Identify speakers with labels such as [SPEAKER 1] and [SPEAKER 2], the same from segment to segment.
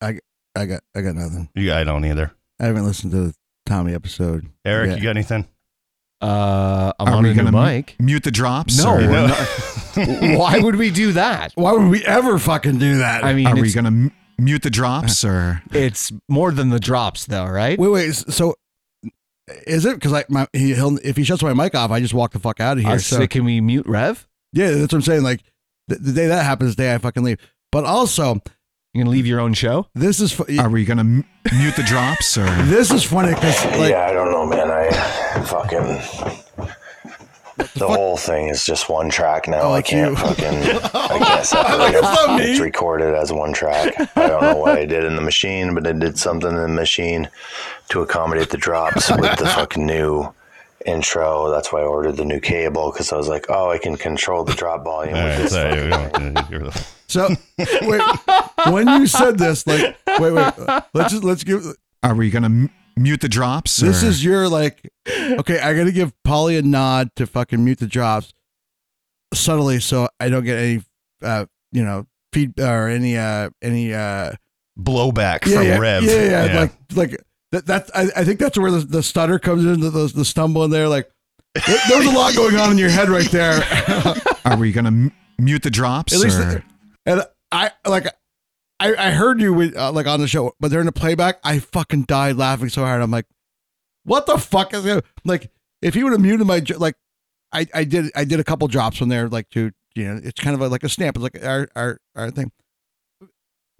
[SPEAKER 1] I I got I got nothing.
[SPEAKER 2] You, I don't either.
[SPEAKER 1] I haven't listened to the Tommy episode.
[SPEAKER 2] Eric,
[SPEAKER 1] Yeah.
[SPEAKER 2] you got anything?
[SPEAKER 3] Uh, I'm
[SPEAKER 4] Are
[SPEAKER 3] on
[SPEAKER 4] we
[SPEAKER 3] a new
[SPEAKER 4] gonna mu-
[SPEAKER 3] mic.
[SPEAKER 4] Mute the drops.
[SPEAKER 3] No,
[SPEAKER 4] or-
[SPEAKER 3] we're
[SPEAKER 2] No.
[SPEAKER 3] not. Why would we do that?
[SPEAKER 1] Why would we ever fucking do that?
[SPEAKER 3] I mean,
[SPEAKER 4] Are we
[SPEAKER 3] it's,
[SPEAKER 4] going to m- mute the drops or?
[SPEAKER 3] it's more than the drops, though, right?
[SPEAKER 1] wait, wait. So is it because like my he, he'll if he shuts my mic off, I just walk the fuck out of
[SPEAKER 3] I
[SPEAKER 1] here.
[SPEAKER 3] was
[SPEAKER 1] so
[SPEAKER 3] like, Uh, can we mute Rev?
[SPEAKER 1] yeah, that's what I'm saying. Like the, the day that happens, the day I fucking leave. But also,
[SPEAKER 3] You gonna leave your own show?
[SPEAKER 1] this is fu-
[SPEAKER 4] Are we going to m- mute the drops or?
[SPEAKER 1] this is funny because like
[SPEAKER 5] yeah, I don't know, man. I fucking the
[SPEAKER 1] fuck?
[SPEAKER 5] whole thing is just one track now.
[SPEAKER 1] Oh,
[SPEAKER 5] I
[SPEAKER 1] it's
[SPEAKER 5] can't
[SPEAKER 1] you.
[SPEAKER 5] fucking I can't separate
[SPEAKER 1] It's not
[SPEAKER 5] it.
[SPEAKER 1] me.
[SPEAKER 5] It's recorded as one track. I don't know what I did in the machine, but I did something in the machine to accommodate the drops with the fucking new intro. That's why I ordered the new cable because I was like, oh, I can control the drop volume
[SPEAKER 2] All right,
[SPEAKER 5] with this.
[SPEAKER 2] so,
[SPEAKER 5] fucking thing.
[SPEAKER 2] you're the-
[SPEAKER 1] so. Wait, when you said this, like wait, wait. Let's just let's give
[SPEAKER 4] Are we going to m- mute the drops?
[SPEAKER 1] This
[SPEAKER 4] or-
[SPEAKER 1] is your like, okay, I gotta give Polly a nod to fucking mute the drops subtly, so I don't get any, uh, you know, feed or any, uh, any, uh,
[SPEAKER 2] blowback
[SPEAKER 1] yeah,
[SPEAKER 2] from
[SPEAKER 1] yeah,
[SPEAKER 2] Rev.
[SPEAKER 1] yeah, yeah, like, like that. That's I, I think that's where the, the stutter comes in, the, the, the stumble in there. Like, there, there's a lot going on in your head right there.
[SPEAKER 4] Are we going to m- mute the drops
[SPEAKER 1] At least,
[SPEAKER 4] or?
[SPEAKER 1] and I like, I, I heard you with, uh, like on the show, but during the playback, I fucking died laughing so hard. I'm like, what the fuck is it? Like, if he would have muted my, dr- like, I, I did, I did a couple drops from there, like to, you know, it's kind of a, like a snap. It's like our, our, our thing,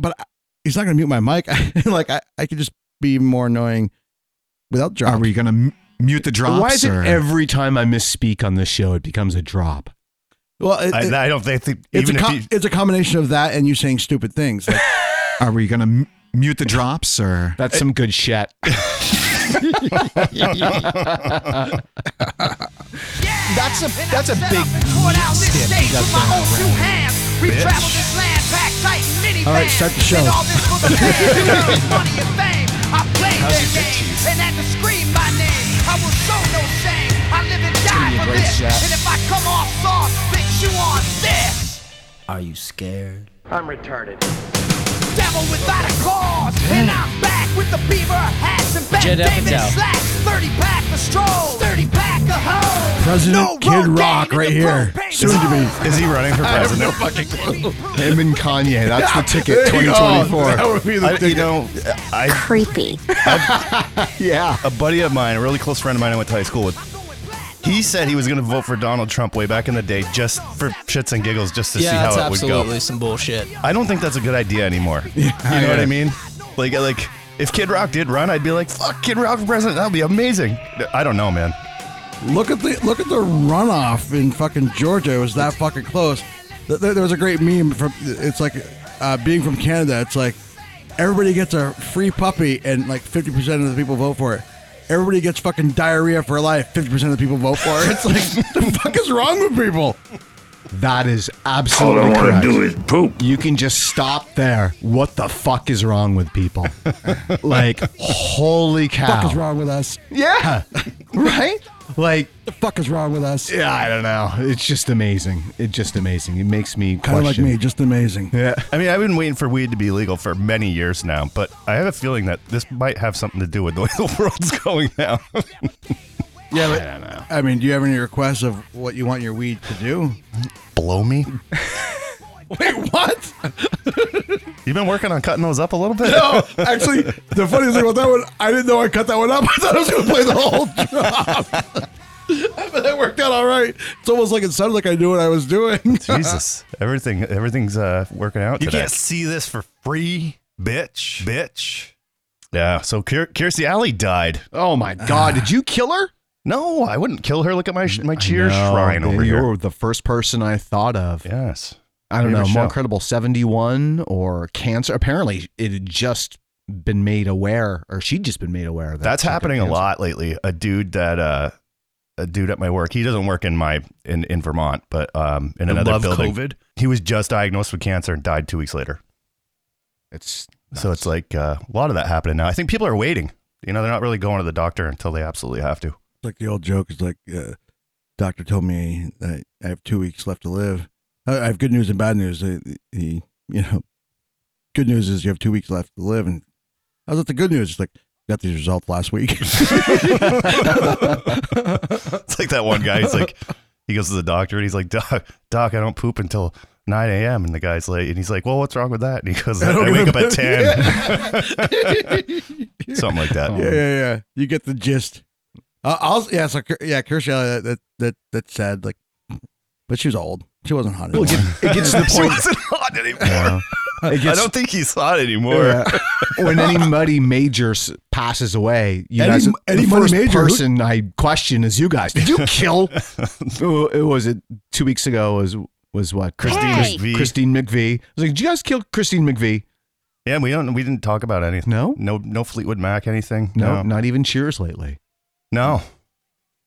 [SPEAKER 1] but I, he's not gonna mute my mic. like, I, I could just be more annoying without drops.
[SPEAKER 4] Are we going to m- mute the drops
[SPEAKER 3] Why is it
[SPEAKER 4] or?
[SPEAKER 3] every time I misspeak on this show, it becomes a drop?
[SPEAKER 1] well, it, it-
[SPEAKER 2] I, I don't think, think
[SPEAKER 1] it's a
[SPEAKER 2] even if
[SPEAKER 1] com-
[SPEAKER 2] you,
[SPEAKER 1] it's a combination of that and you saying stupid things. Like,
[SPEAKER 4] Are we going to m- mute the drops or?
[SPEAKER 3] That's some good shit.
[SPEAKER 6] That's a that's a big step. You got that.
[SPEAKER 1] All right, start the show.
[SPEAKER 6] And had to scream my name. I will show no shame. I live and die for this. And if I come off soft, bitch, you on this.
[SPEAKER 7] Are you scared?
[SPEAKER 6] devil without a cause. And I'm back with the beaver hats and back
[SPEAKER 7] Judd
[SPEAKER 6] Damon
[SPEAKER 7] Apatow.
[SPEAKER 6] slacks. 30 pack of strolls, 30 pack of hoes.
[SPEAKER 1] President
[SPEAKER 6] No
[SPEAKER 1] Kid
[SPEAKER 6] road
[SPEAKER 1] Rock
[SPEAKER 6] gang
[SPEAKER 1] right
[SPEAKER 6] in the
[SPEAKER 1] here,
[SPEAKER 6] propane
[SPEAKER 1] soon to be.
[SPEAKER 6] zone.
[SPEAKER 2] is he running for president?
[SPEAKER 3] Him and Kanye. That's the ticket.
[SPEAKER 1] There you go.
[SPEAKER 2] 2024.
[SPEAKER 1] Oh, That would be the
[SPEAKER 2] I, you
[SPEAKER 1] ticket.
[SPEAKER 2] know, I
[SPEAKER 8] Creepy.
[SPEAKER 3] Yeah.
[SPEAKER 2] a buddy of mine, a really close friend of mine, I went to high school with. He said he was going to vote for Donald Trump way back in the day, just for shits and giggles, just to see
[SPEAKER 7] Yeah,
[SPEAKER 2] how
[SPEAKER 7] that's
[SPEAKER 2] it would go.
[SPEAKER 7] absolutely some bullshit.
[SPEAKER 2] I don't think that's a good idea anymore. you know what I mean? Like, like if Kid Rock did run, I'd be like, "Fuck Kid Rock for president, that'd be amazing." I don't know, man.
[SPEAKER 1] Look at the look at the runoff in fucking Georgia. It was that fucking close. Th- There, there was a great meme from. It's like uh, being from Canada. It's like everybody gets a free puppy, and like fifty percent of the people vote for it. Everybody gets fucking diarrhea for life. Fifty percent of the people vote for it. It's like the fuck is wrong with people?
[SPEAKER 3] That is absolutely All I want to do is poop. You can just stop there. What the fuck is wrong with people? like, holy cow.
[SPEAKER 1] Fuck is wrong with us?
[SPEAKER 3] Yeah. right? Like,
[SPEAKER 1] The fuck is wrong with us?
[SPEAKER 3] yeah, I don't know. It's just amazing. It's just amazing. It makes me
[SPEAKER 1] Kind of like
[SPEAKER 3] question-
[SPEAKER 1] me, just amazing.
[SPEAKER 3] Yeah.
[SPEAKER 2] I mean, I've been waiting for weed to be legal for many years now, but I have a feeling that this might have something to do with the way the world's going now.
[SPEAKER 1] Yeah,
[SPEAKER 3] I don't know.
[SPEAKER 1] I mean, do you have any requests of what you want your weed to do?
[SPEAKER 2] Blow me.
[SPEAKER 1] Wait, what?
[SPEAKER 2] You've been working on cutting those up a little bit.
[SPEAKER 1] No, actually, the funniest thing about that one, I didn't know I cut that one up. I thought I was going to play the whole drop. but that worked out all right. It's almost like it sounded like I knew what I was doing.
[SPEAKER 2] Jesus, everything, everything's uh, working out.
[SPEAKER 9] You
[SPEAKER 2] today.
[SPEAKER 9] can't see this for free, bitch. Bitch.
[SPEAKER 2] Yeah. So Kier- Kirstie Alley died.
[SPEAKER 3] Oh my God. Did you kill her?
[SPEAKER 2] No, I wouldn't kill her. Look at my sh- my cheer
[SPEAKER 3] I know,
[SPEAKER 2] shrine over
[SPEAKER 3] dude,
[SPEAKER 2] here.
[SPEAKER 3] You're the first person I thought of.
[SPEAKER 2] Yes.
[SPEAKER 3] I
[SPEAKER 2] Maybe
[SPEAKER 3] don't know, more
[SPEAKER 2] Michelle.
[SPEAKER 3] incredible 71 or cancer. Apparently, it had just been made aware, or she'd just been made aware of that.
[SPEAKER 2] That's
[SPEAKER 3] she had
[SPEAKER 2] happening a
[SPEAKER 3] cancer.
[SPEAKER 2] lot lately. A dude that uh a dude at my work. He doesn't work in my in, in Vermont, but um in another
[SPEAKER 9] Love
[SPEAKER 2] building.
[SPEAKER 9] COVID.
[SPEAKER 2] He was just diagnosed with cancer and died 2 weeks later.
[SPEAKER 3] It's
[SPEAKER 2] So it's like uh, a lot of that happening now. I think people are waiting. You know, they're not really going to the doctor until they absolutely have to.
[SPEAKER 1] like the old joke is like, uh, doctor told me that I have two weeks left to live. I I have good news and bad news. The, the- the, you know, good news is you have two weeks left to live. And I was at the good news. It's like, got these results last week.
[SPEAKER 2] It's like that one guy. He's like, he goes to the doctor and he's like, Doc, Doc, I don't poop until 9 a.m. And the guy's like, and he's like, well, what's wrong with that? And he goes, I,
[SPEAKER 1] don't
[SPEAKER 2] wake up
[SPEAKER 1] remember."
[SPEAKER 2] at 10. Something like that.
[SPEAKER 3] Um,
[SPEAKER 1] yeah, yeah, yeah. You get the gist. Uh, I'll yeah, so K- yeah, Kirstie, uh, that that that said like, but she was old. She wasn't hot anymore.
[SPEAKER 3] It gets to the
[SPEAKER 2] She
[SPEAKER 3] point.
[SPEAKER 2] wasn't hot anymore.
[SPEAKER 3] It
[SPEAKER 2] I
[SPEAKER 3] gets,
[SPEAKER 2] don't think he's hot anymore.
[SPEAKER 3] Yeah. when anybody major s- passes away, you
[SPEAKER 1] Any-
[SPEAKER 3] guys,
[SPEAKER 1] any
[SPEAKER 3] the
[SPEAKER 1] money
[SPEAKER 3] first
[SPEAKER 1] major, who-
[SPEAKER 3] person I question is you guys. Did you kill? Oh, it was it two weeks ago. Was was what Christine
[SPEAKER 2] Hey. McVie.
[SPEAKER 3] Christine McVie. I was like, did you guys kill Christine McVie?
[SPEAKER 2] Yeah, we don't. We didn't talk about anything.
[SPEAKER 3] No,
[SPEAKER 2] No, no Fleetwood Mac. Anything?
[SPEAKER 3] no,
[SPEAKER 2] no,
[SPEAKER 3] not even Cheers lately.
[SPEAKER 2] no.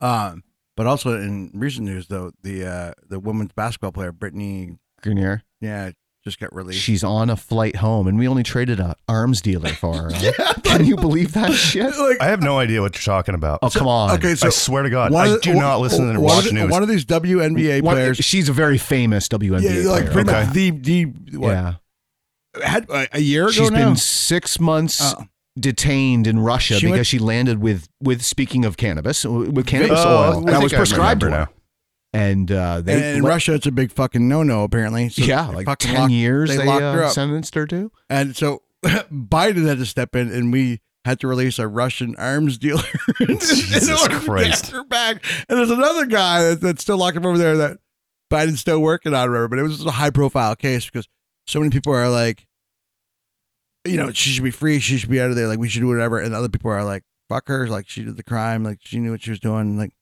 [SPEAKER 1] Um, but also in recent news though, the uh the women's basketball player Brittany,
[SPEAKER 3] Grenier.
[SPEAKER 1] yeah, just got released.
[SPEAKER 3] She's on a flight home, and we only traded an arms dealer for her. Can you believe that shit?
[SPEAKER 1] like,
[SPEAKER 2] I have no idea what you're talking about.
[SPEAKER 3] Oh come on!
[SPEAKER 1] okay, so
[SPEAKER 2] I swear to God,
[SPEAKER 1] one
[SPEAKER 2] I
[SPEAKER 1] of the-
[SPEAKER 2] do not listen to
[SPEAKER 1] one
[SPEAKER 2] watch
[SPEAKER 1] of the-
[SPEAKER 2] news.
[SPEAKER 1] One of these WNBA
[SPEAKER 3] What-
[SPEAKER 1] players,
[SPEAKER 3] she's a very famous WNBA
[SPEAKER 1] yeah, like
[SPEAKER 3] player.
[SPEAKER 1] pretty
[SPEAKER 2] okay.
[SPEAKER 1] much the the what,
[SPEAKER 3] Yeah,
[SPEAKER 1] had a, a year ago
[SPEAKER 3] she's
[SPEAKER 1] now.
[SPEAKER 3] been six months
[SPEAKER 1] Oh.
[SPEAKER 3] detained in Russia
[SPEAKER 1] She went-
[SPEAKER 3] because she landed with with speaking of cannabis with cannabis
[SPEAKER 2] Oh, I
[SPEAKER 3] oil that
[SPEAKER 2] think
[SPEAKER 3] was
[SPEAKER 2] I
[SPEAKER 3] prescribed to her,
[SPEAKER 2] remember
[SPEAKER 3] and uh,
[SPEAKER 1] and
[SPEAKER 3] they
[SPEAKER 1] in
[SPEAKER 3] let-
[SPEAKER 1] Russia, it's a big fucking no no. Apparently, So
[SPEAKER 3] yeah
[SPEAKER 1] they
[SPEAKER 3] like
[SPEAKER 1] fucking
[SPEAKER 3] ten
[SPEAKER 1] locked-
[SPEAKER 3] years
[SPEAKER 1] they
[SPEAKER 3] they,
[SPEAKER 1] locked her
[SPEAKER 3] uh,
[SPEAKER 1] up.
[SPEAKER 3] sentenced her to.
[SPEAKER 1] And so Biden had to step in, and we had to release a Russian arms dealer
[SPEAKER 2] Jesus
[SPEAKER 1] in order
[SPEAKER 2] Christ.
[SPEAKER 1] to get her back. And there's another guy that, that's still locked up over there that Biden's still working on, whatever. But it was just a high profile case because so many people are like, you know, she should be free, she should be out of there, like we should do whatever. And other people are like, fuck her, like she did the crime, like she knew what she was doing, like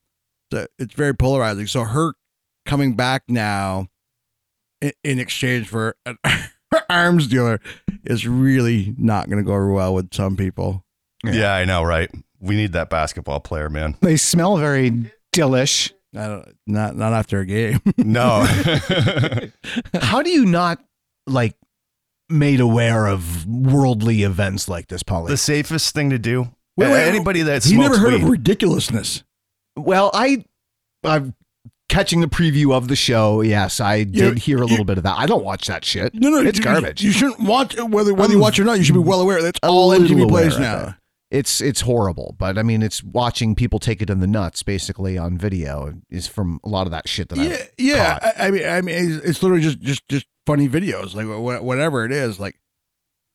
[SPEAKER 1] so it's very polarizing. So her coming back now in, in exchange for an arms dealer is really not going to go over well with some people.
[SPEAKER 2] Yeah. I know, right? We need that basketball player, man.
[SPEAKER 4] They smell very dillish.
[SPEAKER 1] I don't, not not after a game.
[SPEAKER 2] No,
[SPEAKER 3] How do you not like made aware of worldly events like this, Polly?
[SPEAKER 2] the safest thing to do.
[SPEAKER 1] Wait, wait,
[SPEAKER 2] anybody that
[SPEAKER 1] he
[SPEAKER 2] smokes
[SPEAKER 1] never heard
[SPEAKER 2] weed,
[SPEAKER 1] of ridiculousness.
[SPEAKER 3] Well, I I'm catching the preview of the show. Yes, I did
[SPEAKER 1] You-
[SPEAKER 3] hear a
[SPEAKER 1] you-
[SPEAKER 3] little bit of that. I don't watch that shit.
[SPEAKER 1] No, no,
[SPEAKER 3] it's
[SPEAKER 1] you-
[SPEAKER 3] garbage.
[SPEAKER 1] You shouldn't watch it, whether whether you
[SPEAKER 3] I'm
[SPEAKER 1] watch it or not. You should be well aware. That's
[SPEAKER 3] a
[SPEAKER 1] all
[SPEAKER 3] little
[SPEAKER 1] MTV
[SPEAKER 3] aware
[SPEAKER 1] plays
[SPEAKER 3] of
[SPEAKER 1] now.
[SPEAKER 3] it. it's it's horrible, but I mean, it's watching people take it in the nuts, basically on video, is from a lot of that shit that
[SPEAKER 1] Yeah, yeah. I, I mean, I mean, it's, it's literally just just just funny videos, like wha- whatever it is. Like,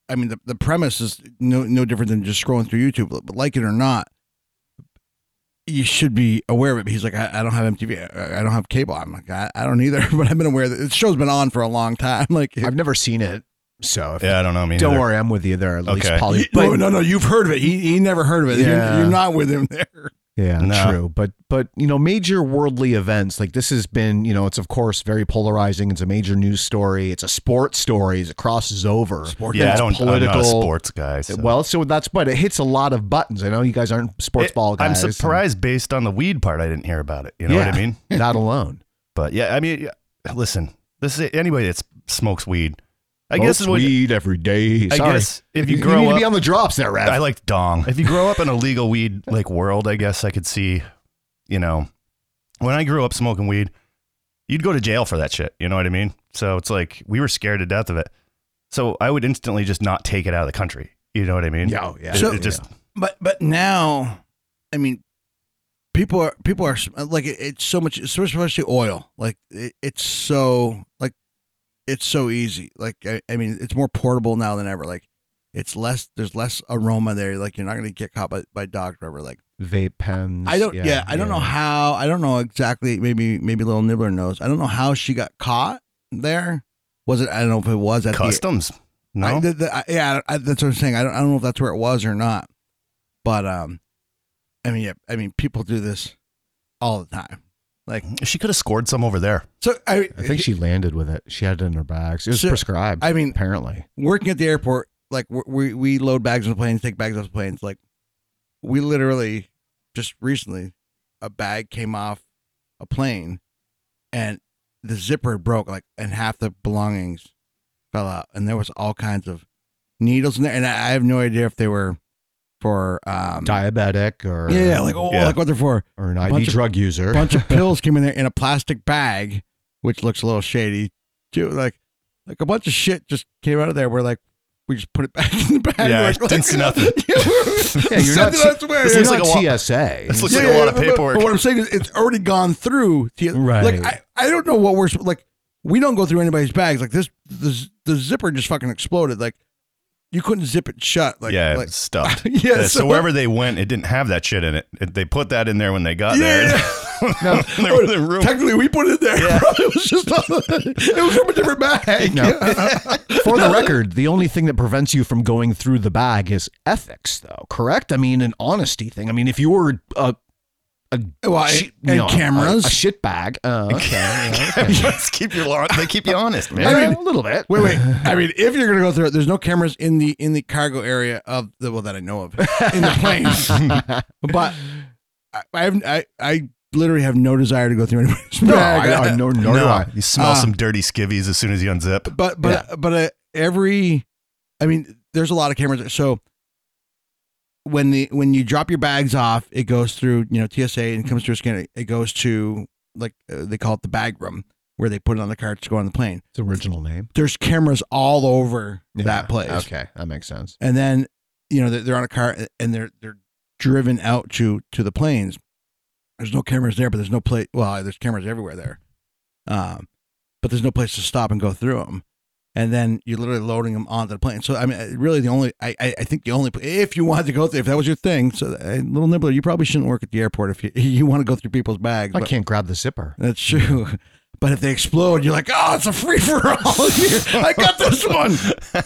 [SPEAKER 1] I mean, the, the premise is no no different than just scrolling through YouTube. But like it or not, you should be aware of it. He's like, I, I don't have MTV, I, I don't have cable. I'm like, I, I don't either. But I've been aware that the show's been on for a long time. Like,
[SPEAKER 3] I, have never seen it, so if,
[SPEAKER 2] Yeah, I don't know. Me
[SPEAKER 3] don't
[SPEAKER 2] neither.
[SPEAKER 3] worry, I'm with you there. At least
[SPEAKER 2] Okay.
[SPEAKER 3] Polly,
[SPEAKER 1] You- no, no, no. You've heard of it. He he never heard of it.
[SPEAKER 3] Yeah.
[SPEAKER 1] You're, you're not with him there.
[SPEAKER 3] Yeah,
[SPEAKER 2] No.
[SPEAKER 3] true. But but you know, major worldly events like this has been, you know, it's of course very polarizing. It's a major news story. It's a sports story. It crosses over. Sport
[SPEAKER 2] Yeah, I don't. I'm not a sports guy. so-
[SPEAKER 3] uh, Well, so that's but it hits a lot of buttons. I know you guys aren't sports
[SPEAKER 2] It-
[SPEAKER 3] ball
[SPEAKER 2] I'm
[SPEAKER 3] guys. and
[SPEAKER 2] surprised based on the weed part. I didn't hear about it. You know what I
[SPEAKER 3] Yeah.
[SPEAKER 2] mean?
[SPEAKER 3] that alone.
[SPEAKER 2] But yeah, I mean, yeah, listen. This is anybody that smokes weed. I guess
[SPEAKER 3] Smokes
[SPEAKER 2] is what
[SPEAKER 3] weed every day.
[SPEAKER 2] I
[SPEAKER 3] Sorry.
[SPEAKER 2] guess if you
[SPEAKER 3] need
[SPEAKER 2] grow
[SPEAKER 3] to
[SPEAKER 2] up,
[SPEAKER 3] be on the drops there, Rev.
[SPEAKER 2] I like dong. If you grow up in a legal weed like world, I guess I could see, you know, when I grew up smoking weed, you'd go to jail for that shit. You know what I mean? So it's like we were scared to death of it. So I would instantly just not take it out of the country. You know what I mean?
[SPEAKER 3] yeah, oh, yeah.
[SPEAKER 2] It,
[SPEAKER 1] So-
[SPEAKER 2] it just
[SPEAKER 1] but but now, I mean, people are people are like it, it's so much, especially oil. Like it, it's so like it's so easy. Like I, I mean, it's more portable now than ever. Like it's less. There's less aroma there. Like you're not gonna get caught by by dog forever. Like
[SPEAKER 3] vape pens.
[SPEAKER 1] I don't. Yeah, I don't know how. I don't know exactly. Maybe maybe little nibbler knows. I don't know how she got caught there. Was it? I don't know if it was at the
[SPEAKER 2] customs. No,
[SPEAKER 1] I, the, the, I, yeah, I, that's what I'm saying. I don't, I don't know if that's where it was or not, but um, I mean, yeah, I mean, people do this all the time.
[SPEAKER 2] she could have scored some over there.
[SPEAKER 1] So I,
[SPEAKER 3] I think she landed with it. She had it in her bags. It was
[SPEAKER 1] So-
[SPEAKER 3] prescribed.
[SPEAKER 1] I mean,
[SPEAKER 3] apparently.
[SPEAKER 1] working at the airport, like we- we we load bags on planes, take bags off planes. Like we literally just recently, a bag came off a plane, and the zipper broke, like, and half the belongings fell out, and there was all kinds of needles in there, and I, I have no idea if they were for um.
[SPEAKER 3] Diabetic or
[SPEAKER 1] yeah, yeah, like oh,
[SPEAKER 2] Yeah.
[SPEAKER 1] like what they're for.
[SPEAKER 3] or an
[SPEAKER 1] bunch
[SPEAKER 3] ID
[SPEAKER 1] of-
[SPEAKER 3] drug user.
[SPEAKER 1] bunch of pills came in there in a plastic bag, which looks a little shady too. Like, like a bunch of shit just came out of there. We're like, we just put it back in the bag.
[SPEAKER 2] Yeah,
[SPEAKER 1] We're
[SPEAKER 2] it didn't see nothing.
[SPEAKER 1] yeah, we're-
[SPEAKER 3] Yeah, you're
[SPEAKER 1] send
[SPEAKER 3] not-
[SPEAKER 1] it elsewhere.
[SPEAKER 2] This
[SPEAKER 1] Yeah.
[SPEAKER 2] looks like a lot-
[SPEAKER 3] TSA.
[SPEAKER 2] This looks like a lot of
[SPEAKER 1] but-
[SPEAKER 2] paperwork.
[SPEAKER 1] But what I'm saying is, it's already gone through. To,
[SPEAKER 3] Right.
[SPEAKER 1] Like I, I don't know what we're sup- like. We don't go through anybody's bags. Like this, the z- the zipper just fucking exploded. Like you couldn't zip it shut. Like
[SPEAKER 2] yeah,
[SPEAKER 1] like,
[SPEAKER 2] it's stuffed.
[SPEAKER 1] Yeah,
[SPEAKER 2] Uh, so,
[SPEAKER 1] so-
[SPEAKER 2] wherever they went, it didn't have that shit in it. It- They put that in there when they got
[SPEAKER 1] Yeah,
[SPEAKER 2] there. they were in the room.
[SPEAKER 1] technically we put it in there. bro. It was just it was from a different bag.
[SPEAKER 3] For the record, the only thing that prevents you from going through the bag is ethics, though. Correct? I mean, an honesty thing. I mean, if you were a,
[SPEAKER 1] Well, I-
[SPEAKER 3] shit- you
[SPEAKER 1] and
[SPEAKER 3] know, a-
[SPEAKER 1] cameras.
[SPEAKER 3] a, shit bag, uh, okay, yeah, okay.
[SPEAKER 2] Just keep you. lo- They keep you honest, man.
[SPEAKER 3] I mean, a little bit.
[SPEAKER 1] Wait, wait. I mean, if you're gonna go through it, there's no cameras in the in the cargo area of the well that I know of in the plane. but I, I have I I literally have no desire to go through anybody's
[SPEAKER 3] No,
[SPEAKER 1] bag.
[SPEAKER 3] I, I, no, nor do I.
[SPEAKER 2] you smell
[SPEAKER 1] Uh,
[SPEAKER 2] some dirty skivvies as soon as you unzip.
[SPEAKER 1] but but but uh, every, I mean, there's a lot of cameras. So when the when you drop your bags off, it goes through you know TSA and comes through a scanner. It goes to like uh, they call it the bag room where they put it on the cart to go on the plane.
[SPEAKER 3] Its original name.
[SPEAKER 1] There's cameras all over
[SPEAKER 3] Yeah,
[SPEAKER 1] that place.
[SPEAKER 3] Okay, that makes sense.
[SPEAKER 1] and then you know they're, they're on a car and they're they're driven out to to the planes. There's no cameras there, but there's no place. Well, there's cameras everywhere there, um, but there's no place to stop and go through them. And then you're literally loading them onto the plane. So I mean, really, the only I I I think the only if you wanted to go through if that was your thing. So uh, little nibbler, you probably shouldn't work at the airport if you you want to go through people's bags.
[SPEAKER 3] I
[SPEAKER 1] but-
[SPEAKER 3] can't grab the zipper.
[SPEAKER 1] that's true. But if they explode, you're like, oh, it's a free for all. I got this one.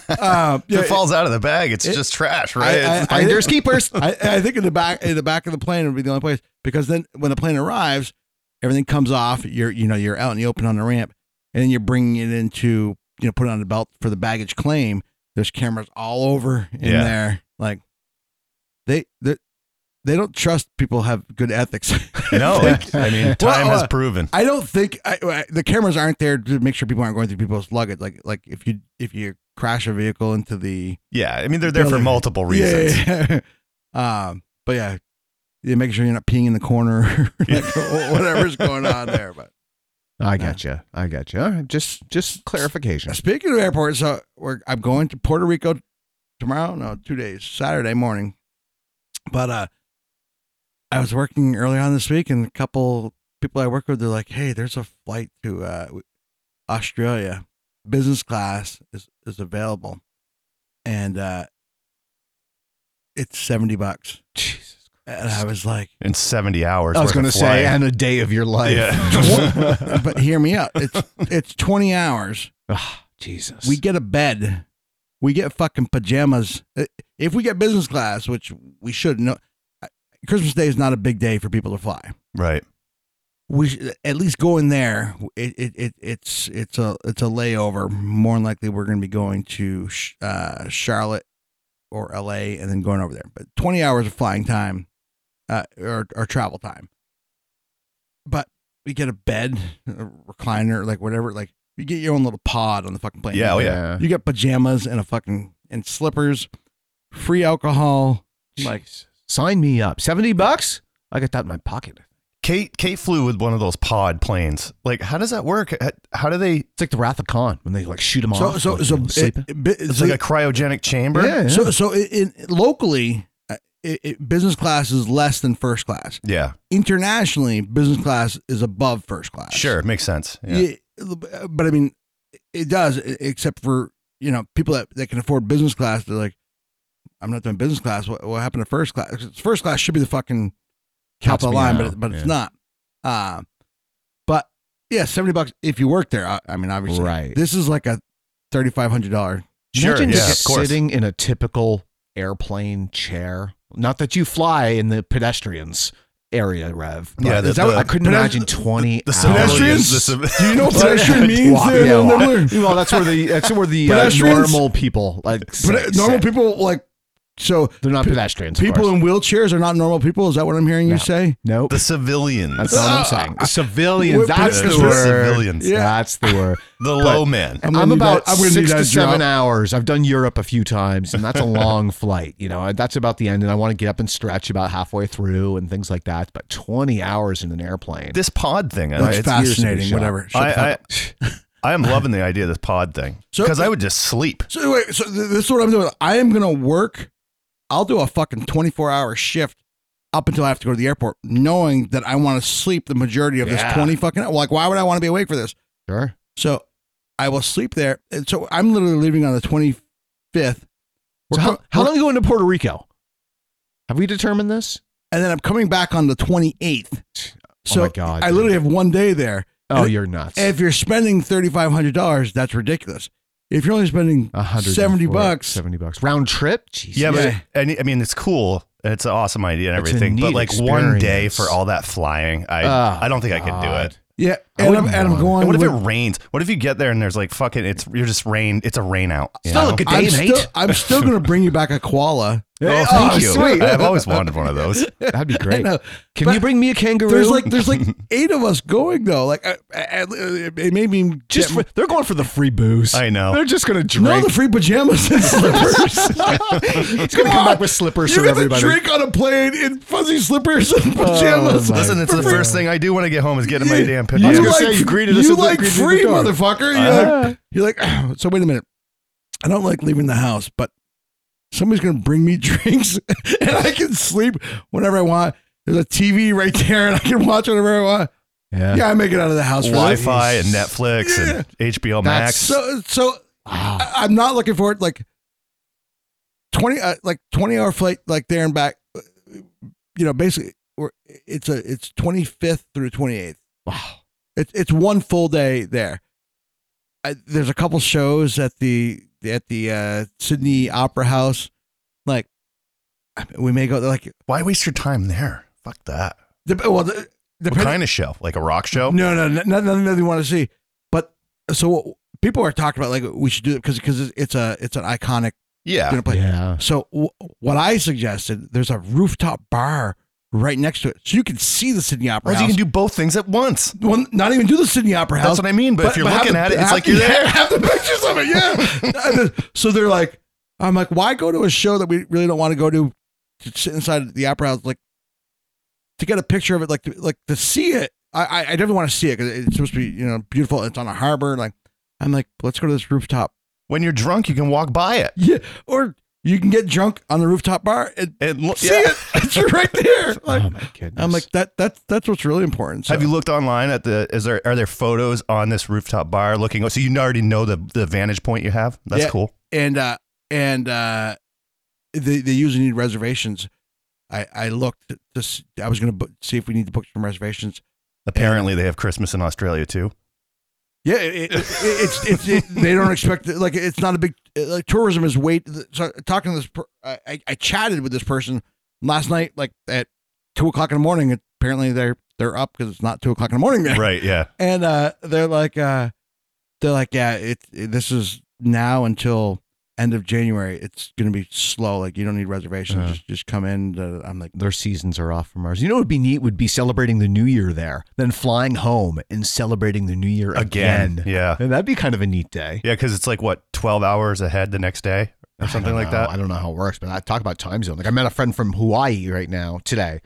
[SPEAKER 1] Uh,
[SPEAKER 2] If
[SPEAKER 1] yeah,
[SPEAKER 2] it falls out of the bag, it's
[SPEAKER 1] it-
[SPEAKER 2] just trash, right? It's-
[SPEAKER 1] I-
[SPEAKER 3] Finders keepers.
[SPEAKER 1] I, I think in the back in the back of the plane would be the only place because then when the plane arrives, everything comes off. You're you know you're out in the open on the ramp, and then you're bringing it into you know put it on the belt for the baggage claim. There's cameras all over in
[SPEAKER 2] Yeah.
[SPEAKER 1] there. Like they they they don't trust people have good ethics.
[SPEAKER 2] no, I mean, time
[SPEAKER 1] Well, uh,
[SPEAKER 2] has proven.
[SPEAKER 1] I don't think I, I, the cameras aren't there to make sure people aren't going through people's luggage. Like like if you if you crash a vehicle into the
[SPEAKER 2] Yeah, I mean, they're there for
[SPEAKER 1] Billy.
[SPEAKER 2] multiple reasons.
[SPEAKER 1] Yeah, yeah, yeah. um, but yeah, you make sure you're not peeing in the corner, like, or whatever's going on there. But
[SPEAKER 3] I got gotcha. you. I got gotcha. you. All right, just just clarification.
[SPEAKER 1] speaking of airports, uh, we're, I'm going to Puerto Rico tomorrow. No, two days, Saturday morning. But uh, I was working early on this week, and a couple people I work with, they're like, "Hey, there's a flight to uh, Australia. Business class is is available, and uh, it's seventy bucks."
[SPEAKER 3] Jesus.
[SPEAKER 1] And I was like,
[SPEAKER 2] In 70 hours.
[SPEAKER 3] I
[SPEAKER 2] worth
[SPEAKER 3] was
[SPEAKER 2] of
[SPEAKER 3] going to say,
[SPEAKER 2] flying.
[SPEAKER 3] and a day of your life.
[SPEAKER 2] yeah.
[SPEAKER 1] but hear me out. It's it's 20 hours.
[SPEAKER 3] Ah, Jesus.
[SPEAKER 1] We get a bed. We get fucking pajamas. Uh, If we get business class, which we should know, uh, Christmas Day is not a big day for people to fly.
[SPEAKER 2] right.
[SPEAKER 1] We should, at least going there. It, it, it it's it's a it's a layover. More than likely, we're going to be going to sh- uh, Charlotte or L.A. and then going over there. But 20 hours of flying time, uh, or or travel time. But we get a bed, a recliner, like whatever. Like you get your own little pod on the fucking plane.
[SPEAKER 2] Yeah, oh, yeah.
[SPEAKER 1] You get pajamas and a fucking and slippers, free alcohol. Like
[SPEAKER 3] Sign me up. 70 bucks? I got that in my pocket.
[SPEAKER 2] Kate Kate flew with one of those pod planes. Like, how does that work? How- How do they?
[SPEAKER 3] It's like the Wrath of Khan when they like shoot him
[SPEAKER 1] so
[SPEAKER 3] off.
[SPEAKER 1] so
[SPEAKER 3] like,
[SPEAKER 1] so.
[SPEAKER 3] you know, sleep.
[SPEAKER 1] it- it-
[SPEAKER 2] It's like a cryogenic chamber.
[SPEAKER 3] yeah, yeah.
[SPEAKER 1] So so it, it, locally, uh, it, it, business class is less than first class.
[SPEAKER 2] Yeah,
[SPEAKER 1] Internationally, business class is above first class.
[SPEAKER 2] sure, makes sense. Yeah.
[SPEAKER 1] Yeah. uh, but I mean, it does. e- Except for you know people that, that can afford business class, they're like, I'm not doing business class. What, what happened to first class? 'Cause First class should be the fucking top
[SPEAKER 3] Counts
[SPEAKER 1] of the
[SPEAKER 3] me
[SPEAKER 1] line, but
[SPEAKER 3] out.
[SPEAKER 1] it- but it's
[SPEAKER 3] Yeah.
[SPEAKER 1] not. Uh, but yeah, seventy bucks if you work there. I, I mean, obviously,
[SPEAKER 3] Right.
[SPEAKER 1] This is like a thirty five hundred dollar.
[SPEAKER 2] Sure,
[SPEAKER 3] Imagine
[SPEAKER 2] yeah,
[SPEAKER 3] just
[SPEAKER 2] of course.
[SPEAKER 3] sitting in a typical airplane chair. Not that you fly in the pedestrians area, Rev. but
[SPEAKER 2] Yeah, the-
[SPEAKER 3] is that what-
[SPEAKER 2] the-
[SPEAKER 3] I couldn't imagine 20
[SPEAKER 2] the
[SPEAKER 3] hours.
[SPEAKER 2] civilians- the civ-
[SPEAKER 1] Do you know what pedestrian means?
[SPEAKER 3] Walk-
[SPEAKER 1] there,
[SPEAKER 3] yeah,
[SPEAKER 1] Lil
[SPEAKER 3] walk.
[SPEAKER 1] Nibbler?
[SPEAKER 3] well, that's where the that's where the uh,
[SPEAKER 1] Pedestrians?
[SPEAKER 3] normal people like
[SPEAKER 1] But
[SPEAKER 3] sit-
[SPEAKER 1] normal
[SPEAKER 3] sit.
[SPEAKER 1] people like so
[SPEAKER 3] They're not pedestrians.
[SPEAKER 1] people in wheelchairs are not normal people. Is that what I'm hearing you
[SPEAKER 3] No.
[SPEAKER 1] say?
[SPEAKER 3] nope.
[SPEAKER 2] The civilians,
[SPEAKER 3] That's not what I'm saying. Civilians.
[SPEAKER 1] We're
[SPEAKER 3] That's the
[SPEAKER 2] pedestrians.
[SPEAKER 3] word.
[SPEAKER 2] Civilians.
[SPEAKER 1] Yeah.
[SPEAKER 3] That's the word.
[SPEAKER 2] the low man.
[SPEAKER 1] I'm
[SPEAKER 3] I'm,
[SPEAKER 1] gonna need
[SPEAKER 3] about
[SPEAKER 1] that- I'm gonna need
[SPEAKER 3] six
[SPEAKER 1] that
[SPEAKER 3] to seven
[SPEAKER 1] drop.
[SPEAKER 3] hours. I've done Europe a few times, and that's a long flight. You know, that's about the end, and I want to get up and stretch about halfway through and things like that. But 20 hours in an airplane.
[SPEAKER 2] This pod thing, I,
[SPEAKER 1] That's
[SPEAKER 2] it's,
[SPEAKER 3] years in the
[SPEAKER 1] fascinating.
[SPEAKER 3] shop.
[SPEAKER 1] Whatever. Shut the fuck
[SPEAKER 2] I, I, I am loving the idea of this pod thing
[SPEAKER 1] So-
[SPEAKER 2] because I would just sleep.
[SPEAKER 1] So wait, so th- this is what I'm doing. I am gonna work. I'll do a fucking 24 hour shift up until I have to go to the airport, knowing that I want to sleep the majority of this 20 fucking. hour. Like, why would I want to be awake for this?
[SPEAKER 3] Sure.
[SPEAKER 1] So I will sleep there. And so I'm literally leaving on the 25th. We're
[SPEAKER 3] So how,
[SPEAKER 1] co-
[SPEAKER 3] how
[SPEAKER 1] we're-
[SPEAKER 3] long are you going to Puerto Rico? Have we determined this?
[SPEAKER 1] And then I'm coming back on the 28th. So
[SPEAKER 3] Oh my God,
[SPEAKER 1] I
[SPEAKER 3] dude.
[SPEAKER 1] literally have one day there.
[SPEAKER 3] Oh,
[SPEAKER 1] And-
[SPEAKER 3] you're nuts.
[SPEAKER 1] If you're spending thirty five hundred dollars, that's ridiculous. If you're only spending
[SPEAKER 3] 140,
[SPEAKER 1] seventy bucks,
[SPEAKER 3] 70 bucks. Round trip? Jesus.
[SPEAKER 2] Yeah,
[SPEAKER 1] Yeah.
[SPEAKER 2] but and, I mean it's cool. It's an awesome idea and
[SPEAKER 3] It's a
[SPEAKER 2] everything. But
[SPEAKER 3] neat
[SPEAKER 2] like one day
[SPEAKER 3] experience.
[SPEAKER 2] for all that flying, I
[SPEAKER 3] Ah,
[SPEAKER 2] I don't think I could do
[SPEAKER 3] God.
[SPEAKER 2] it.
[SPEAKER 1] yeah,
[SPEAKER 3] I
[SPEAKER 1] and I'm, and
[SPEAKER 3] wouldn't
[SPEAKER 1] I'm
[SPEAKER 3] want it.
[SPEAKER 1] going.
[SPEAKER 2] And what if
[SPEAKER 1] with-
[SPEAKER 2] it rains? What if you get there and there's like fucking it's you're just rain. It's a rain out. you
[SPEAKER 4] Still
[SPEAKER 2] know?
[SPEAKER 4] a good day,
[SPEAKER 1] I'm
[SPEAKER 4] mate.
[SPEAKER 1] still, I'm still going to bring you back a koala.
[SPEAKER 2] Oh, thank you. I've always wanted one of those.
[SPEAKER 3] That'd be great.
[SPEAKER 1] know,
[SPEAKER 3] Can
[SPEAKER 1] but
[SPEAKER 3] you bring me a kangaroo?
[SPEAKER 1] There's like there's like eight of us going though. Like I, I, I- it made me
[SPEAKER 3] just
[SPEAKER 1] get-
[SPEAKER 3] for, they're going for the free booze.
[SPEAKER 2] I know.
[SPEAKER 3] They're just gonna drink.
[SPEAKER 1] no the free pajamas and slippers.
[SPEAKER 3] it's gonna come back with slippers
[SPEAKER 1] You're
[SPEAKER 3] for
[SPEAKER 1] gonna
[SPEAKER 3] everybody. Oh,
[SPEAKER 1] drink on a plane in fuzzy slippers and pajamas.
[SPEAKER 3] my
[SPEAKER 2] Listen, it's the first thing I do when I get home is get in my damn
[SPEAKER 1] you
[SPEAKER 2] pajamas.
[SPEAKER 3] gonna
[SPEAKER 1] like,
[SPEAKER 3] say, you greeted us
[SPEAKER 1] you
[SPEAKER 3] at the-
[SPEAKER 1] like
[SPEAKER 3] greeted at the
[SPEAKER 1] free,
[SPEAKER 3] door.
[SPEAKER 1] motherfucker. You're like, you're like, "Oh, so wait a minute. I don't like leaving the house, but somebody's going to bring me drinks and I can sleep whenever I want. There's a TV right there and I can watch whatever I want.
[SPEAKER 3] yeah.
[SPEAKER 1] Yeah, I make it out of the house. for that.
[SPEAKER 2] Wi-Fi and Netflix and HBO Max.
[SPEAKER 1] So, so
[SPEAKER 3] Ah,
[SPEAKER 1] I, I'm not looking forward. Like twenty, uh, like twenty hour flight, like there and back. uh, You know, basically, we're, it's a it's 25th through 28th. Wow, it's it's one full day there. I, there's a couple shows at the at the uh, Sydney Opera House. Like I mean, we may go like
[SPEAKER 2] Why waste your time there? Fuck that.
[SPEAKER 1] the, well the, the
[SPEAKER 2] What kind of show? Like a rock show?
[SPEAKER 1] no, no, no, no- nothing that you want to see. But so what- people are talking about like we should do it because because it's a it's an iconic
[SPEAKER 2] Yeah.
[SPEAKER 1] dinner place.
[SPEAKER 3] Yeah.
[SPEAKER 1] So w- what I suggested, there's a rooftop bar right next to it, so you can see the Sydney Opera
[SPEAKER 2] Well,
[SPEAKER 1] House.
[SPEAKER 2] you can do both things at once.
[SPEAKER 1] well, not even do the Sydney Opera House.
[SPEAKER 2] That's what I mean. But, if you're
[SPEAKER 1] have
[SPEAKER 2] looking
[SPEAKER 1] the-
[SPEAKER 2] at it, it's
[SPEAKER 1] have-
[SPEAKER 2] like you're
[SPEAKER 1] yeah,
[SPEAKER 2] there.
[SPEAKER 1] Have the pictures of it, yeah. And then- so they're like, I'm like, why go to a show that we really don't want to go to? To sit inside the opera house, like to get a picture of it, like to, like to see it. I I, I definitely want to see it because it's supposed to be you know beautiful. It's on a harbor. Like I'm like, let's go to this rooftop.
[SPEAKER 2] When you're drunk, you can walk by it.
[SPEAKER 1] Yeah, or you can get drunk on the rooftop bar and
[SPEAKER 2] And look,
[SPEAKER 1] see it. It's right there. Like,
[SPEAKER 3] oh my goodness.
[SPEAKER 1] I'm like that. That's that's what's really important. So.
[SPEAKER 2] Have you looked online at the? Is there are there photos on this rooftop bar looking? So you already know the the vantage point you have. That's
[SPEAKER 1] Yeah.
[SPEAKER 2] cool.
[SPEAKER 1] and uh and uh they they usually need reservations i i looked to s I was gonna book, see if we need to book some reservations
[SPEAKER 2] Apparently, they have Christmas in Australia too.
[SPEAKER 1] yeah it, it, it, it's it's it, they don't expect it, like it's not a big like tourism is wait so talking to this per, I, I- I chatted with this person last night like at two o'clock in the morning apparently they're they're up because it's not two o'clock in the morning there
[SPEAKER 2] Right? Yeah.
[SPEAKER 1] and uh they're like uh they're like yeah it, it- this is now until end of january it's gonna be slow like you don't need reservations
[SPEAKER 3] Uh.
[SPEAKER 1] just just come in uh, i'm like
[SPEAKER 3] their seasons are off from ours. You know what would be neat would be celebrating the new year there, then flying home and celebrating the new year again.
[SPEAKER 2] Again. Yeah.
[SPEAKER 3] And that'd be kind of a neat day.
[SPEAKER 2] Yeah, because it's like what twelve hours ahead the next day or something
[SPEAKER 3] I don't
[SPEAKER 2] like
[SPEAKER 3] know.
[SPEAKER 2] that.
[SPEAKER 3] I don't know how it works, but I talk about time zone. Like I met a friend from Hawaii right now today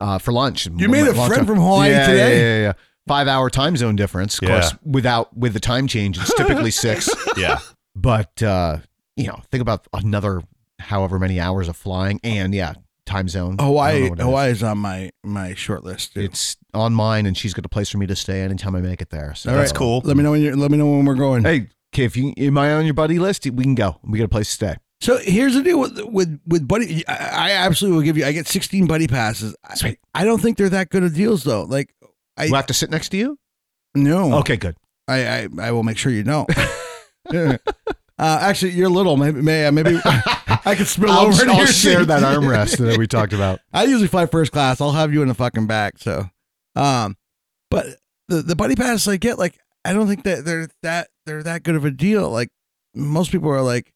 [SPEAKER 3] uh, for lunch.
[SPEAKER 1] You made a
[SPEAKER 3] Long
[SPEAKER 1] friend from Hawaii
[SPEAKER 3] Yeah,
[SPEAKER 1] today?
[SPEAKER 3] Yeah, yeah, yeah. Five hour time zone difference. Of course,
[SPEAKER 2] Yeah.
[SPEAKER 3] without with the time change, it's typically six.
[SPEAKER 2] yeah.
[SPEAKER 3] But uh, you know, think about another however many hours of flying, and yeah, time zone. I don't know
[SPEAKER 1] hawaii
[SPEAKER 3] what it is.
[SPEAKER 1] hawaii is on my my short list dude.
[SPEAKER 3] It's on mine, and she's got a place for me to stay anytime I make it there. So
[SPEAKER 1] All
[SPEAKER 2] That's cool.
[SPEAKER 1] let me know when you let me know when we're going
[SPEAKER 3] Hey, okay, if you am I on your buddy list? We can go. We got a place to stay.
[SPEAKER 1] so here's the deal with with, with buddy I, I absolutely will give you i get 16 buddy passes I-
[SPEAKER 3] Sweet.
[SPEAKER 1] I, don't think they're that good of deals though like I-
[SPEAKER 3] We'll have to sit next to you.
[SPEAKER 1] no
[SPEAKER 3] Okay, good.
[SPEAKER 1] I, I I will make sure you know. uh, actually, you're little. Maybe may, uh, maybe I could spill
[SPEAKER 3] I'll,
[SPEAKER 1] over. to
[SPEAKER 3] I'll
[SPEAKER 1] your
[SPEAKER 3] share
[SPEAKER 1] seat.
[SPEAKER 3] that armrest that we talked about.
[SPEAKER 1] I usually fly first class. I'll have you in the fucking back. So, um, but the the buddy pass I get, like, I don't think that they're that they're that good of a deal. Like, most people are like,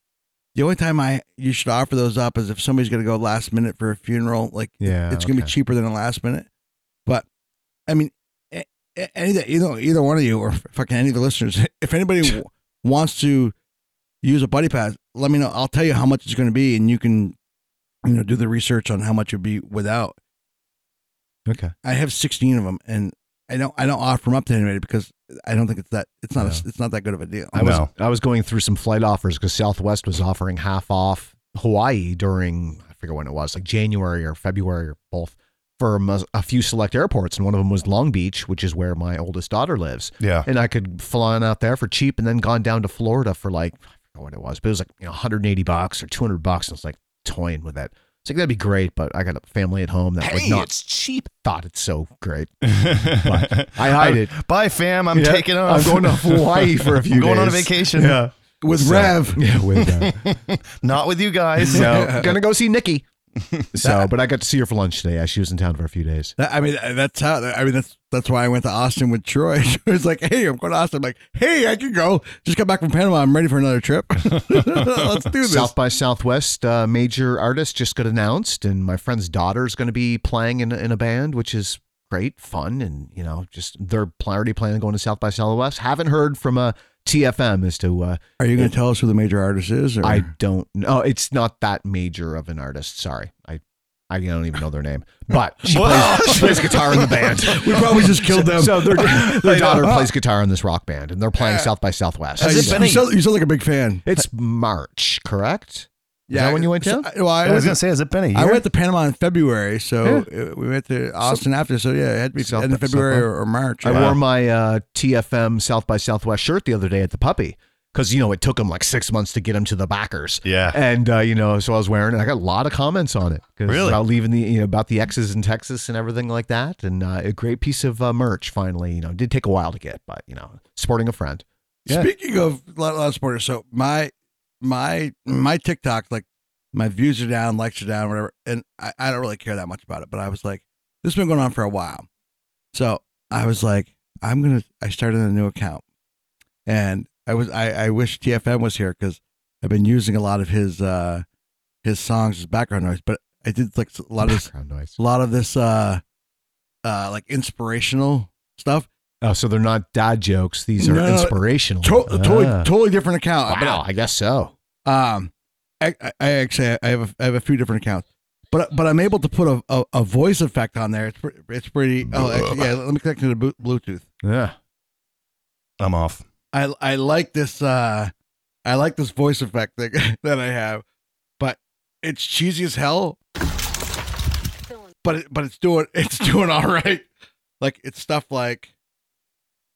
[SPEAKER 1] the only time I you should offer those up is if somebody's gonna go last minute for a funeral. Like,
[SPEAKER 3] Yeah,
[SPEAKER 1] it's gonna be cheaper than a last minute. But I mean, a- a- any you know either one of you or fucking any of the listeners, if anybody w- wants to use a buddy pass, let me know. I'll tell you how much it's going to be, and you can you know do the research on how much it'd be without.
[SPEAKER 3] Okay.
[SPEAKER 1] I have sixteen of them, and I don't I don't offer them up to anybody because I don't think it's that it's not a, it's not that good of a deal.
[SPEAKER 3] I was
[SPEAKER 2] No.
[SPEAKER 3] I was going through some flight offers because Southwest was offering half off Hawaii during I forget when it was like January or February or both for a, mus- a few select airports and one of them was Long Beach which is where my oldest daughter lives
[SPEAKER 2] Yeah.
[SPEAKER 3] and I could fly on out there for cheap and then gone down to Florida for like I forget what it was but it was like you know 180 bucks or 200 bucks and it's like toying with that it's like that'd be great but I got a family at home that would not
[SPEAKER 4] cheap.
[SPEAKER 3] thought it's so great
[SPEAKER 2] I
[SPEAKER 3] I hide it.
[SPEAKER 2] Bye, fam. I'm
[SPEAKER 3] Yeah,
[SPEAKER 2] taking off.
[SPEAKER 3] I'm going to Hawaii for a few
[SPEAKER 2] I'm going on a
[SPEAKER 3] days.
[SPEAKER 2] vacation.
[SPEAKER 1] with Rev.
[SPEAKER 3] yeah with that.
[SPEAKER 2] Not with you guys.
[SPEAKER 3] So gonna go see Nikki. So, but I got to see her for lunch today. Yeah, she was in town for a few days.
[SPEAKER 1] That- I mean that's how I mean that's that's why I went to Austin with Troy. She was like, "Hey, I'm going to Austin." I'm like, "Hey, I can go. Just got back from Panama. I'm ready for another trip. Let's do this."
[SPEAKER 3] South by Southwest uh, major artist just got announced, and my friend's daughter's going to be playing in in a band, which is great fun. And you know, just they're pl- already planning on going to South by Southwest. Haven't heard from uh, TFM as to uh,
[SPEAKER 1] Are you going to tell us who the major artist is? Or?
[SPEAKER 3] I don't know. It's not that major of an artist. Sorry, I I don't even know their name, but she, plays, she plays guitar in the band.
[SPEAKER 1] we probably just killed them.
[SPEAKER 3] So Oh. their,
[SPEAKER 1] I
[SPEAKER 3] their daughter
[SPEAKER 1] know.
[SPEAKER 3] plays guitar in this rock band, and they're playing South by Southwest.
[SPEAKER 1] Uh, you,
[SPEAKER 2] Has it been
[SPEAKER 1] you
[SPEAKER 2] a-
[SPEAKER 1] sound, you sound like a big fan.
[SPEAKER 3] It's March, correct? Is that when you went
[SPEAKER 1] so-
[SPEAKER 3] down?
[SPEAKER 1] well, I,
[SPEAKER 2] I was
[SPEAKER 1] went,
[SPEAKER 2] gonna say, has it been a year?
[SPEAKER 1] I went to Panama in February, so uh, we went to Austin after. So yeah, it had to be
[SPEAKER 3] South-
[SPEAKER 1] end of
[SPEAKER 3] South-
[SPEAKER 1] February or, or March.
[SPEAKER 3] I
[SPEAKER 1] yeah.
[SPEAKER 3] wore my uh, TFM South by Southwest shirt the other day at the puppy because you know it took them like six months to get them to the backers.
[SPEAKER 2] Yeah.
[SPEAKER 3] and uh, you know, so I was wearing it. I got a lot of comments on it 'cause
[SPEAKER 2] Really?
[SPEAKER 3] about leaving the you know about the X's in Texas and everything like that, and uh, a great piece of uh, merch. Finally, you know, did take a while to get, but you know, supporting a friend.
[SPEAKER 2] Yeah.
[SPEAKER 1] Speaking of a lot, lot of supporters, so my my my TikTok, like my views are down, likes are down, whatever, and I, I don't really care that much about it. But I was like, this has been going on for a while, so I was like, I'm gonna. I started a new account, and I was I, I wish TFM was here because I've been using a lot of his uh his songs as background noise, but I did like a lot of this,
[SPEAKER 3] Background noise.
[SPEAKER 1] a lot of this uh uh like inspirational stuff.
[SPEAKER 3] Oh, so they're not dad jokes. These are
[SPEAKER 1] No, no, no.
[SPEAKER 3] inspirational.
[SPEAKER 1] To- totally,
[SPEAKER 3] Ah.
[SPEAKER 1] totally different account. but
[SPEAKER 3] Wow, I guess so.
[SPEAKER 1] Um, I, I- I actually I have a, I have a few different accounts, but but I'm able to put a, a, a voice effect on there. It's pre- it's pretty. Oh, actually, yeah. Let me connect to the Blu- Bluetooth.
[SPEAKER 3] Yeah.
[SPEAKER 2] I'm off.
[SPEAKER 1] I I like this. Uh, I like this voice effect thing that I have, but it's cheesy as hell. But it, but it's doing it's doing all right. Like it's stuff like.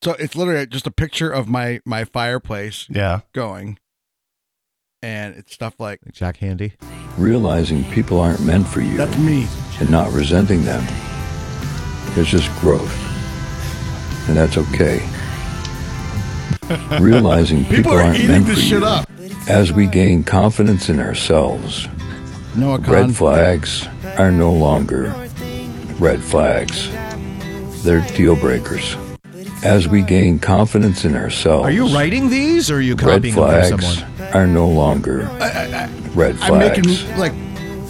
[SPEAKER 1] So it's literally just a picture of my my fireplace
[SPEAKER 2] Yeah.
[SPEAKER 1] going, and it's stuff like
[SPEAKER 3] Jack Handy.
[SPEAKER 8] realizing people aren't meant for you
[SPEAKER 1] that's me.
[SPEAKER 8] and not resenting them. It's just growth. And that's okay. Realizing people,
[SPEAKER 1] People are
[SPEAKER 8] aren't
[SPEAKER 1] eating
[SPEAKER 8] meant for
[SPEAKER 1] this shit
[SPEAKER 8] you
[SPEAKER 1] up.
[SPEAKER 8] as we gain confidence in ourselves,
[SPEAKER 1] Noah Khan.
[SPEAKER 8] red flags are no longer red flags. They're deal breakers. As we gain confidence in ourselves,
[SPEAKER 3] Are you writing these or are you
[SPEAKER 8] red
[SPEAKER 3] copying them from
[SPEAKER 8] flags
[SPEAKER 3] someone?
[SPEAKER 8] are no longer red
[SPEAKER 1] I'm
[SPEAKER 8] flags.
[SPEAKER 1] making like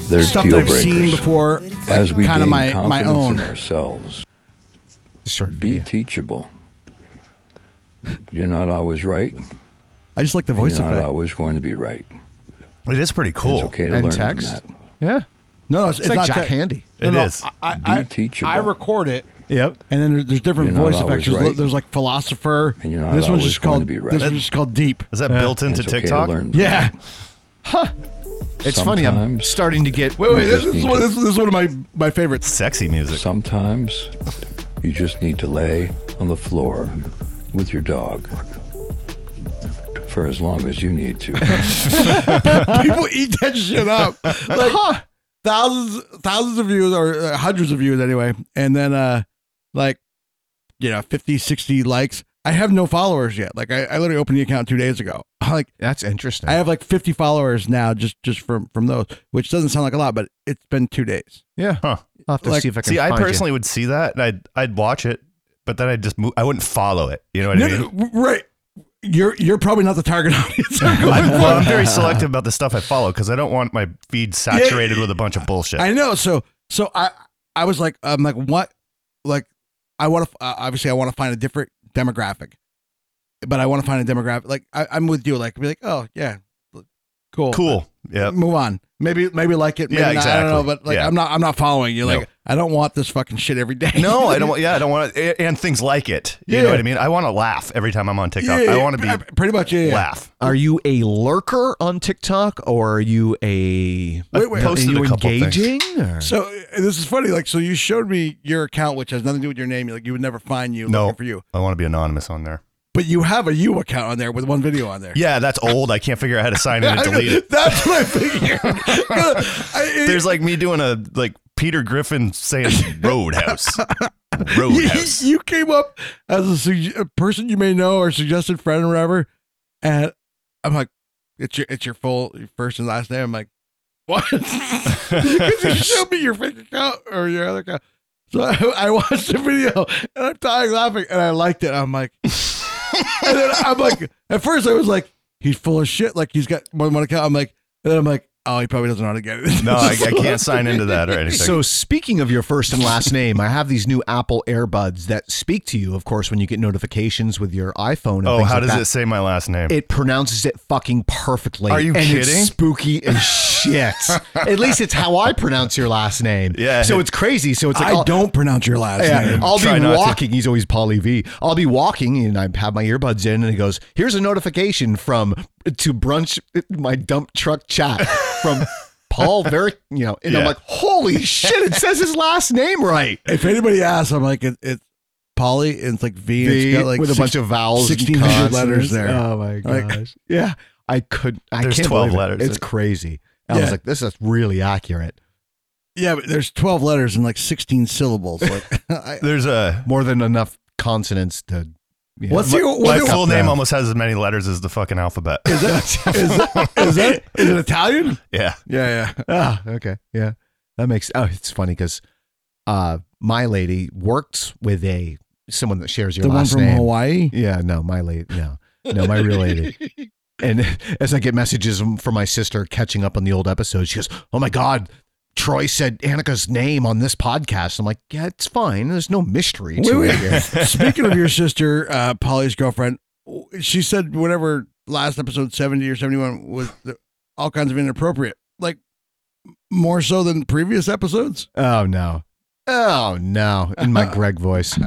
[SPEAKER 8] They're
[SPEAKER 1] stuff that
[SPEAKER 8] deal
[SPEAKER 1] I've
[SPEAKER 8] breakers.
[SPEAKER 1] seen before,
[SPEAKER 8] as we
[SPEAKER 1] kind of
[SPEAKER 8] gain
[SPEAKER 1] my my
[SPEAKER 8] confidence
[SPEAKER 1] own.
[SPEAKER 8] in ourselves,
[SPEAKER 3] Sure.
[SPEAKER 8] be teachable. You're not always right.
[SPEAKER 1] I just like the
[SPEAKER 8] You're
[SPEAKER 1] voice
[SPEAKER 8] not
[SPEAKER 1] effect.
[SPEAKER 8] always going to be right.
[SPEAKER 2] It is pretty cool.
[SPEAKER 8] It's okay to
[SPEAKER 3] And
[SPEAKER 8] learn
[SPEAKER 3] text?
[SPEAKER 8] from
[SPEAKER 3] Yeah.
[SPEAKER 1] No, no, it's,
[SPEAKER 3] It's,
[SPEAKER 1] it's
[SPEAKER 3] like
[SPEAKER 1] not
[SPEAKER 3] Jack
[SPEAKER 1] that-
[SPEAKER 3] Handy.
[SPEAKER 1] No,
[SPEAKER 2] It
[SPEAKER 1] no,
[SPEAKER 2] is.
[SPEAKER 1] I,
[SPEAKER 8] that.
[SPEAKER 1] I,
[SPEAKER 8] Be teachable.
[SPEAKER 1] I record it,
[SPEAKER 3] Yep.
[SPEAKER 1] and then there- there's different
[SPEAKER 8] You're not
[SPEAKER 1] voice effects.
[SPEAKER 8] always
[SPEAKER 1] There's,
[SPEAKER 8] right.
[SPEAKER 1] there's like philosopher.
[SPEAKER 8] And you're not
[SPEAKER 1] this one's
[SPEAKER 8] always
[SPEAKER 1] just
[SPEAKER 8] going
[SPEAKER 1] called.
[SPEAKER 8] to be right.
[SPEAKER 1] This one's just called deep.
[SPEAKER 2] Is that built into
[SPEAKER 8] It's okay
[SPEAKER 2] TikTok?
[SPEAKER 8] to learn. from
[SPEAKER 1] Yeah.
[SPEAKER 3] It's funny. I'm
[SPEAKER 8] Sometimes-
[SPEAKER 3] starting to get.
[SPEAKER 1] Wait, wait. This,
[SPEAKER 8] just
[SPEAKER 1] is
[SPEAKER 8] need
[SPEAKER 1] one,
[SPEAKER 8] to-
[SPEAKER 1] this, this is one of my my favorites.
[SPEAKER 2] Sexy music.
[SPEAKER 8] Sometimes you just need to lay on the floor with your dog for as long as you need to.
[SPEAKER 1] People eat that shit up. Like thousands, thousands of views or uh, hundreds of views anyway, and then uh, like, you know, 50, 60 likes. I have no followers yet. Like I, I literally opened the account two days ago. Like
[SPEAKER 3] That's interesting.
[SPEAKER 1] I have like 50 followers now, just just from from those, which doesn't sound like a lot, but it's been two days.
[SPEAKER 3] yeah.
[SPEAKER 2] Huh.
[SPEAKER 3] I'll have to
[SPEAKER 1] Like-
[SPEAKER 3] see if I can
[SPEAKER 2] See, I
[SPEAKER 3] find you.
[SPEAKER 2] personally would see that and I'd I'd watch it, but then I'd just move I wouldn't follow it. You know what I
[SPEAKER 1] No,
[SPEAKER 2] mean?
[SPEAKER 1] no, w- right. You're you're probably not the target audience. I'm going
[SPEAKER 2] I'm,
[SPEAKER 1] for.
[SPEAKER 2] well, I'm very selective about the stuff I follow because I don't want my feed saturated with a bunch of bullshit.
[SPEAKER 1] I know. So so I I was like I'm like what like I want to uh, obviously I want to find a different demographic, but I want to find a demographic like I, I'm with you. Like be like oh yeah, cool,
[SPEAKER 2] cool. Yep.
[SPEAKER 1] move on. Maybe maybe like it. Maybe
[SPEAKER 2] Yeah,
[SPEAKER 1] not. I don't know,
[SPEAKER 2] exactly.
[SPEAKER 1] but like
[SPEAKER 2] Yeah.
[SPEAKER 1] I'm not I'm not following you. Like
[SPEAKER 2] No.
[SPEAKER 1] I don't want this fucking shit every day.
[SPEAKER 2] No, I don't. want- Yeah, I don't want. to And things like it. You know
[SPEAKER 1] Yeah.
[SPEAKER 2] what I mean. I want to laugh every time I'm on TikTok.
[SPEAKER 1] Yeah,
[SPEAKER 2] I want to be
[SPEAKER 1] pre- pretty much yeah. yeah.
[SPEAKER 2] laugh.
[SPEAKER 3] Are you a lurker on TikTok or are you a
[SPEAKER 2] I
[SPEAKER 1] Wait, wait,
[SPEAKER 3] are
[SPEAKER 2] posted
[SPEAKER 3] you
[SPEAKER 2] a couple things.
[SPEAKER 3] engaging? or-
[SPEAKER 1] So uh, this is funny. Like so, you showed me your account, which has nothing to do with your name. Like you would never find you
[SPEAKER 2] No.
[SPEAKER 1] looking for you,
[SPEAKER 2] I want to be anonymous on there.
[SPEAKER 1] but you have a you account on there with one video on there.
[SPEAKER 2] Yeah, that's old. I can't figure out how to sign in and
[SPEAKER 1] I know.
[SPEAKER 2] delete it.
[SPEAKER 1] That's what I figured. I- it-
[SPEAKER 2] There's like me doing a like Peter Griffin saying Roadhouse,
[SPEAKER 1] you,
[SPEAKER 2] Roadhouse.
[SPEAKER 1] you came up as a, sug- a person you may know or suggested friend or whatever, and I'm like, it's your it's your full your first and last name. I'm like, what? 'Cause you showed me your fake account or your other account. So I, I watched the video and I'm dying laughing and I liked it. I'm like, and then I'm like, at first I was like, he's full of shit. Like he's got more than one account. I'm like, and then I'm like, oh, he probably doesn't know how to get it.
[SPEAKER 2] No, I, I can't sign into that or anything.
[SPEAKER 3] So speaking of your first and last name, I have these new Apple AirBuds that speak to you, of course, when you get notifications with your iPhone. And
[SPEAKER 2] oh,
[SPEAKER 3] things
[SPEAKER 2] how
[SPEAKER 3] like
[SPEAKER 2] does
[SPEAKER 3] that.
[SPEAKER 2] it say my last name?
[SPEAKER 3] It pronounces it fucking perfectly.
[SPEAKER 2] Are you
[SPEAKER 3] and
[SPEAKER 2] kidding?
[SPEAKER 3] It's spooky as shit. At least it's how I pronounce your last name.
[SPEAKER 2] Yeah.
[SPEAKER 3] So it's crazy. So it's like
[SPEAKER 1] I
[SPEAKER 3] I'll-
[SPEAKER 1] don't pronounce your last
[SPEAKER 3] Yeah,
[SPEAKER 1] name.
[SPEAKER 3] I'll
[SPEAKER 2] Try
[SPEAKER 3] be
[SPEAKER 2] not to.
[SPEAKER 3] walking. He's always Polly V. I'll be walking and I have my earbuds in, and it goes, "Here's a notification from to brunch my dump truck chat from Paul Very." You know, and I'm
[SPEAKER 2] Yeah.
[SPEAKER 3] like, "Holy shit!" It says his last name right.
[SPEAKER 1] If anybody asks, I'm like, it, it's Polly, and it's like V, and
[SPEAKER 3] V
[SPEAKER 1] it's got like
[SPEAKER 3] with a
[SPEAKER 1] six-
[SPEAKER 3] bunch of vowels, and
[SPEAKER 1] 1600 letters
[SPEAKER 3] consonants.
[SPEAKER 1] there.
[SPEAKER 3] Oh my
[SPEAKER 1] Like-
[SPEAKER 3] gosh! yeah, I couldn't. I
[SPEAKER 2] There's
[SPEAKER 3] can't
[SPEAKER 2] 12
[SPEAKER 3] believe it.
[SPEAKER 2] letters.
[SPEAKER 3] It's crazy. And I
[SPEAKER 1] Yeah.
[SPEAKER 3] was like, "This is really accurate."
[SPEAKER 1] Yeah, but there's 12 letters and like 16 syllables. Like, I,
[SPEAKER 2] There's a
[SPEAKER 3] More than enough consonants to. you know.
[SPEAKER 1] what's your
[SPEAKER 2] my
[SPEAKER 1] what's your-
[SPEAKER 2] full
[SPEAKER 3] up
[SPEAKER 2] name
[SPEAKER 3] now.
[SPEAKER 2] almost has as many letters as the fucking alphabet.
[SPEAKER 1] is that, is that is that is it Italian?
[SPEAKER 2] yeah,
[SPEAKER 1] Yeah, yeah.
[SPEAKER 3] Ah, okay. Yeah. That makes oh, it's funny because uh my lady worked with a someone that shares your
[SPEAKER 1] the one
[SPEAKER 3] last
[SPEAKER 1] from
[SPEAKER 3] name.
[SPEAKER 1] Hawaii.
[SPEAKER 3] Yeah, no, my lady no. No, my real lady. And as I get messages from my sister catching up on the old episodes, she goes, Oh my God, Troy said Annika's name on this podcast. I'm like, Yeah, it's fine. There's no mystery
[SPEAKER 1] Wait,
[SPEAKER 3] to
[SPEAKER 1] wait.
[SPEAKER 3] it. here."
[SPEAKER 1] Speaking of your sister, uh, Polly's girlfriend, she said whatever last episode 70 or 71 was the, all kinds of inappropriate. Like more so than previous episodes.
[SPEAKER 3] Oh no. Oh no. In my Greg voice.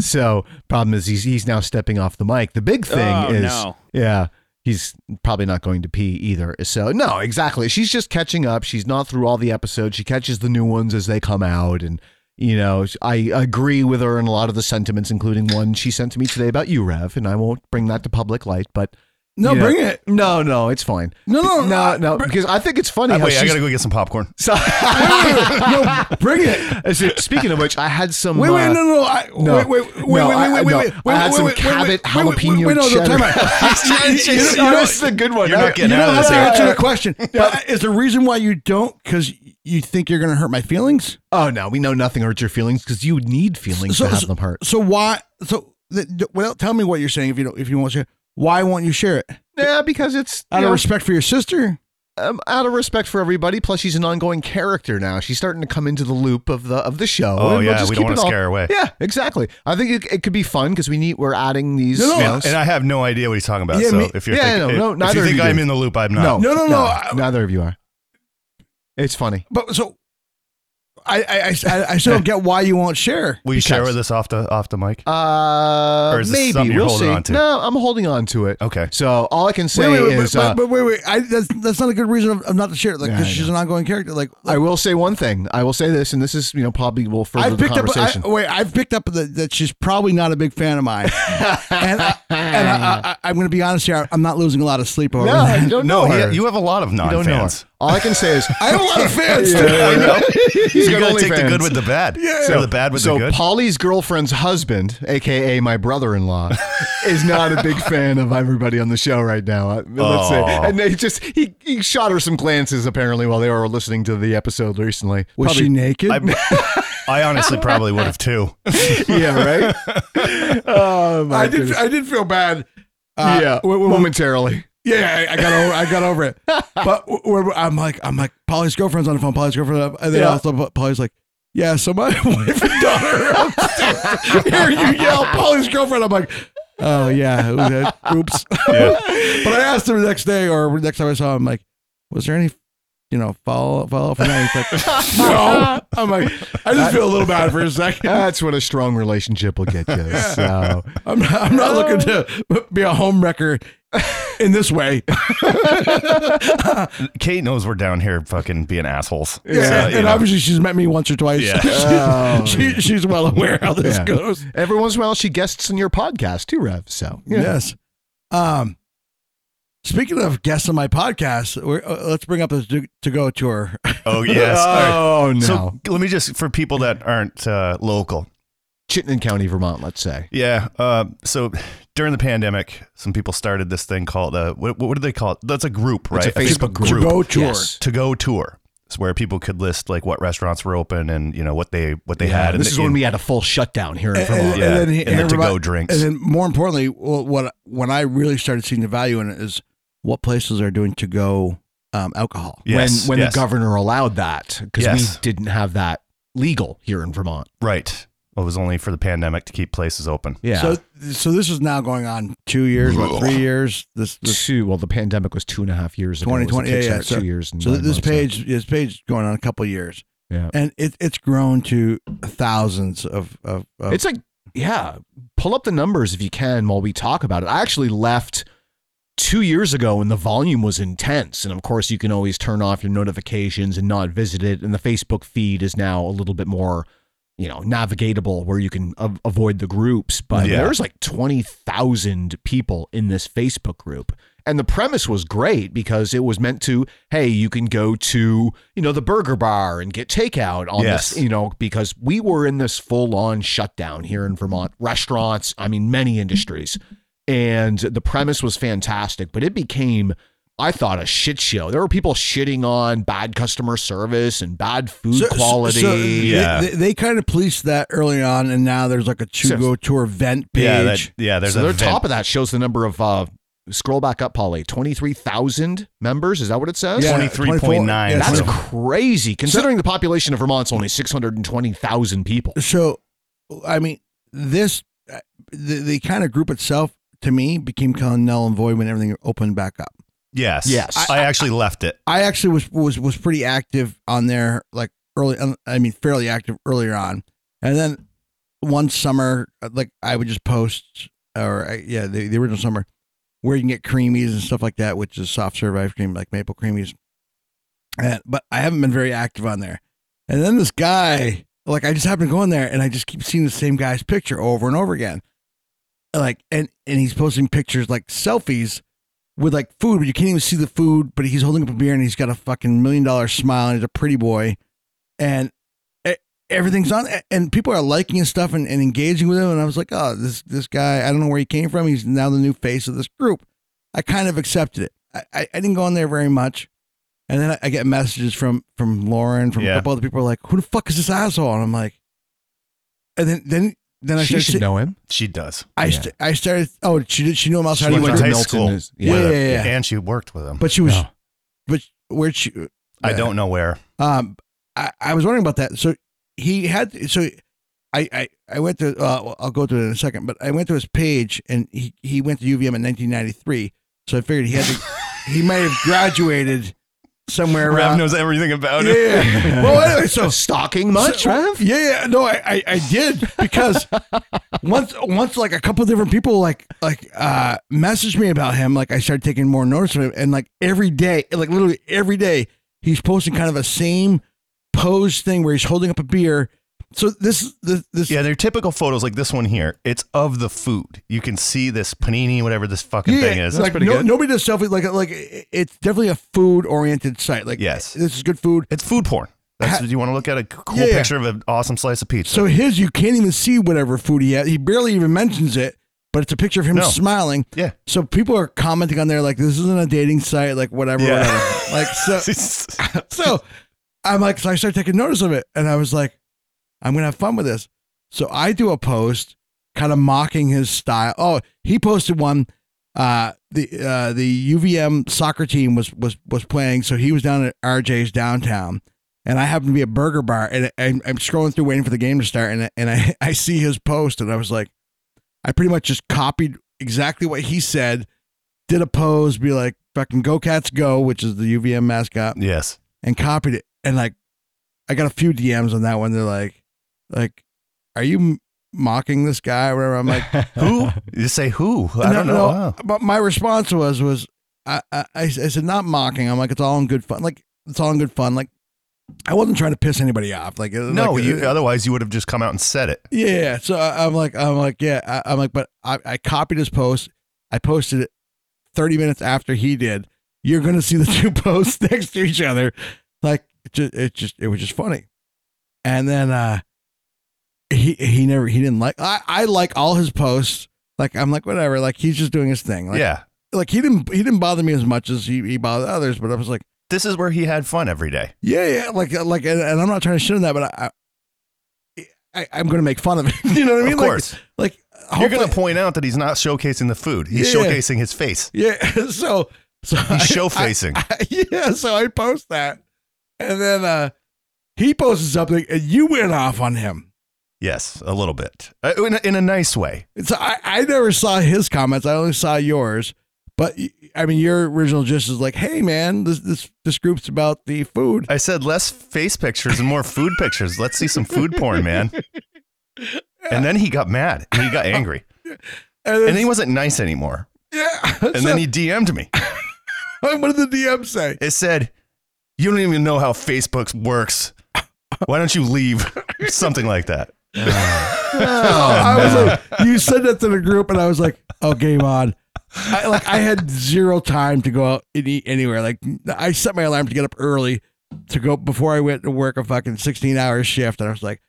[SPEAKER 3] So problem is he's he's now stepping off the mic. The big thing
[SPEAKER 10] Oh,
[SPEAKER 3] is
[SPEAKER 10] no.
[SPEAKER 3] Yeah. He's probably not going to pee either. So no, exactly. She's just catching up. She's not through all the episodes. She catches the new ones as they come out and you know, I agree with her in a lot of the sentiments, including one she sent to me today about you, Rev, and I won't bring that to public light, but
[SPEAKER 1] No,
[SPEAKER 3] you know-
[SPEAKER 1] bring it.
[SPEAKER 3] No, no, it's fine.
[SPEAKER 1] No, no,
[SPEAKER 3] no, no, because I think it's funny how
[SPEAKER 2] wait, I
[SPEAKER 3] she's-
[SPEAKER 2] gotta go get some popcorn.
[SPEAKER 3] so, no, bring it. speaking of which, I had some.
[SPEAKER 1] Wait, wait,
[SPEAKER 3] uh,
[SPEAKER 1] no, no, no. I,
[SPEAKER 3] no,
[SPEAKER 1] wait, wait, wait,
[SPEAKER 3] I-
[SPEAKER 1] wait,
[SPEAKER 3] no, I-
[SPEAKER 1] wait, wait,
[SPEAKER 3] no,
[SPEAKER 1] wait,
[SPEAKER 3] I had
[SPEAKER 1] wait,
[SPEAKER 3] some
[SPEAKER 1] wait, wait,
[SPEAKER 3] Cabot
[SPEAKER 1] wait, wait,
[SPEAKER 3] jalapeno
[SPEAKER 1] wait, no, no, time
[SPEAKER 3] cheddar.
[SPEAKER 1] out. You- you- you
[SPEAKER 3] You
[SPEAKER 1] know-
[SPEAKER 3] missed the good one.
[SPEAKER 2] You're not getting
[SPEAKER 1] You
[SPEAKER 2] out
[SPEAKER 1] know
[SPEAKER 2] of
[SPEAKER 1] how
[SPEAKER 2] this.
[SPEAKER 1] to
[SPEAKER 2] Aaron.
[SPEAKER 1] answer the question. But is the reason why you don't because you think you're going to hurt my feelings?
[SPEAKER 3] Oh no, we know nothing hurts your feelings because you need feelings
[SPEAKER 1] So-
[SPEAKER 3] to have
[SPEAKER 1] so-
[SPEAKER 3] them hurt.
[SPEAKER 1] So why? So th- th- well, tell me what you're saying if you don't if you want to. Why won't you share it?
[SPEAKER 3] Yeah, because it's
[SPEAKER 1] Out
[SPEAKER 3] you
[SPEAKER 1] of
[SPEAKER 3] know,
[SPEAKER 1] respect for your sister.
[SPEAKER 3] um, out of respect for everybody. Plus, she's an ongoing character now. She's starting to come into the loop of the of the show.
[SPEAKER 2] Oh,
[SPEAKER 3] and we'll
[SPEAKER 2] yeah,
[SPEAKER 3] just
[SPEAKER 2] we don't
[SPEAKER 3] keep it
[SPEAKER 2] wanna
[SPEAKER 3] all-
[SPEAKER 2] scare her away.
[SPEAKER 3] Yeah, exactly. I think it, it could be fun because we need we're adding these.
[SPEAKER 1] No, no,
[SPEAKER 3] you know,
[SPEAKER 2] And, and I have no idea what he's talking about.
[SPEAKER 1] Yeah,
[SPEAKER 2] so
[SPEAKER 1] me-
[SPEAKER 2] if you're
[SPEAKER 3] yeah,
[SPEAKER 2] thinking,
[SPEAKER 3] no, no,
[SPEAKER 2] if
[SPEAKER 3] neither
[SPEAKER 2] you
[SPEAKER 3] of
[SPEAKER 2] think
[SPEAKER 3] you
[SPEAKER 2] I'm
[SPEAKER 3] do.
[SPEAKER 2] in the loop, I'm not.
[SPEAKER 1] No, no, no, I-
[SPEAKER 3] Neither of you are. It's funny.
[SPEAKER 1] But so I I I, I- I still don't get why you won't share.
[SPEAKER 2] Will you share
[SPEAKER 3] Because-
[SPEAKER 2] with us off the off the mic?
[SPEAKER 3] Uh,
[SPEAKER 2] Or is this
[SPEAKER 3] maybe
[SPEAKER 2] something you're
[SPEAKER 3] we'll
[SPEAKER 2] holding
[SPEAKER 3] see.
[SPEAKER 2] on to?
[SPEAKER 3] No, I'm holding on to it.
[SPEAKER 2] Okay.
[SPEAKER 3] So all I can say
[SPEAKER 1] Wait, wait, wait,
[SPEAKER 3] is,
[SPEAKER 1] but,
[SPEAKER 3] uh,
[SPEAKER 1] but wait, wait. I, that's that's not a good reason of, of not to share it. Like
[SPEAKER 3] Yeah,
[SPEAKER 1] because
[SPEAKER 3] I
[SPEAKER 1] she's
[SPEAKER 3] know.
[SPEAKER 1] an ongoing character. Like
[SPEAKER 3] I will say one thing. I will say this, and this is you know probably will further
[SPEAKER 1] I've
[SPEAKER 3] the
[SPEAKER 1] picked up.
[SPEAKER 3] conversation.
[SPEAKER 1] I, wait, I've picked up that that she's probably not a big fan of mine. and I, and I, I, I'm going to be honest here. I'm not losing a lot of sleep over.
[SPEAKER 3] no,
[SPEAKER 1] that.
[SPEAKER 3] you don't know
[SPEAKER 2] no, he-
[SPEAKER 3] her.
[SPEAKER 2] you have a lot of
[SPEAKER 3] You don't know her.
[SPEAKER 2] non-fans.
[SPEAKER 3] All I can say is
[SPEAKER 1] I have a lot of fans.
[SPEAKER 3] Yeah,
[SPEAKER 1] too.
[SPEAKER 3] yeah, yeah.
[SPEAKER 2] He's
[SPEAKER 3] got
[SPEAKER 2] gonna take the
[SPEAKER 3] OnlyFans.
[SPEAKER 2] good with the bad.
[SPEAKER 1] Yeah.
[SPEAKER 2] So the bad with
[SPEAKER 3] so
[SPEAKER 2] the good.
[SPEAKER 3] Polly's girlfriend's husband, aka my brother-in-law, is not a big fan of everybody on the show right now. Uh, Let's say,
[SPEAKER 2] Aw.
[SPEAKER 3] and they just he, he shot her some glances apparently while they were listening to the episode recently.
[SPEAKER 1] Was she naked?
[SPEAKER 2] I honestly probably would have too.
[SPEAKER 3] yeah, right. oh my
[SPEAKER 1] I did.
[SPEAKER 3] goodness.
[SPEAKER 1] I did feel bad. Uh,
[SPEAKER 3] yeah,
[SPEAKER 1] w- w-
[SPEAKER 3] momentarily.
[SPEAKER 1] yeah. I, I got. Over, I got over it. But w- w- I'm like, I'm like, Polly's girlfriend's on the phone. Polly's girlfriend, and then
[SPEAKER 3] Yeah.
[SPEAKER 1] also Polly's like, yeah. So my wife and daughter are upstairs. hear you yell, Polly's girlfriend. I'm like, oh yeah, oops. but I asked her the next day or the next time I saw him, like, was there any you know, follow follow from there. He's like, no. I'm like, I just feel a little bad for a second.
[SPEAKER 3] That's what a strong relationship will get you. So
[SPEAKER 1] I'm not, I'm not looking to be a homewrecker in this way.
[SPEAKER 2] Kate knows we're down here fucking being assholes.
[SPEAKER 1] Yeah,
[SPEAKER 2] So, you
[SPEAKER 1] and
[SPEAKER 2] know.
[SPEAKER 1] obviously she's met me once or twice.
[SPEAKER 2] Yeah.
[SPEAKER 1] she, she's well aware how this
[SPEAKER 3] Oh. Yeah.
[SPEAKER 1] goes.
[SPEAKER 3] every once in a while, she guests in your podcast too, Rev. So
[SPEAKER 1] Yes. Um, speaking of guests on my podcast, we're, uh, let's bring up this to, to go tour.
[SPEAKER 2] Oh yes. All right.
[SPEAKER 3] Oh no,
[SPEAKER 2] So let me just for people that aren't uh, local.
[SPEAKER 3] Chittenden County, Vermont. Let's say
[SPEAKER 2] Yeah. Uh, so during the pandemic, some people started this thing called uh, what, what do they call it? That's a group, right?
[SPEAKER 3] it's a Facebook group.
[SPEAKER 1] To go tour.
[SPEAKER 3] Yes.
[SPEAKER 2] to go tour. It's where people could list like what restaurants were open and you know what they what they
[SPEAKER 3] Yeah,
[SPEAKER 2] had.
[SPEAKER 3] this
[SPEAKER 2] and
[SPEAKER 3] is when we had a full shutdown here in
[SPEAKER 1] And,
[SPEAKER 3] Vermont.
[SPEAKER 1] and,
[SPEAKER 2] Yeah,
[SPEAKER 1] and then,
[SPEAKER 2] and the to-go
[SPEAKER 1] everybody-
[SPEAKER 2] drinks.
[SPEAKER 1] And then more importantly, wh- what when I really started seeing the value in it is what places are doing to go um, alcohol.
[SPEAKER 2] Yes,
[SPEAKER 3] when when
[SPEAKER 2] yes.
[SPEAKER 3] the governor allowed that because
[SPEAKER 2] Yes.
[SPEAKER 3] we didn't have that legal here in Vermont.
[SPEAKER 2] right. Well, it was only for the pandemic to keep places open.
[SPEAKER 3] Yeah.
[SPEAKER 1] So so this is now going on two years, what, three years. This this
[SPEAKER 3] two. Well, the pandemic was two and a half years. ago. It was
[SPEAKER 1] 2020, yeah,
[SPEAKER 3] the
[SPEAKER 1] yeah.
[SPEAKER 3] Kickstarter
[SPEAKER 1] So-
[SPEAKER 3] two years. And
[SPEAKER 1] So
[SPEAKER 3] nine
[SPEAKER 1] this
[SPEAKER 3] months in.
[SPEAKER 1] page, this page is going on a couple of years,
[SPEAKER 3] Yeah.
[SPEAKER 1] and it, it's grown to thousands of. of,
[SPEAKER 2] Oh.
[SPEAKER 1] of
[SPEAKER 3] It's like, yeah, pull up the numbers if you can while we talk about it. I actually left two years ago and the volume was intense. And of course, you can always turn off your notifications and not visit it. And the Facebook feed is now a little bit more, you know, navigatable where you can a- avoid the groups. But
[SPEAKER 2] Yeah.
[SPEAKER 3] there's like 20,000 people in this Facebook group. And the premise was great because it was meant to, hey, you can go to, you know, the burger bar and get takeout on
[SPEAKER 2] Yes.
[SPEAKER 3] this, you know, because we were in this full on shutdown here in Vermont, restaurants, I mean, many industries. And the premise was fantastic, but it became, I thought, a shit show. There were people shitting on bad customer service and bad food
[SPEAKER 1] So- so-
[SPEAKER 3] quality.
[SPEAKER 1] so
[SPEAKER 2] Yeah.
[SPEAKER 1] they, they, they kind of policed that early on, and now there's like a to go tour vent page.
[SPEAKER 2] Yeah, that, yeah. There's
[SPEAKER 3] so
[SPEAKER 2] a
[SPEAKER 3] their
[SPEAKER 2] vent.
[SPEAKER 3] top of that shows the number of, uh, scroll back up, Polly, 23,000 members. Is that what it says?
[SPEAKER 1] Yeah,
[SPEAKER 2] 23.9.
[SPEAKER 1] 24.
[SPEAKER 3] That's
[SPEAKER 2] So-
[SPEAKER 3] crazy considering the population of Vermont's only 620,000 people.
[SPEAKER 1] So, I mean, this uh, the, the kind of group itself to me became kind of null and void when everything opened back up.
[SPEAKER 2] yes.
[SPEAKER 3] Yes.
[SPEAKER 2] I, I actually left it.
[SPEAKER 1] I actually was was was pretty active on there, like early. um, I mean, fairly active earlier on, and then one summer, uh, like I would just post, or I, yeah, the, the original summer, where you can get creamies and stuff like that, which is soft serve ice cream, like maple creamies. And, but I haven't been very active on there. And then this guy, like I just happened to go in there, and I just keep seeing the same guy's picture over and over again, like and and he's posting pictures like selfies with like food, but you can't even see the food. But he's holding up a beer and he's got a fucking million dollar smile and he's a pretty boy, and e- everything's on. And people are liking his stuff and, and engaging with him. And I was like, oh, this this guy, I don't know where he came from. He's now the new face of this group. I kind of accepted it. I, I, I didn't go in there very much. And then I, I get messages from from Lauren from
[SPEAKER 2] Yeah.
[SPEAKER 1] a couple other people are like, who the fuck is this asshole? And I'm like, and then then then I
[SPEAKER 3] she
[SPEAKER 1] started.
[SPEAKER 3] should
[SPEAKER 1] see-
[SPEAKER 3] know him.
[SPEAKER 2] She does.
[SPEAKER 1] I,
[SPEAKER 3] yeah.
[SPEAKER 1] st- I started. Oh, she did. She knew him outside.
[SPEAKER 2] She
[SPEAKER 1] of
[SPEAKER 2] went Oh.
[SPEAKER 1] the
[SPEAKER 2] to
[SPEAKER 1] group?
[SPEAKER 2] high school
[SPEAKER 3] Milton is-
[SPEAKER 1] yeah,
[SPEAKER 2] with
[SPEAKER 1] yeah,
[SPEAKER 2] him,
[SPEAKER 1] yeah, yeah.
[SPEAKER 2] And she worked with him.
[SPEAKER 1] But she was.
[SPEAKER 3] No.
[SPEAKER 1] But where'd she?
[SPEAKER 2] I
[SPEAKER 1] yeah.
[SPEAKER 2] don't know where.
[SPEAKER 1] Um, I, I was wondering about that. So he had so I I, I went to uh, I'll go to it in a second, but I went to his page and he he went to UVM in 1993. So I figured he had to he might have graduated somewhere
[SPEAKER 2] Rav
[SPEAKER 1] around.
[SPEAKER 2] knows everything about it.
[SPEAKER 1] yeah. Well, anyway, so
[SPEAKER 3] Stalking much,
[SPEAKER 1] so-
[SPEAKER 3] Rev?
[SPEAKER 1] Yeah, yeah. No, I, I, I did because once once like a couple different people like like uh messaged me about him, like I started taking more notice of him and like every day, like literally every day, he's posting kind of a same pose thing where he's holding up a beer. So this this this
[SPEAKER 2] Yeah, they're typical photos like this one here. It's of the food. You can see this panini, whatever this fucking thing is.
[SPEAKER 1] like no, nobody does selfie like like it- it's definitely a food oriented site. Like
[SPEAKER 2] Yes.
[SPEAKER 1] this is good food.
[SPEAKER 2] It's food porn. That's what you want to look at a cool
[SPEAKER 1] Yeah.
[SPEAKER 2] picture of an awesome slice of pizza.
[SPEAKER 1] So his you can't even see whatever food he had. He barely even mentions it, but it's a picture of him
[SPEAKER 2] No.
[SPEAKER 1] smiling.
[SPEAKER 2] yeah.
[SPEAKER 1] So people are commenting on there like this isn't a dating site, like whatever,
[SPEAKER 2] Yeah.
[SPEAKER 1] whatever. Like so, so I'm like, so I started taking notice of it, and I was like, I'm gonna have fun with this. So I do a post, kind of mocking his style. Oh, he posted one. Uh, the uh, the UVM soccer team was was was playing, so he was down at RJ's downtown, and I happened to be at Burger Bar, and I'm, I'm scrolling through waiting for the game to start, and and I I see his post, and I was like, I pretty much just copied exactly what he said, did a pose, be like, fucking go cats go, which is the UVM mascot
[SPEAKER 2] yes.
[SPEAKER 1] and copied it. And like, I got a few DMs on that one. They're like, like, are you m- mocking this guy or whatever? I'm like,
[SPEAKER 2] who? You say who? I
[SPEAKER 1] no,
[SPEAKER 2] don't know.
[SPEAKER 1] no.
[SPEAKER 2] Wow.
[SPEAKER 1] But my response was was I, I I said not mocking. I'm like it's all in good fun. Like it's all in good fun. Like I wasn't trying to piss anybody off. Like uh, it-
[SPEAKER 2] No,
[SPEAKER 1] like,
[SPEAKER 2] you,
[SPEAKER 1] it-
[SPEAKER 2] otherwise you would have just come out and said it.
[SPEAKER 1] yeah. So I, I'm like I'm like yeah. I, I'm like but I, I copied his post. I posted it 30 minutes after he did. You're gonna see the two posts next to each other. Like it just it just it was just funny. And then uh he he never he didn't like I I like all his posts. Like I'm like whatever. Like he's just doing his thing. Like,
[SPEAKER 2] yeah.
[SPEAKER 1] like he didn't he didn't bother me as much as he, he bothered others, but I was like,
[SPEAKER 2] This is where he had fun every day.
[SPEAKER 1] yeah, yeah, like like, and, and I'm not trying to shit on that, but I, I I'm gonna make fun of it. you know what I mean?
[SPEAKER 2] of
[SPEAKER 1] Like-
[SPEAKER 2] course.
[SPEAKER 1] like,
[SPEAKER 2] You're going to
[SPEAKER 1] hopefully-
[SPEAKER 2] point out that he's not showcasing the food. He's
[SPEAKER 1] Yeah.
[SPEAKER 2] showcasing his face.
[SPEAKER 1] yeah. So so I-
[SPEAKER 2] He's show facing.
[SPEAKER 1] I- I- yeah, so I post that, and then uh he posted something, and you went off on him.
[SPEAKER 2] Yes, a little bit. Uh, In a, in a nice way.
[SPEAKER 1] So I I never saw his comments. I only saw yours. But y- I mean, your original just is like, hey man, this this this group's about the food.
[SPEAKER 2] I said less face pictures and more food pictures. Let's see some food porn, man. And then he got mad. And he got angry. And he wasn't nice anymore.
[SPEAKER 1] yeah.
[SPEAKER 2] And then he DM'd me.
[SPEAKER 1] what did the DM say?
[SPEAKER 2] It said, "You don't even know how Facebook works. Why don't you leave?" Something like that. Oh,
[SPEAKER 1] I was like, you said that to the group, and I was like, oh, game on. I, like I had zero time to go out and eat anywhere. Like I set my alarm to get up early to go before I went to work a fucking sixteen hour shift, and I was like,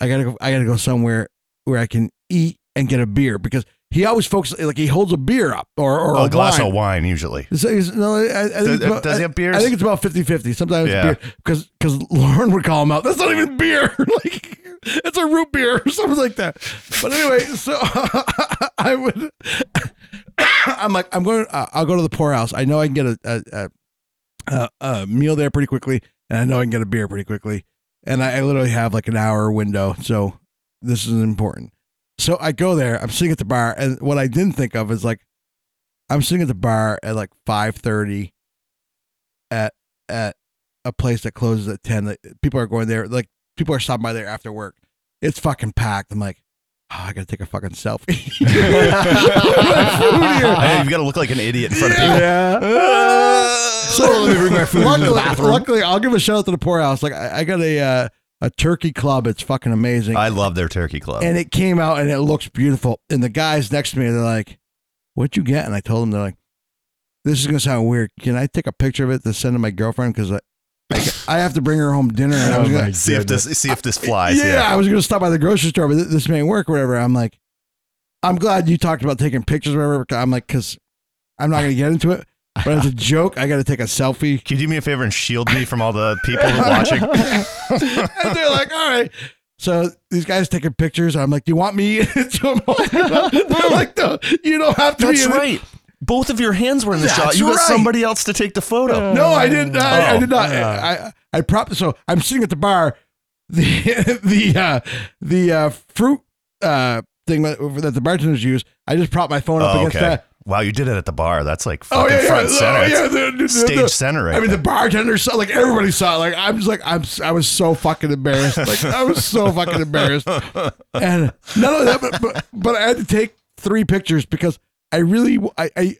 [SPEAKER 1] I gotta go. I gotta go somewhere where I can eat and get a beer because he always focuses like he holds a beer up or or
[SPEAKER 2] a
[SPEAKER 1] a
[SPEAKER 2] glass
[SPEAKER 1] wine.
[SPEAKER 2] of wine usually.
[SPEAKER 1] So he's- no, I, I think
[SPEAKER 2] Does-
[SPEAKER 1] it's about,
[SPEAKER 2] does he have beers?
[SPEAKER 1] I think it's about 50-50. Sometimes
[SPEAKER 2] Yeah.
[SPEAKER 1] it's beer because because Lauren would call him out. That's not even beer. like it's a root beer or something like that. But anyway, so I would. I'm like I'm going. Uh, I'll go to the poorhouse. I know I can get a a, a a a meal there pretty quickly, and I know I can get a beer pretty quickly. And I, I literally have like an hour window, so this is important. So I go there. I'm sitting at the bar, and what I didn't think of is like I'm sitting at the bar at like five thirty, at at a place that closes at ten. Like, people are going there. Like people are stopping by there after work. It's fucking packed. I'm like, oh, I gotta take a fucking selfie.
[SPEAKER 2] Hey, you got to look like an idiot in front of people.
[SPEAKER 1] so luckily, luckily, I'll give a shout out to the poorhouse. Like I, I got a uh, a turkey club. It's fucking amazing.
[SPEAKER 2] I love their turkey club.
[SPEAKER 1] and it came out and it looks beautiful. And the guys next to me, they're like, "What'd you get?" And I told them, they're like, "This is gonna sound weird. Can I take a picture of it to send to my girlfriend? Because I, I, I have to bring her home dinner." And I was gonna,
[SPEAKER 2] see if this see if this flies.
[SPEAKER 1] yeah,
[SPEAKER 2] Oh Yeah.
[SPEAKER 1] I was gonna stop by the grocery store, but th- this may work. Or whatever. I'm like, I'm glad you talked about taking pictures. Or whatever. I'm like, because I'm not gonna get into it. But as a joke, I got to take a selfie.
[SPEAKER 2] Can you do me a favor and shield me from all the people watching?
[SPEAKER 1] and they're like, all right. So these guys taking pictures. I'm like, do you want me? in it?" So I'm like- they're like, no, you don't have to. be
[SPEAKER 2] That's
[SPEAKER 1] in it."
[SPEAKER 2] right. Both of your hands were in the
[SPEAKER 1] That's
[SPEAKER 2] shot. You got
[SPEAKER 1] right.
[SPEAKER 2] somebody else to take the photo.
[SPEAKER 1] No, I didn't. I, I
[SPEAKER 2] Oh.
[SPEAKER 1] did not. I, I I prop. So I'm sitting at the bar. The the uh, the uh, fruit uh, thing that, that the bartenders use. I just prop my phone up
[SPEAKER 2] Oh,
[SPEAKER 1] against
[SPEAKER 2] okay.
[SPEAKER 1] that.
[SPEAKER 2] Wow, you did it at the bar. That's like
[SPEAKER 1] Oh
[SPEAKER 2] fucking
[SPEAKER 1] yeah, yeah,
[SPEAKER 2] front center.
[SPEAKER 1] oh, yeah.
[SPEAKER 2] It's
[SPEAKER 1] the- the- the-
[SPEAKER 2] stage
[SPEAKER 1] the-
[SPEAKER 2] center. Right
[SPEAKER 1] I mean, the
[SPEAKER 2] there.
[SPEAKER 1] bartender saw like everybody saw. it. Like I'm just like I'm. s- I was so fucking embarrassed. Like I was so fucking embarrassed. And not only that, but, but but I had to take three pictures because I really I, I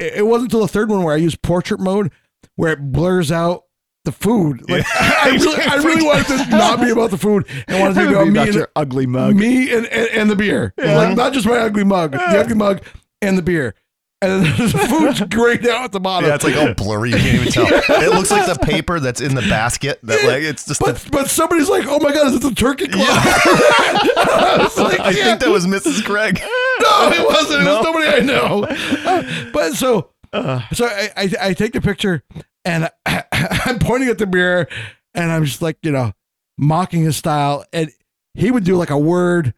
[SPEAKER 1] it wasn't until the third one where I used portrait mode where it blurs out the food. Like I really I really wanted to not be about the food and wanted to be about me and,
[SPEAKER 4] your ugly mug.
[SPEAKER 1] me and, and, and the beer. Like, not just my ugly mug, the ugly mug and the beer. And then the food's grayed out at the bottom.
[SPEAKER 2] Yeah, it's like all blurry. You can't even tell. It looks like the paper that's in the basket. That like it's just.
[SPEAKER 1] but
[SPEAKER 2] the,
[SPEAKER 1] but somebody's like, oh my god, is it the turkey club? I was like,
[SPEAKER 2] I
[SPEAKER 1] yeah.
[SPEAKER 2] think that was Mrs. Craig.
[SPEAKER 1] No, it wasn't. It
[SPEAKER 2] No?
[SPEAKER 1] was nobody I know. Uh, but so, so I, I, I take the picture and I, am pointing at the mirror and I'm just like, you know, mocking his style. And he would do like a word,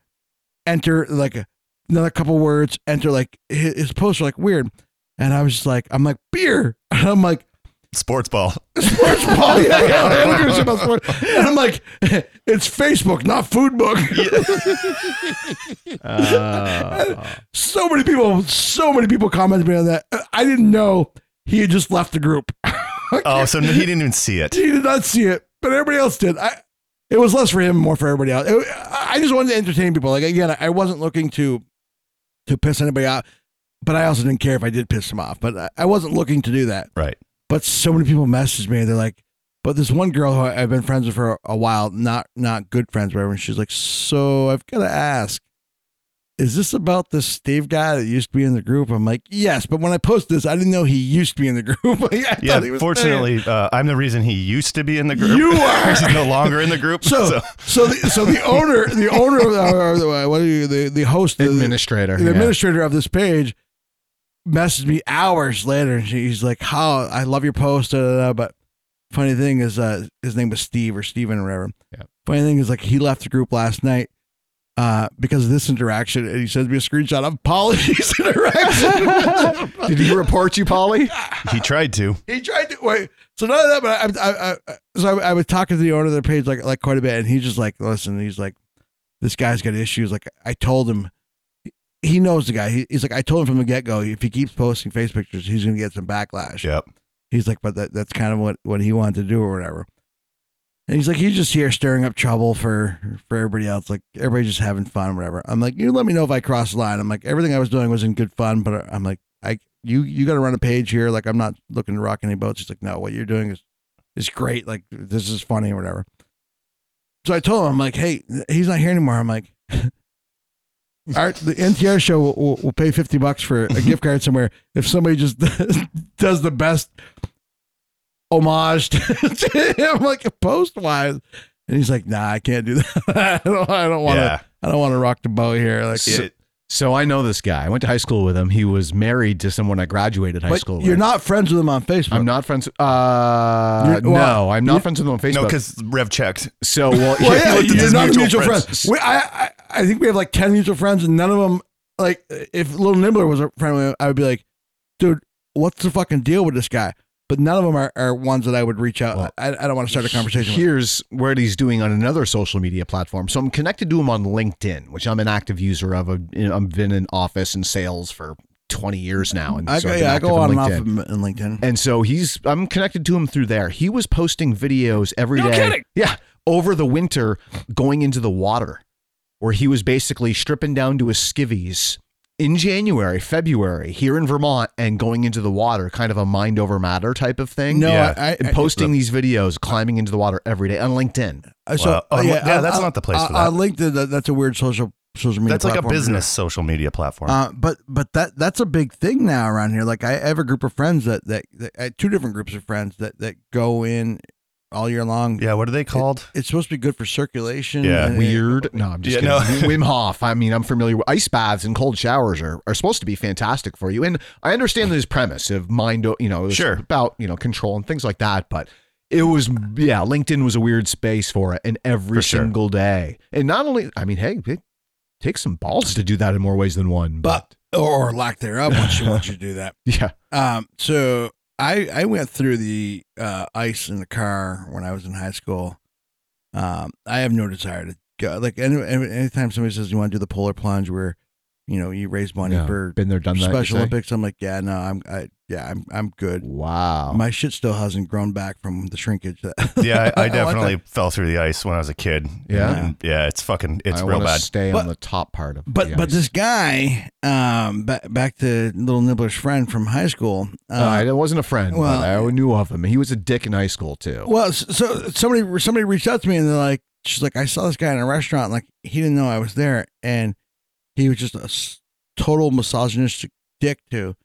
[SPEAKER 1] enter like a- another couple words, enter like his, his posts are like weird. And I was just like, I'm like, beer. And I'm like,
[SPEAKER 2] Sports ball.
[SPEAKER 1] sports ball. Yeah, yeah, I don't give a shit about sport. And I'm like, it's Facebook, not food book.
[SPEAKER 3] Oh.
[SPEAKER 1] so Uh, many people, so many people commented me on that. I didn't know he had just left the group.
[SPEAKER 2] Oh, so he didn't even see it.
[SPEAKER 1] He did not see it, but everybody else did. I, it was less for him, more for everybody else. It- I I just wanted to entertain people. Like again, I wasn't looking to to piss anybody off, but I also didn't care if I did piss them off. But I, I wasn't looking to do that.
[SPEAKER 2] Right.
[SPEAKER 1] But so many people messaged me. They're like, "But this one girl who I- I've been friends with for a while, not not good friends, whatever." And she's like, "So I've got to ask." Is this about this Steve guy that used to be in the group? I'm like, yes, but when I post this, I didn't know he used to be in the group. Like, I
[SPEAKER 2] Yeah,
[SPEAKER 1] thought he was there.
[SPEAKER 2] fortunately, uh, I'm the reason he used to be in the group.
[SPEAKER 1] You are.
[SPEAKER 2] He's no longer in the group.
[SPEAKER 1] So, so, the, so the owner, the owner, of the, or the, what are you, the, the host, the,
[SPEAKER 3] administrator.
[SPEAKER 1] the
[SPEAKER 3] yeah.
[SPEAKER 1] administrator of this page, messaged me hours later, and she's like, "How I love your post." da, da, da, But funny thing is, uh, his name was Steve or Steven or whatever.
[SPEAKER 3] Yeah.
[SPEAKER 1] Funny thing is, like he left the group last night. Uh, because of this interaction, and he sends me a screenshot of Polly's interaction.
[SPEAKER 3] Did he report you, Polly?
[SPEAKER 2] he tried to.
[SPEAKER 1] He tried to wait. So none of that, but I, I, I, I so I, I was talking to the owner of the page like like quite a bit, and he's just like, listen, he's like, this guy's got issues. Like I told him, he knows the guy. He, he's like, I told him from the get go, if he keeps posting face pictures, he's gonna get some backlash.
[SPEAKER 2] Yep.
[SPEAKER 1] He's like, but that, that's kind of what what he wanted to do or whatever. And he's like, he's just here stirring up trouble for for everybody else. Like everybody's just having fun, whatever. I'm like, you let me know if I cross the line. I'm like, everything I was doing was in good fun, but I'm like, I you you got to run a page here. Like I'm not looking to rock any boats. He's like, no, what you're doing is is great. Like this is funny or whatever. So I told him, I'm like, hey, he's not here anymore. I'm like, our, the NTR show will, will, will pay fifty bucks for a gift card somewhere if somebody just does the best homage to to him, like post wise. And he's like, nah, I can't do that. I don't, I don't want to.
[SPEAKER 2] yeah.
[SPEAKER 1] I don't want to rock the boat here. Like,
[SPEAKER 3] So, so I know this guy. I went to high school with him. He was married to someone I graduated high
[SPEAKER 1] but
[SPEAKER 3] school with.
[SPEAKER 1] you're not friends with him on Facebook.
[SPEAKER 3] I'm not friends. Uh,
[SPEAKER 1] You're- well,
[SPEAKER 3] no, I'm
[SPEAKER 1] you-
[SPEAKER 3] not friends with him on Facebook.
[SPEAKER 2] No, because Rev checked.
[SPEAKER 3] so well,
[SPEAKER 1] Well, yeah,
[SPEAKER 2] Looked at
[SPEAKER 1] you're
[SPEAKER 2] his
[SPEAKER 1] not
[SPEAKER 2] mutual
[SPEAKER 1] mutual friends.
[SPEAKER 2] friends.
[SPEAKER 1] We, I, I, I think we have like ten mutual friends, and none of them like. If Little Nimbler was a friend, of mine, I would be like, dude, what's the fucking deal with this guy? But none of them are, are ones that I would reach out.
[SPEAKER 3] Well,
[SPEAKER 1] I, I don't want to start a conversation. with.
[SPEAKER 3] Here's what he's doing on another social media platform. So I'm connected to him on LinkedIn, which I'm an active user of. I've you know, I've been in office and sales for 20 years now, and
[SPEAKER 1] I,
[SPEAKER 3] so
[SPEAKER 1] go-
[SPEAKER 3] I've been
[SPEAKER 1] yeah, I
[SPEAKER 3] active
[SPEAKER 1] go on
[SPEAKER 3] on
[SPEAKER 1] and off
[SPEAKER 3] LinkedIn.
[SPEAKER 1] of in LinkedIn.
[SPEAKER 3] And so he's I'm connected to him through there. He was posting videos every day. Yeah, over the winter going into the water where he was basically stripping down to his skivvies in January, February here in Vermont and going into the water, kind of a mind over matter type of thing.
[SPEAKER 1] No,
[SPEAKER 2] Yeah.
[SPEAKER 1] I, I,
[SPEAKER 3] And posting these videos, climbing into the water every day on LinkedIn.
[SPEAKER 1] I, so
[SPEAKER 2] Wow. Oh, yeah,
[SPEAKER 1] on-
[SPEAKER 2] that's
[SPEAKER 1] on-
[SPEAKER 2] not the place
[SPEAKER 1] on-
[SPEAKER 2] for that.
[SPEAKER 1] On LinkedIn, that, that's a weird social social media.
[SPEAKER 2] That's like a
[SPEAKER 1] platform to do.
[SPEAKER 2] business social media platform.
[SPEAKER 1] Uh, but but that that's a big thing now around here. Like I have a group of friends that that, that I have two different groups of friends that that go in all year long.
[SPEAKER 2] yeah. What are they called?
[SPEAKER 1] It's supposed to be good for circulation.
[SPEAKER 2] Yeah.
[SPEAKER 1] and-
[SPEAKER 3] Weird. No, I'm just
[SPEAKER 2] Yeah,
[SPEAKER 3] kidding. Wim Hof. I mean, I'm familiar with ice baths and cold showers are, are supposed to be fantastic for you. And I understand this premise of mind, o- you know, it was
[SPEAKER 2] Sure.
[SPEAKER 3] about, you know, control and things like that. But it was, yeah, LinkedIn was a weird space for it. And every
[SPEAKER 2] For sure.
[SPEAKER 3] single day. And not only, I mean, hey, it takes some balls to do that in more ways than one.
[SPEAKER 1] but or lack thereof once you once you do that.
[SPEAKER 3] yeah.
[SPEAKER 1] Um, so I I went through the uh, ice in the car when I was in high school. Um, I have no desire to go. Like any, any, anytime somebody says you want to do the polar plunge, where you know you raise money
[SPEAKER 3] Yeah.
[SPEAKER 1] for
[SPEAKER 3] Been there, done that. you
[SPEAKER 1] Special
[SPEAKER 3] say?
[SPEAKER 1] Olympics, I'm like, yeah, no, I'm I, yeah, I'm I'm good.
[SPEAKER 3] Wow.
[SPEAKER 1] My shit still hasn't grown back from the shrinkage. That
[SPEAKER 2] Yeah, I, I
[SPEAKER 1] want
[SPEAKER 2] definitely
[SPEAKER 1] that.
[SPEAKER 2] fell through the ice when I was a kid.
[SPEAKER 3] Yeah.
[SPEAKER 2] And, yeah, it's fucking, it's
[SPEAKER 3] I
[SPEAKER 2] real
[SPEAKER 3] wanna
[SPEAKER 2] bad.
[SPEAKER 3] Stay
[SPEAKER 1] But-
[SPEAKER 3] on the top part of
[SPEAKER 1] But
[SPEAKER 3] the
[SPEAKER 1] but
[SPEAKER 3] ice.
[SPEAKER 1] this guy, um, ba- back to little nibbler's friend from high school. Uh,
[SPEAKER 3] No, Oh, I wasn't a friend.
[SPEAKER 1] well-
[SPEAKER 3] but I knew of him. He was a dick in high school too.
[SPEAKER 1] well, s- so somebody somebody reached out to me and they're like, she's like, I saw this guy in a restaurant. Like he didn't know I was there, and he was just a s- total misogynistic dick to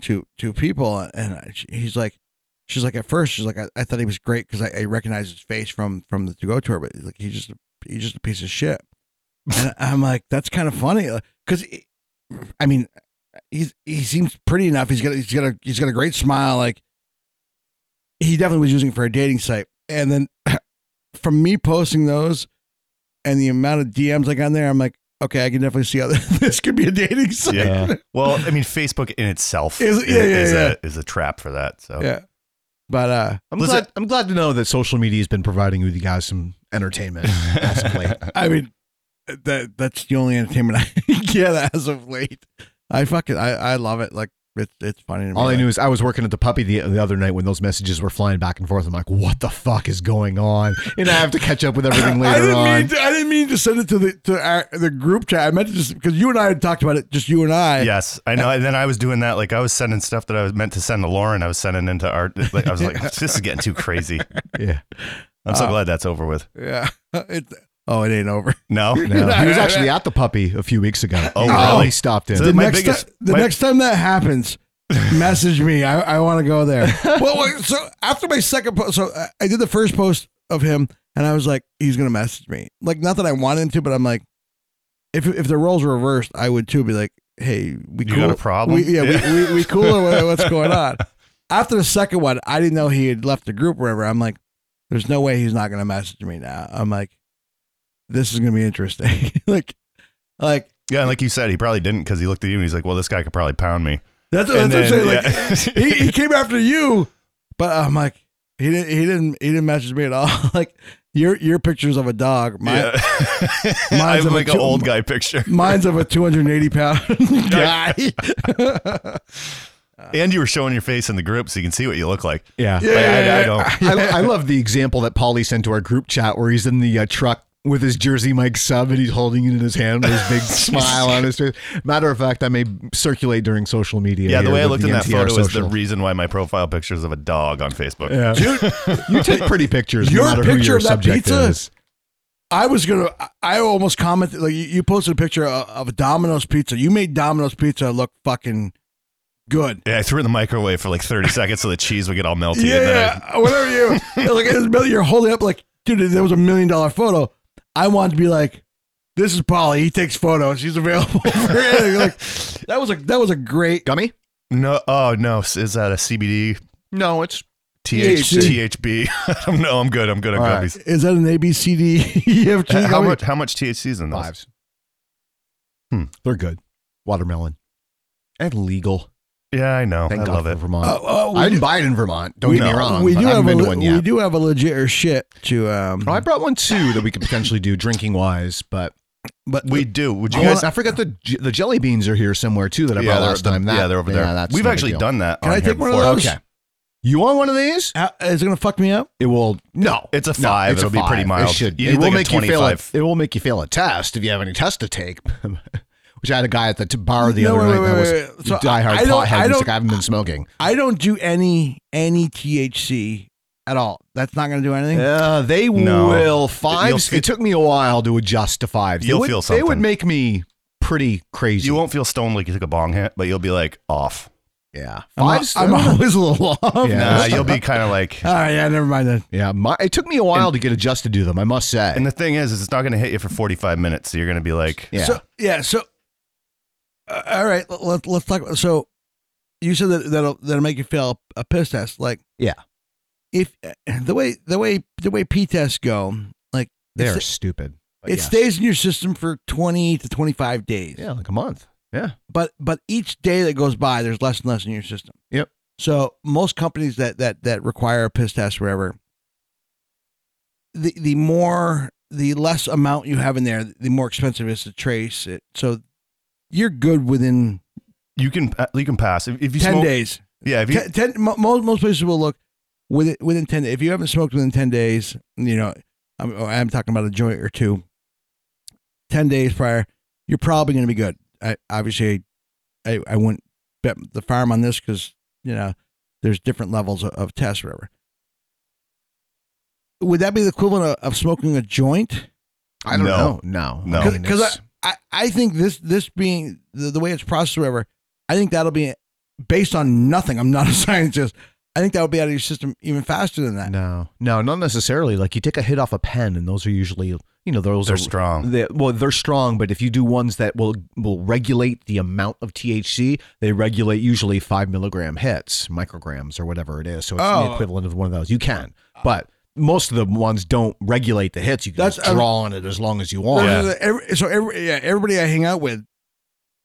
[SPEAKER 1] to to people. And I, she- he's like, she's like at first she's like I, I thought he was great because I, I recognized his face from from the to go tour, but he's like he's just he's just a piece of shit. and I'm like, that's kind of funny because I mean, he's he seems pretty enough. He's got he's got a he's got a great smile. Like he definitely was using it for a dating site. And then from me posting those and the amount of DMs I got on there, I'm like, okay, I can definitely see how this could be a dating site.
[SPEAKER 2] Yeah. Well, I mean, Facebook in itself
[SPEAKER 1] Is-
[SPEAKER 2] is,
[SPEAKER 1] yeah, yeah,
[SPEAKER 2] is
[SPEAKER 1] yeah.
[SPEAKER 2] A, is a trap for that. So
[SPEAKER 1] Yeah. But uh,
[SPEAKER 3] I'm
[SPEAKER 2] Listen-
[SPEAKER 3] glad. I'm glad to know that social media has been providing you guys some entertainment. as of late.
[SPEAKER 1] I mean, that that's the only entertainment I get as of late. I fucking I, I love it. Like It's it's funny. To
[SPEAKER 3] All I
[SPEAKER 1] me.
[SPEAKER 3] knew is I was working at the puppy the, the other night when those messages were flying back and forth. I'm like, what the fuck is going on? And I have to catch up with everything
[SPEAKER 1] I
[SPEAKER 3] later
[SPEAKER 1] didn't mean
[SPEAKER 3] on.
[SPEAKER 1] to, I didn't mean to send it to the to our, the group chat. I meant to just because you and I had talked about it, just you and I.
[SPEAKER 2] Yes, I know. And then I was doing that, like I was sending stuff that I was meant to send to Lauren. I was sending into art. Like I was like, this is getting too crazy.
[SPEAKER 3] Yeah.
[SPEAKER 1] Uh,
[SPEAKER 2] I'm so glad that's over with.
[SPEAKER 1] yeah. It, oh, it ain't over.
[SPEAKER 2] No,
[SPEAKER 3] No, he was actually at the puppy a few weeks ago.
[SPEAKER 2] Oh,
[SPEAKER 3] He
[SPEAKER 2] really?
[SPEAKER 3] really stopped in.
[SPEAKER 2] So-
[SPEAKER 1] The
[SPEAKER 2] My
[SPEAKER 1] next
[SPEAKER 2] biggest-
[SPEAKER 1] ti- the
[SPEAKER 2] my-
[SPEAKER 1] next time that happens, message me. I, I want to go there. well, wait, so after my second post, so I- I did the first post of him, and I was like, he's gonna message me. Like, not that I want him to, but I'm like, if if the roles were reversed, I would too. Be like, hey, we
[SPEAKER 2] You
[SPEAKER 1] cool?
[SPEAKER 2] got a problem?
[SPEAKER 1] We, yeah,
[SPEAKER 2] Yeah.
[SPEAKER 1] We, we we cool or what- what's going on? After the second one, I didn't know he had left the group. Or whatever. I'm like, there's no way he's not gonna message me now. I'm like, this is gonna be interesting. like, like.
[SPEAKER 2] yeah, and like you said, he probably didn't because he looked at you and he's like, well, this guy could probably pound me.
[SPEAKER 1] That's,
[SPEAKER 2] And
[SPEAKER 1] that's what I'm saying. Like,
[SPEAKER 2] yeah.
[SPEAKER 1] he, he came after you, but I'm like, he didn't, he didn't, he didn't message me at all. like your, your pictures of a dog. My,
[SPEAKER 2] Yeah. I
[SPEAKER 1] mine's
[SPEAKER 2] have
[SPEAKER 1] of a
[SPEAKER 2] like an
[SPEAKER 1] two-
[SPEAKER 2] old guy picture.
[SPEAKER 1] Mine's of a 280 pound guy.
[SPEAKER 2] And you were showing your face in the group so you can see what you look like.
[SPEAKER 3] yeah.
[SPEAKER 2] Like, I, I don't.
[SPEAKER 3] I, I love the example that Paulie sent to our group chat where he's in the uh, truck with his Jersey Mike sub and he's holding it in his hand with his big smile on his face. Matter of fact, I may circulate during social media.
[SPEAKER 2] Yeah, the
[SPEAKER 3] here
[SPEAKER 2] way I
[SPEAKER 3] with
[SPEAKER 2] looked in that
[SPEAKER 3] NTR
[SPEAKER 2] photo is the
[SPEAKER 3] social.
[SPEAKER 2] reason why my profile picture is of a dog on Facebook.
[SPEAKER 3] Yeah. you take pretty pictures.
[SPEAKER 1] Your
[SPEAKER 3] no matter who
[SPEAKER 1] picture
[SPEAKER 3] your
[SPEAKER 1] of that
[SPEAKER 3] subject
[SPEAKER 1] pizza?
[SPEAKER 3] is.
[SPEAKER 1] I was going to, I almost commented, like you, you posted a picture of, of Domino's pizza. You made Domino's pizza look fucking good.
[SPEAKER 2] Yeah, I threw it in the microwave for like 30 seconds so the cheese would get all melty. and then
[SPEAKER 1] Yeah,
[SPEAKER 2] I-
[SPEAKER 1] whatever you like. It's better you're holding up like, dude, that was a million dollar photo. I wanted to be like, this is Polly. He takes photos. He's available for anything. Like that was a that was a great.
[SPEAKER 3] Gummy?
[SPEAKER 2] no, oh no, s- is that a CBD?
[SPEAKER 3] No, it's
[SPEAKER 2] TH,
[SPEAKER 1] THC.
[SPEAKER 2] THB. I don't know. I'm good. I'm good on
[SPEAKER 3] All right.
[SPEAKER 2] gummies.
[SPEAKER 1] Is that an A B C D E F G?
[SPEAKER 2] Uh, How
[SPEAKER 1] gummy?
[SPEAKER 2] much? How much THC is in those?
[SPEAKER 3] lives.
[SPEAKER 2] Hmm.
[SPEAKER 3] They're good. Watermelon. And legal.
[SPEAKER 2] Yeah, I know.
[SPEAKER 3] Thank
[SPEAKER 2] I
[SPEAKER 3] God
[SPEAKER 2] love
[SPEAKER 3] for
[SPEAKER 2] it.
[SPEAKER 3] Vermont.
[SPEAKER 1] Oh, oh, we
[SPEAKER 3] I
[SPEAKER 1] do-
[SPEAKER 3] didn't buy it in Vermont. Don't
[SPEAKER 1] we-
[SPEAKER 3] get me
[SPEAKER 1] no,
[SPEAKER 3] wrong.
[SPEAKER 1] We
[SPEAKER 3] but
[SPEAKER 1] do
[SPEAKER 3] I
[SPEAKER 1] have
[SPEAKER 3] haven't
[SPEAKER 1] a
[SPEAKER 3] been to
[SPEAKER 1] le-
[SPEAKER 3] one
[SPEAKER 1] we
[SPEAKER 3] yet.
[SPEAKER 1] do have a legit or shit to um.
[SPEAKER 3] Oh, I brought one too that we could potentially do drinking wise, but
[SPEAKER 1] but
[SPEAKER 2] We do. Would you
[SPEAKER 3] I
[SPEAKER 2] guys?
[SPEAKER 3] wanna- Oh, I forgot the j- the jelly beans are here somewhere too that I
[SPEAKER 2] yeah,
[SPEAKER 3] brought
[SPEAKER 2] they're-
[SPEAKER 3] last time. That,
[SPEAKER 2] yeah, they're over there.
[SPEAKER 3] that's
[SPEAKER 2] We've
[SPEAKER 3] not a
[SPEAKER 2] actually
[SPEAKER 3] deal.
[SPEAKER 2] done that.
[SPEAKER 1] Can
[SPEAKER 2] on
[SPEAKER 1] I
[SPEAKER 2] here
[SPEAKER 1] take one of
[SPEAKER 2] before.
[SPEAKER 1] those?
[SPEAKER 3] Okay. You want one of these?
[SPEAKER 1] how, is it gonna fuck me up?
[SPEAKER 3] It will no.
[SPEAKER 2] It's a
[SPEAKER 3] No,
[SPEAKER 2] five.
[SPEAKER 3] it's a
[SPEAKER 2] It'll be pretty
[SPEAKER 3] five.
[SPEAKER 2] mild.
[SPEAKER 3] It should.
[SPEAKER 2] You
[SPEAKER 3] it
[SPEAKER 2] need
[SPEAKER 3] will
[SPEAKER 2] like a
[SPEAKER 3] make you fail. A,
[SPEAKER 2] 25.
[SPEAKER 3] it will make you fail a test if you have any test to take. Which I had a guy at the t- bar the
[SPEAKER 1] No,
[SPEAKER 3] other
[SPEAKER 1] wait,
[SPEAKER 3] night
[SPEAKER 1] wait,
[SPEAKER 3] that
[SPEAKER 1] wait,
[SPEAKER 3] was
[SPEAKER 1] wait. So
[SPEAKER 3] diehard
[SPEAKER 1] I- I don't-
[SPEAKER 3] pothead.
[SPEAKER 1] I
[SPEAKER 3] He's
[SPEAKER 1] don't-
[SPEAKER 3] like, I haven't been smoking.
[SPEAKER 1] I don't do any any THC at all. That's not gonna do anything.
[SPEAKER 3] Uh, they
[SPEAKER 2] No.
[SPEAKER 3] will fives.
[SPEAKER 2] You'll
[SPEAKER 3] it took me a while to adjust to fives. They
[SPEAKER 2] You'll
[SPEAKER 3] would-
[SPEAKER 2] feel
[SPEAKER 3] They would
[SPEAKER 2] something.
[SPEAKER 3] make me pretty crazy.
[SPEAKER 2] You won't feel stoned like you took a bong hit, but you'll be like off.
[SPEAKER 3] Yeah,
[SPEAKER 1] I'm,
[SPEAKER 3] fives.
[SPEAKER 1] I'm always a little off.
[SPEAKER 3] Yeah.
[SPEAKER 2] Nah, you'll be kind of like.
[SPEAKER 1] All right, yeah, never mind then.
[SPEAKER 3] yeah, my, it took me a while to get adjusted to them. I must say.
[SPEAKER 2] And the thing is, is it's not going to hit you for 45 minutes. So you're going to be like,
[SPEAKER 3] yeah.
[SPEAKER 1] So yeah. So uh, all right, let, let, let's talk. About, so you said that that'll that'll make you fail a piss test. Like
[SPEAKER 3] Yeah.
[SPEAKER 1] if uh, the way the way the way pee tests go, like
[SPEAKER 3] they
[SPEAKER 1] it's-
[SPEAKER 3] are stupid. But
[SPEAKER 1] it
[SPEAKER 3] yes.
[SPEAKER 1] stays in your system for twenty to twenty five days.
[SPEAKER 3] Yeah, like a month. Yeah.
[SPEAKER 1] But but each day that goes by, there's less and less in your system.
[SPEAKER 3] Yep.
[SPEAKER 1] So most companies that that that require a piss test, whatever, the the more the less amount you have in there, the more expensive it is to trace it. So you're good within
[SPEAKER 2] you can uh, you can pass if, if you
[SPEAKER 1] ten
[SPEAKER 2] smoke.
[SPEAKER 1] days.
[SPEAKER 2] Yeah, if you
[SPEAKER 1] Ten, ten, mo- most most places will look within within ten. If you haven't smoked within ten days, you know, I'm I'm talking about a joint or two. Ten days prior, you're probably going to be good. I obviously, I I wouldn't bet the farm on this because you know there's different levels of, of tests, or whatever. Would that be the equivalent of, of smoking a joint?
[SPEAKER 3] I don't
[SPEAKER 2] No.
[SPEAKER 3] know. No.
[SPEAKER 2] No.
[SPEAKER 3] I mean,
[SPEAKER 1] Because
[SPEAKER 3] it's-
[SPEAKER 1] I, I think this this being the, the way it's processed, or whatever, I think that'll be based on nothing. I'm not a scientist. I think that will be out of your system even faster than that.
[SPEAKER 3] no, no, not necessarily. Like you take a hit off a pen, and those are usually, you know, those
[SPEAKER 2] they're
[SPEAKER 3] are
[SPEAKER 2] strong.
[SPEAKER 3] They, well, they're strong, but if you do ones that will will regulate the amount of THC, they regulate usually five milligram hits, micrograms, or whatever it is. So it's
[SPEAKER 1] Oh.
[SPEAKER 3] the equivalent of one of those. You can, but most of the ones don't regulate the hits. You can
[SPEAKER 1] That's-
[SPEAKER 3] just draw on it as long as you want.
[SPEAKER 1] Those are the- every- so every, yeah, everybody I hang out with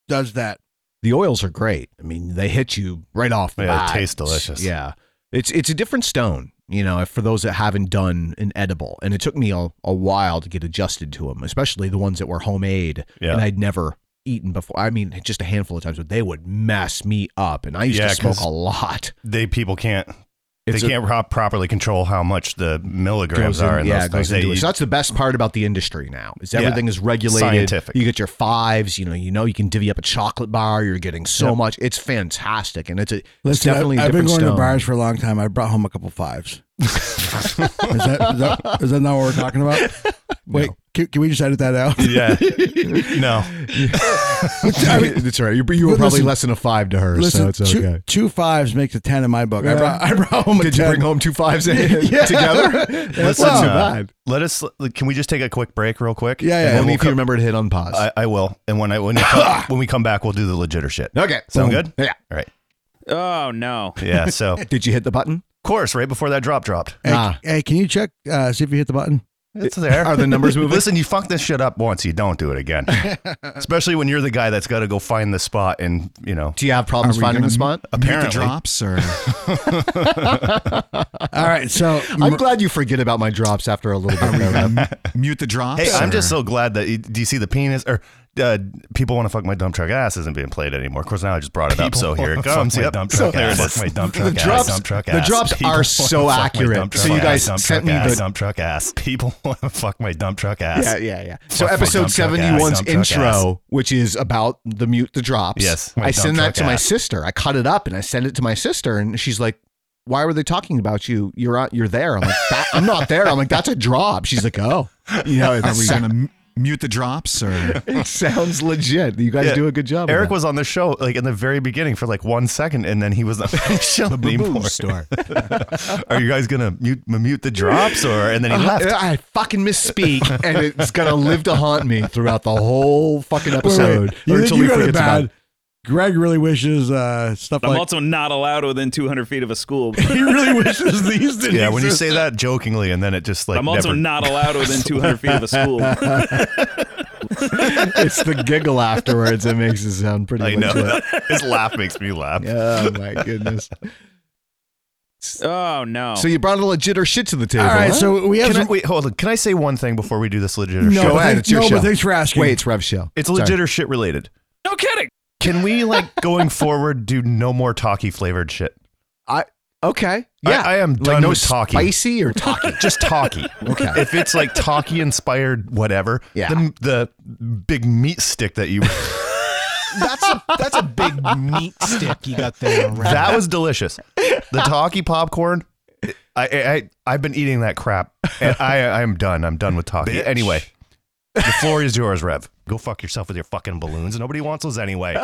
[SPEAKER 1] does that.
[SPEAKER 3] The oils are great. I mean, they hit you right off the
[SPEAKER 2] Yeah, they
[SPEAKER 3] bat.
[SPEAKER 2] taste delicious.
[SPEAKER 3] Yeah, it's it's a different stone. You know, for those that haven't done an edible, and it took me a, a while to get adjusted to them, especially the ones that were homemade
[SPEAKER 2] Yeah.
[SPEAKER 3] and I'd never eaten before. I mean, just a handful of times, but they would mess me up, and I used
[SPEAKER 2] Yeah,
[SPEAKER 3] to smoke
[SPEAKER 2] 'cause
[SPEAKER 3] a lot.
[SPEAKER 2] They people can't.
[SPEAKER 3] It's
[SPEAKER 2] they
[SPEAKER 3] a-
[SPEAKER 2] can't pro- properly control how much the milligrams
[SPEAKER 3] goes in-
[SPEAKER 2] are in
[SPEAKER 3] yeah,
[SPEAKER 2] those
[SPEAKER 3] it goes
[SPEAKER 2] things. They
[SPEAKER 3] into it.
[SPEAKER 2] eat-
[SPEAKER 3] So that's the best part about the industry now is
[SPEAKER 2] Yeah.
[SPEAKER 3] everything is regulated.
[SPEAKER 2] Scientific.
[SPEAKER 3] You get your fives. You know, you know, you can divvy up a chocolate bar. You're getting so much. It's fantastic, and it's a it's
[SPEAKER 1] Listen,
[SPEAKER 3] definitely
[SPEAKER 1] I,
[SPEAKER 3] a
[SPEAKER 1] have been going
[SPEAKER 3] different
[SPEAKER 1] to
[SPEAKER 3] stone.
[SPEAKER 1] bars for a long time. I brought home a couple fives. is, that, is, that, is that not what we're talking about? Wait, can, can we just edit that out?
[SPEAKER 2] yeah. no.
[SPEAKER 1] I mean,
[SPEAKER 3] That's right. You, you were
[SPEAKER 1] But
[SPEAKER 3] probably
[SPEAKER 1] listen-
[SPEAKER 3] less than a five to her, so
[SPEAKER 1] Listen,
[SPEAKER 3] it's okay.
[SPEAKER 1] two, two fives makes a ten in my book. I
[SPEAKER 3] Yeah.
[SPEAKER 1] brought I brought home a
[SPEAKER 3] Did you
[SPEAKER 1] ten.
[SPEAKER 3] bring home two fives in,
[SPEAKER 1] Yeah.
[SPEAKER 3] together?
[SPEAKER 2] Listen,
[SPEAKER 3] not too
[SPEAKER 2] uh,
[SPEAKER 3] bad.
[SPEAKER 2] Let us. Can we just take a quick break, real quick?
[SPEAKER 1] Yeah, yeah,
[SPEAKER 2] And
[SPEAKER 1] yeah.
[SPEAKER 2] then
[SPEAKER 3] Only
[SPEAKER 2] we'll
[SPEAKER 3] if you
[SPEAKER 2] come-
[SPEAKER 3] remember to hit unpause.
[SPEAKER 2] I, I will. And when I when, you come, when we come back, we'll do the legitter shit.
[SPEAKER 3] Uh, okay.
[SPEAKER 2] Sound
[SPEAKER 3] boom.
[SPEAKER 2] good?
[SPEAKER 3] Yeah.
[SPEAKER 2] All right.
[SPEAKER 10] Oh no.
[SPEAKER 2] Yeah. So, of
[SPEAKER 3] Did you hit the button?
[SPEAKER 2] course, right before that drop dropped,
[SPEAKER 1] Hey,
[SPEAKER 3] Ah.
[SPEAKER 1] hey, can you check uh, see if you hit the button?
[SPEAKER 2] it's there.
[SPEAKER 3] Are the numbers moving?
[SPEAKER 2] Listen, you fuck this shit up once, you don't do it again. Especially when you're the guy that's got to go find the spot and you know.
[SPEAKER 3] Do you have problems
[SPEAKER 4] Are we
[SPEAKER 3] finding
[SPEAKER 4] gonna
[SPEAKER 3] the spot?
[SPEAKER 4] Apparently.
[SPEAKER 2] Apparently.
[SPEAKER 4] the drops or
[SPEAKER 1] All right, so
[SPEAKER 3] I'm glad you forget about my drops after a little bit. though, man.
[SPEAKER 4] mute the drops?
[SPEAKER 2] Hey, I'm
[SPEAKER 4] or-
[SPEAKER 2] just so glad that do you see the penis or uh, people want to fuck my dump truck ass isn't being played anymore. Of course, now I just brought it up, so here it comes.
[SPEAKER 9] my
[SPEAKER 2] Yep.
[SPEAKER 9] dump truck
[SPEAKER 2] There it
[SPEAKER 9] ass.
[SPEAKER 2] is. my dump truck
[SPEAKER 3] the
[SPEAKER 2] ass,
[SPEAKER 3] drops,
[SPEAKER 2] dump truck
[SPEAKER 3] the
[SPEAKER 2] ass.
[SPEAKER 3] drops
[SPEAKER 2] People
[SPEAKER 3] are
[SPEAKER 2] wanna fuck
[SPEAKER 3] so
[SPEAKER 2] my
[SPEAKER 3] accurate.
[SPEAKER 2] dump
[SPEAKER 3] So
[SPEAKER 2] truck
[SPEAKER 3] you guys
[SPEAKER 2] ass, dump
[SPEAKER 3] sent
[SPEAKER 2] truck
[SPEAKER 3] me
[SPEAKER 2] ass,
[SPEAKER 3] the
[SPEAKER 2] dump truck ass. People want to fuck my dump truck ass.
[SPEAKER 3] yeah, yeah, yeah. So
[SPEAKER 2] Fuck my
[SPEAKER 3] episode
[SPEAKER 2] dump truck ass,
[SPEAKER 3] 71's
[SPEAKER 2] dump truck
[SPEAKER 3] intro, which is about the mute the drops.
[SPEAKER 2] Yes, my
[SPEAKER 3] I
[SPEAKER 2] dump
[SPEAKER 3] send that
[SPEAKER 2] truck
[SPEAKER 3] to my
[SPEAKER 2] ass.
[SPEAKER 3] sister. I cut it up and I send it to my sister, and she's like, "Why were they talking about you? You're out, you're there." I'm like, that, "I'm not there." I'm like, "That's a drop." She's like, "Oh, you know,
[SPEAKER 4] Are
[SPEAKER 3] it,
[SPEAKER 4] we
[SPEAKER 3] sa-
[SPEAKER 4] gonna m- mute the drops or?
[SPEAKER 3] it sounds legit. You guys
[SPEAKER 2] Yeah.
[SPEAKER 3] do a good job."
[SPEAKER 2] Eric was on the show like in the very beginning for like one second, and then he was not on the show anymore.
[SPEAKER 4] store.
[SPEAKER 2] Are you guys gonna mute mute the drops or? And then he left.
[SPEAKER 3] I fucking misspeak, and it's gonna live to haunt me throughout the whole fucking
[SPEAKER 1] Wait, wait,
[SPEAKER 3] episode.
[SPEAKER 1] You
[SPEAKER 3] or
[SPEAKER 1] think
[SPEAKER 3] until
[SPEAKER 1] you
[SPEAKER 3] he
[SPEAKER 1] got it
[SPEAKER 3] forgets about
[SPEAKER 1] bad? Greg really wishes uh, stuff
[SPEAKER 10] I'm
[SPEAKER 1] like
[SPEAKER 10] also not allowed within 200 feet of a school.
[SPEAKER 1] he really wishes these didn't.
[SPEAKER 2] yeah, when you
[SPEAKER 1] exist.
[SPEAKER 2] say that jokingly, and then it just like
[SPEAKER 10] I'm also
[SPEAKER 2] never-
[SPEAKER 10] not allowed within 200 feet of a school.
[SPEAKER 3] it's the giggle afterwards that makes it sound pretty.
[SPEAKER 2] I know
[SPEAKER 3] legit.
[SPEAKER 2] that. his laugh makes me laugh.
[SPEAKER 3] Oh my goodness!
[SPEAKER 10] Oh no.
[SPEAKER 3] So you brought a legit or shit to the table.
[SPEAKER 1] all right,
[SPEAKER 3] huh?
[SPEAKER 1] so we have
[SPEAKER 2] Can I,
[SPEAKER 1] some,
[SPEAKER 2] wait, hold on. Can I say one thing before we do this legit or
[SPEAKER 1] no,
[SPEAKER 2] shit?
[SPEAKER 3] Go
[SPEAKER 1] but
[SPEAKER 3] ahead,
[SPEAKER 1] thank-
[SPEAKER 3] it's your
[SPEAKER 1] no,
[SPEAKER 3] show.
[SPEAKER 1] but thanks for asking.
[SPEAKER 3] wait, it's Rev Show.
[SPEAKER 2] It's
[SPEAKER 3] Sorry.
[SPEAKER 2] legit or shit related.
[SPEAKER 10] no kidding.
[SPEAKER 2] Can we like going forward do no more talkie flavored shit?
[SPEAKER 3] Okay. Yeah.
[SPEAKER 2] I, I am done
[SPEAKER 3] like no
[SPEAKER 2] with talkie.
[SPEAKER 3] spicy or talkie.
[SPEAKER 2] Just talkie.
[SPEAKER 3] Okay.
[SPEAKER 2] If it's like talkie inspired whatever,
[SPEAKER 3] Yeah.
[SPEAKER 2] the the big meat stick that you
[SPEAKER 4] That's a that's a big meat stick you got there. Right?
[SPEAKER 2] that was delicious. The talkie popcorn. I, I I- I've been eating that crap. And I I'm done. I'm done with talkie.
[SPEAKER 9] Bitch.
[SPEAKER 2] Anyway, the floor is yours, Rev. Go fuck yourself with your fucking balloons. Nobody wants those anyway.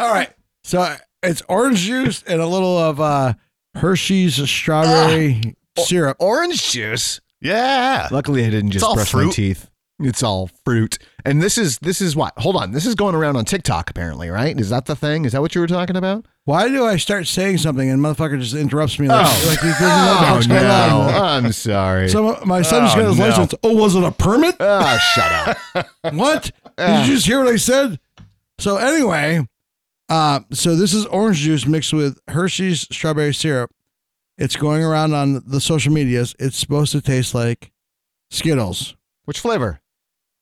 [SPEAKER 1] all right, so it's orange juice and a little of uh, Hershey's strawberry syrup.
[SPEAKER 3] Orange juice.
[SPEAKER 2] Yeah.
[SPEAKER 3] Luckily, I didn't just
[SPEAKER 2] all
[SPEAKER 3] brush my
[SPEAKER 2] fruit.
[SPEAKER 3] teeth. It's all fruit. And this is this is what? Hold on. This is going around on TikTok apparently, right? Is that the thing? Is that what you were talking about?
[SPEAKER 1] Why do I start saying something and motherfucker just interrupts me like, like he doesn't know what the
[SPEAKER 3] Oh,
[SPEAKER 1] fuck's going
[SPEAKER 3] no.
[SPEAKER 1] on?
[SPEAKER 3] I'm sorry.
[SPEAKER 1] So my son just
[SPEAKER 2] Oh,
[SPEAKER 1] got his
[SPEAKER 2] no.
[SPEAKER 1] license. Oh, was it a permit?
[SPEAKER 3] Ah, shut up.
[SPEAKER 1] What? Did you just hear what I said? So anyway, uh, so this is orange juice mixed with Hershey's strawberry syrup. It's going around on the social medias. It's supposed to taste like Skittles.
[SPEAKER 3] Which flavor?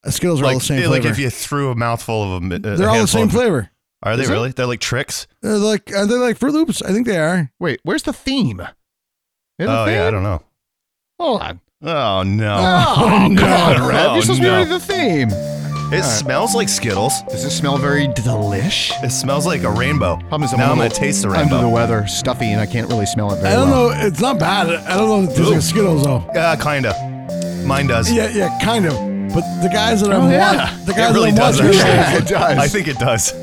[SPEAKER 1] Uh, Skittles are all
[SPEAKER 2] like,
[SPEAKER 1] the same
[SPEAKER 2] like
[SPEAKER 1] flavor.
[SPEAKER 2] if you threw a mouthful of them,
[SPEAKER 1] They're all the same flavor.
[SPEAKER 2] Are they
[SPEAKER 3] Is it?
[SPEAKER 2] really? They're like tricks.
[SPEAKER 1] They're like are they like Fruit Loops? I think they are.
[SPEAKER 3] Wait, where's the theme? Is it a
[SPEAKER 2] oh yeah, I
[SPEAKER 3] theme?
[SPEAKER 2] don't know.
[SPEAKER 3] Hold on.
[SPEAKER 2] Oh no,
[SPEAKER 3] Oh,
[SPEAKER 2] no.
[SPEAKER 3] God, Rev.
[SPEAKER 2] Oh,
[SPEAKER 3] You're supposed
[SPEAKER 2] no.
[SPEAKER 3] to be the theme.
[SPEAKER 2] it smells like Skittles.
[SPEAKER 3] Does it smell very delish?
[SPEAKER 2] It smells like a rainbow.
[SPEAKER 3] Problem is, I'm
[SPEAKER 2] now
[SPEAKER 3] a
[SPEAKER 2] I'm gonna
[SPEAKER 3] little
[SPEAKER 2] taste the
[SPEAKER 3] Under the
[SPEAKER 2] rainbow.
[SPEAKER 3] weather, stuffy, and I can't really smell it very
[SPEAKER 1] I don't
[SPEAKER 3] well.
[SPEAKER 1] know. It's not bad. I don't know if it tastes like Skittles though.
[SPEAKER 2] Yeah, kinda. Mine does.
[SPEAKER 1] Yeah, yeah, kind of. But the guys that I'm
[SPEAKER 3] yeah.
[SPEAKER 1] watching, the guys
[SPEAKER 2] Oh, it really
[SPEAKER 1] that I'm
[SPEAKER 2] does.
[SPEAKER 1] watching,
[SPEAKER 2] Actually.
[SPEAKER 3] Yeah, it does.
[SPEAKER 2] I think it does.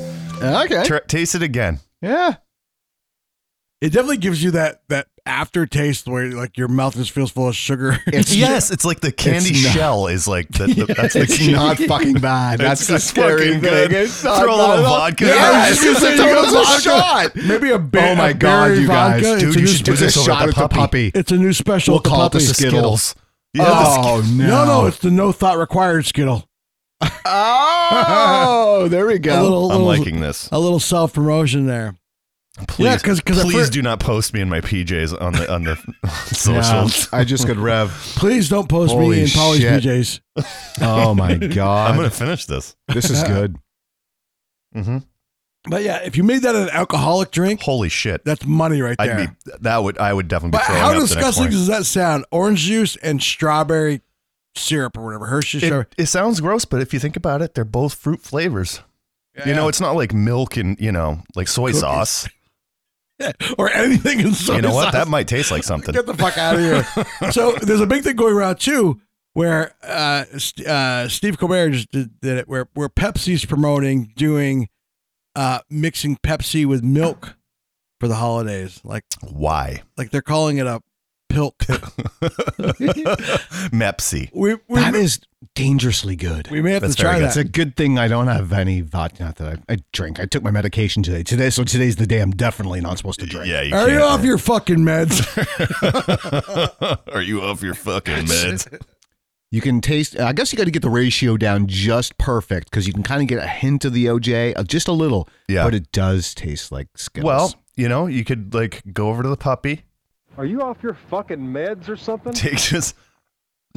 [SPEAKER 3] Okay.
[SPEAKER 2] Tr- taste it again.
[SPEAKER 3] yeah.
[SPEAKER 1] it definitely gives you that that aftertaste where like your mouth just feels full of sugar.
[SPEAKER 3] It's
[SPEAKER 2] Yes, it's like the candy
[SPEAKER 3] It's not-
[SPEAKER 2] shell is like the, the, that's the
[SPEAKER 3] It's
[SPEAKER 2] key.
[SPEAKER 3] not fucking bad. That's the
[SPEAKER 2] it's
[SPEAKER 3] scary
[SPEAKER 2] fucking
[SPEAKER 3] thing.
[SPEAKER 2] good.
[SPEAKER 3] It's not
[SPEAKER 2] Throw a
[SPEAKER 3] bad
[SPEAKER 2] little
[SPEAKER 3] at all.
[SPEAKER 2] vodka.
[SPEAKER 3] Yeah,
[SPEAKER 2] Yeah,
[SPEAKER 3] I was just gonna say,
[SPEAKER 1] take a
[SPEAKER 3] throw
[SPEAKER 1] little
[SPEAKER 3] a shot.
[SPEAKER 1] Maybe a beer.
[SPEAKER 3] Oh my god, you guys,
[SPEAKER 1] vodka.
[SPEAKER 2] Dude,
[SPEAKER 1] it's
[SPEAKER 2] you
[SPEAKER 1] a new,
[SPEAKER 2] should do
[SPEAKER 3] It's a
[SPEAKER 2] this over
[SPEAKER 3] shot
[SPEAKER 2] the
[SPEAKER 3] at the
[SPEAKER 2] puppy.
[SPEAKER 3] puppy.
[SPEAKER 1] It's a new special.
[SPEAKER 3] We'll
[SPEAKER 1] with the
[SPEAKER 3] call it the
[SPEAKER 1] puppies.
[SPEAKER 3] Skittle. Skittles.
[SPEAKER 2] Yeah,
[SPEAKER 3] Oh no!
[SPEAKER 1] No, no, it's the no thought required Skittle.
[SPEAKER 3] oh, there we
[SPEAKER 1] A
[SPEAKER 3] go.
[SPEAKER 1] little,
[SPEAKER 2] I'm
[SPEAKER 1] little-
[SPEAKER 2] liking this.
[SPEAKER 1] a little self promotion there.
[SPEAKER 2] Please,
[SPEAKER 1] Yeah, 'cause- 'cause at
[SPEAKER 2] please
[SPEAKER 1] first-
[SPEAKER 2] do not post me in my PJs on the on the
[SPEAKER 3] Yeah,
[SPEAKER 2] socials.
[SPEAKER 3] I just could rev.
[SPEAKER 1] Please don't post
[SPEAKER 3] Holy
[SPEAKER 1] me in Polly's
[SPEAKER 3] shit.
[SPEAKER 1] PJs.
[SPEAKER 3] Oh my god,
[SPEAKER 2] I'm gonna finish this.
[SPEAKER 3] this is good.
[SPEAKER 2] Mm-hmm.
[SPEAKER 1] But yeah, if you made that an alcoholic drink,
[SPEAKER 2] Holy shit!
[SPEAKER 1] that's money right there.
[SPEAKER 2] I'd be that would I would definitely
[SPEAKER 1] but
[SPEAKER 2] be. throwing
[SPEAKER 1] how
[SPEAKER 2] up
[SPEAKER 1] disgusting
[SPEAKER 2] The next
[SPEAKER 1] does that sound? Orange juice and strawberry syrup or whatever. Hershey
[SPEAKER 2] morning.
[SPEAKER 1] syrup.
[SPEAKER 2] it, it sounds gross, but if you think about it, they're both fruit flavors. you know, it's not like milk and you know, like soy
[SPEAKER 1] Cookies.
[SPEAKER 2] sauce.
[SPEAKER 1] or anything in soy
[SPEAKER 2] you know what?
[SPEAKER 1] sauce.
[SPEAKER 2] That might taste like something.
[SPEAKER 1] Get the fuck out of here. so there's a big thing going around too, where uh, St- uh, Steve Colbert just did, did it, where where Pepsi's promoting doing uh, mixing Pepsi with milk for the holidays. Like
[SPEAKER 2] Why?
[SPEAKER 1] like they're calling it a pilk.
[SPEAKER 2] Mepsi.
[SPEAKER 1] We we,
[SPEAKER 3] That is dangerously good.
[SPEAKER 1] we may have to
[SPEAKER 2] That's
[SPEAKER 1] try
[SPEAKER 2] very good.
[SPEAKER 1] that.
[SPEAKER 3] It's a good thing I don't have any vodka. Not that I, I drink. I took my medication today. Today, so today's the day I'm definitely not supposed to drink.
[SPEAKER 2] Yeah, you
[SPEAKER 1] Are
[SPEAKER 2] can't.
[SPEAKER 1] you off your fucking meds?
[SPEAKER 2] Are you off your fucking meds?
[SPEAKER 3] You can taste. I guess you got to get the ratio down just perfect because you can kind of get a hint of the OJ, uh, just a little.
[SPEAKER 2] Yeah.
[SPEAKER 3] But it does taste like Skittles.
[SPEAKER 2] Well, you know, you could like go over to the puppy,
[SPEAKER 11] Are you off your fucking meds or something?
[SPEAKER 2] take just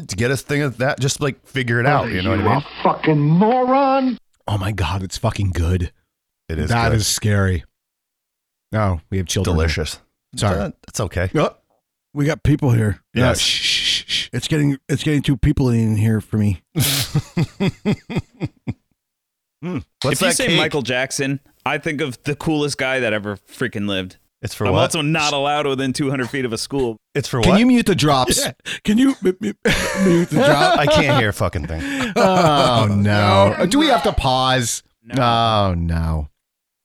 [SPEAKER 2] to get a thing of that, just like figure it out. You know what I mean?
[SPEAKER 11] fucking moron.
[SPEAKER 3] oh my god, it's fucking good.
[SPEAKER 2] It
[SPEAKER 3] That is
[SPEAKER 2] is good.
[SPEAKER 3] scary. No, we have children.
[SPEAKER 2] delicious.
[SPEAKER 3] Sorry.
[SPEAKER 2] Uh, that's okay.
[SPEAKER 1] we got people here.
[SPEAKER 3] No,
[SPEAKER 2] Yes.
[SPEAKER 3] shh, shh, shh, shh.
[SPEAKER 1] It's getting it's getting too people in here for me.
[SPEAKER 2] What's
[SPEAKER 10] if you
[SPEAKER 2] that
[SPEAKER 10] say
[SPEAKER 2] cake?
[SPEAKER 10] Michael Jackson, I think of the coolest guy that ever freaking lived.
[SPEAKER 2] it's for
[SPEAKER 10] I'm
[SPEAKER 2] what?
[SPEAKER 10] also not allowed within 200 feet of a school.
[SPEAKER 2] it's for
[SPEAKER 3] Can
[SPEAKER 2] what?
[SPEAKER 3] you mute the drops?
[SPEAKER 1] Can you m- m- mute the drop?
[SPEAKER 2] I can't hear a fucking thing.
[SPEAKER 3] Oh no. Do we have to pause?
[SPEAKER 10] No.
[SPEAKER 3] Oh no.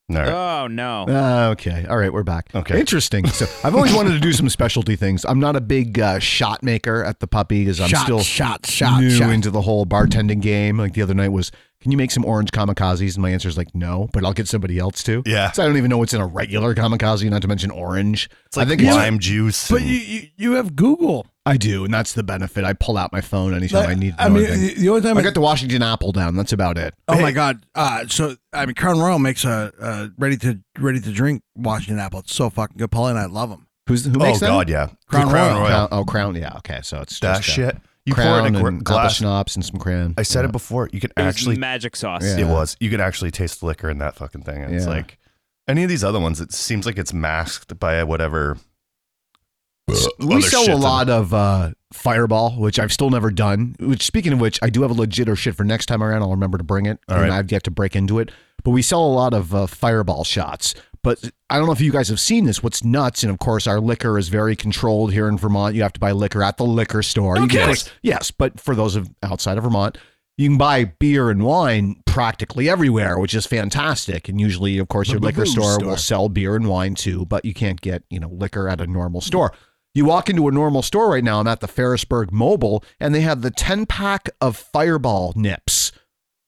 [SPEAKER 2] All right.
[SPEAKER 10] Oh no.
[SPEAKER 3] Uh, okay. All right, we're back.
[SPEAKER 2] Okay.
[SPEAKER 3] Interesting. So I've always wanted to do some specialty things. I'm not a big uh, shot maker at the puppy because I'm
[SPEAKER 1] shot,
[SPEAKER 3] still
[SPEAKER 1] shot, shot,
[SPEAKER 3] new
[SPEAKER 1] shot.
[SPEAKER 3] into the whole bartending game. Like the other night was, can you make some orange kamikazes? And my answer is like, no, but I'll get somebody else to.
[SPEAKER 2] Yeah.
[SPEAKER 3] So I don't even know what's in a regular kamikaze, not to mention orange.
[SPEAKER 2] It's like
[SPEAKER 3] I think
[SPEAKER 2] lime juice.
[SPEAKER 1] But
[SPEAKER 2] and-
[SPEAKER 1] you, you you have Google.
[SPEAKER 3] I do, and that's the benefit. I pull out my phone anytime I need. To know
[SPEAKER 1] I mean,
[SPEAKER 3] anything.
[SPEAKER 1] the- the only time
[SPEAKER 3] I got the Washington apple down. That's about it.
[SPEAKER 1] Oh my god! Uh, so I mean, Crown Royal makes a, a ready to ready to drink Washington apple. It's so fucking good. Paul and I love them.
[SPEAKER 3] Who's who
[SPEAKER 2] oh
[SPEAKER 3] makes that?
[SPEAKER 2] god, yeah.
[SPEAKER 1] Crown
[SPEAKER 2] The
[SPEAKER 1] Royal.
[SPEAKER 3] Crown, oh, crown. Yeah. Okay. So it's
[SPEAKER 2] That
[SPEAKER 3] just, uh,
[SPEAKER 2] shit. You pour it
[SPEAKER 3] crown
[SPEAKER 2] in a gr-
[SPEAKER 3] and glass
[SPEAKER 2] glass.
[SPEAKER 3] schnapps and some crown.
[SPEAKER 2] I said
[SPEAKER 3] yeah.
[SPEAKER 2] it before. You could
[SPEAKER 10] It was
[SPEAKER 2] actually.
[SPEAKER 10] magic sauce.
[SPEAKER 3] Yeah.
[SPEAKER 2] It was. You could actually taste the liquor in that fucking thing. And It's
[SPEAKER 3] Yeah.
[SPEAKER 2] like any of these other ones. It seems like it's masked by whatever.
[SPEAKER 3] we
[SPEAKER 2] Uh, other
[SPEAKER 3] sell
[SPEAKER 2] shit
[SPEAKER 3] a
[SPEAKER 2] in-
[SPEAKER 3] lot of uh, Fireball, which I've still never done. Which, speaking of which, I do have a legit or shit for next time around. I'll remember to bring it,
[SPEAKER 2] All
[SPEAKER 3] and
[SPEAKER 2] right.
[SPEAKER 3] I've yet to break into it. But we sell a lot of uh, Fireball shots. But I don't know if you guys have seen this. What's nuts, and of course, our liquor is very controlled here in Vermont. You have to buy liquor at the liquor store. You can, of course, yes, but for those of outside of Vermont, you can buy beer and wine practically everywhere, which is fantastic. And usually, of course, your liquor store, will sell beer and wine too, but you can't get, you know, liquor at a normal store. You walk into a normal store right now, I'm at the Ferrisburg Mobile, and they have the 10 pack of fireball nips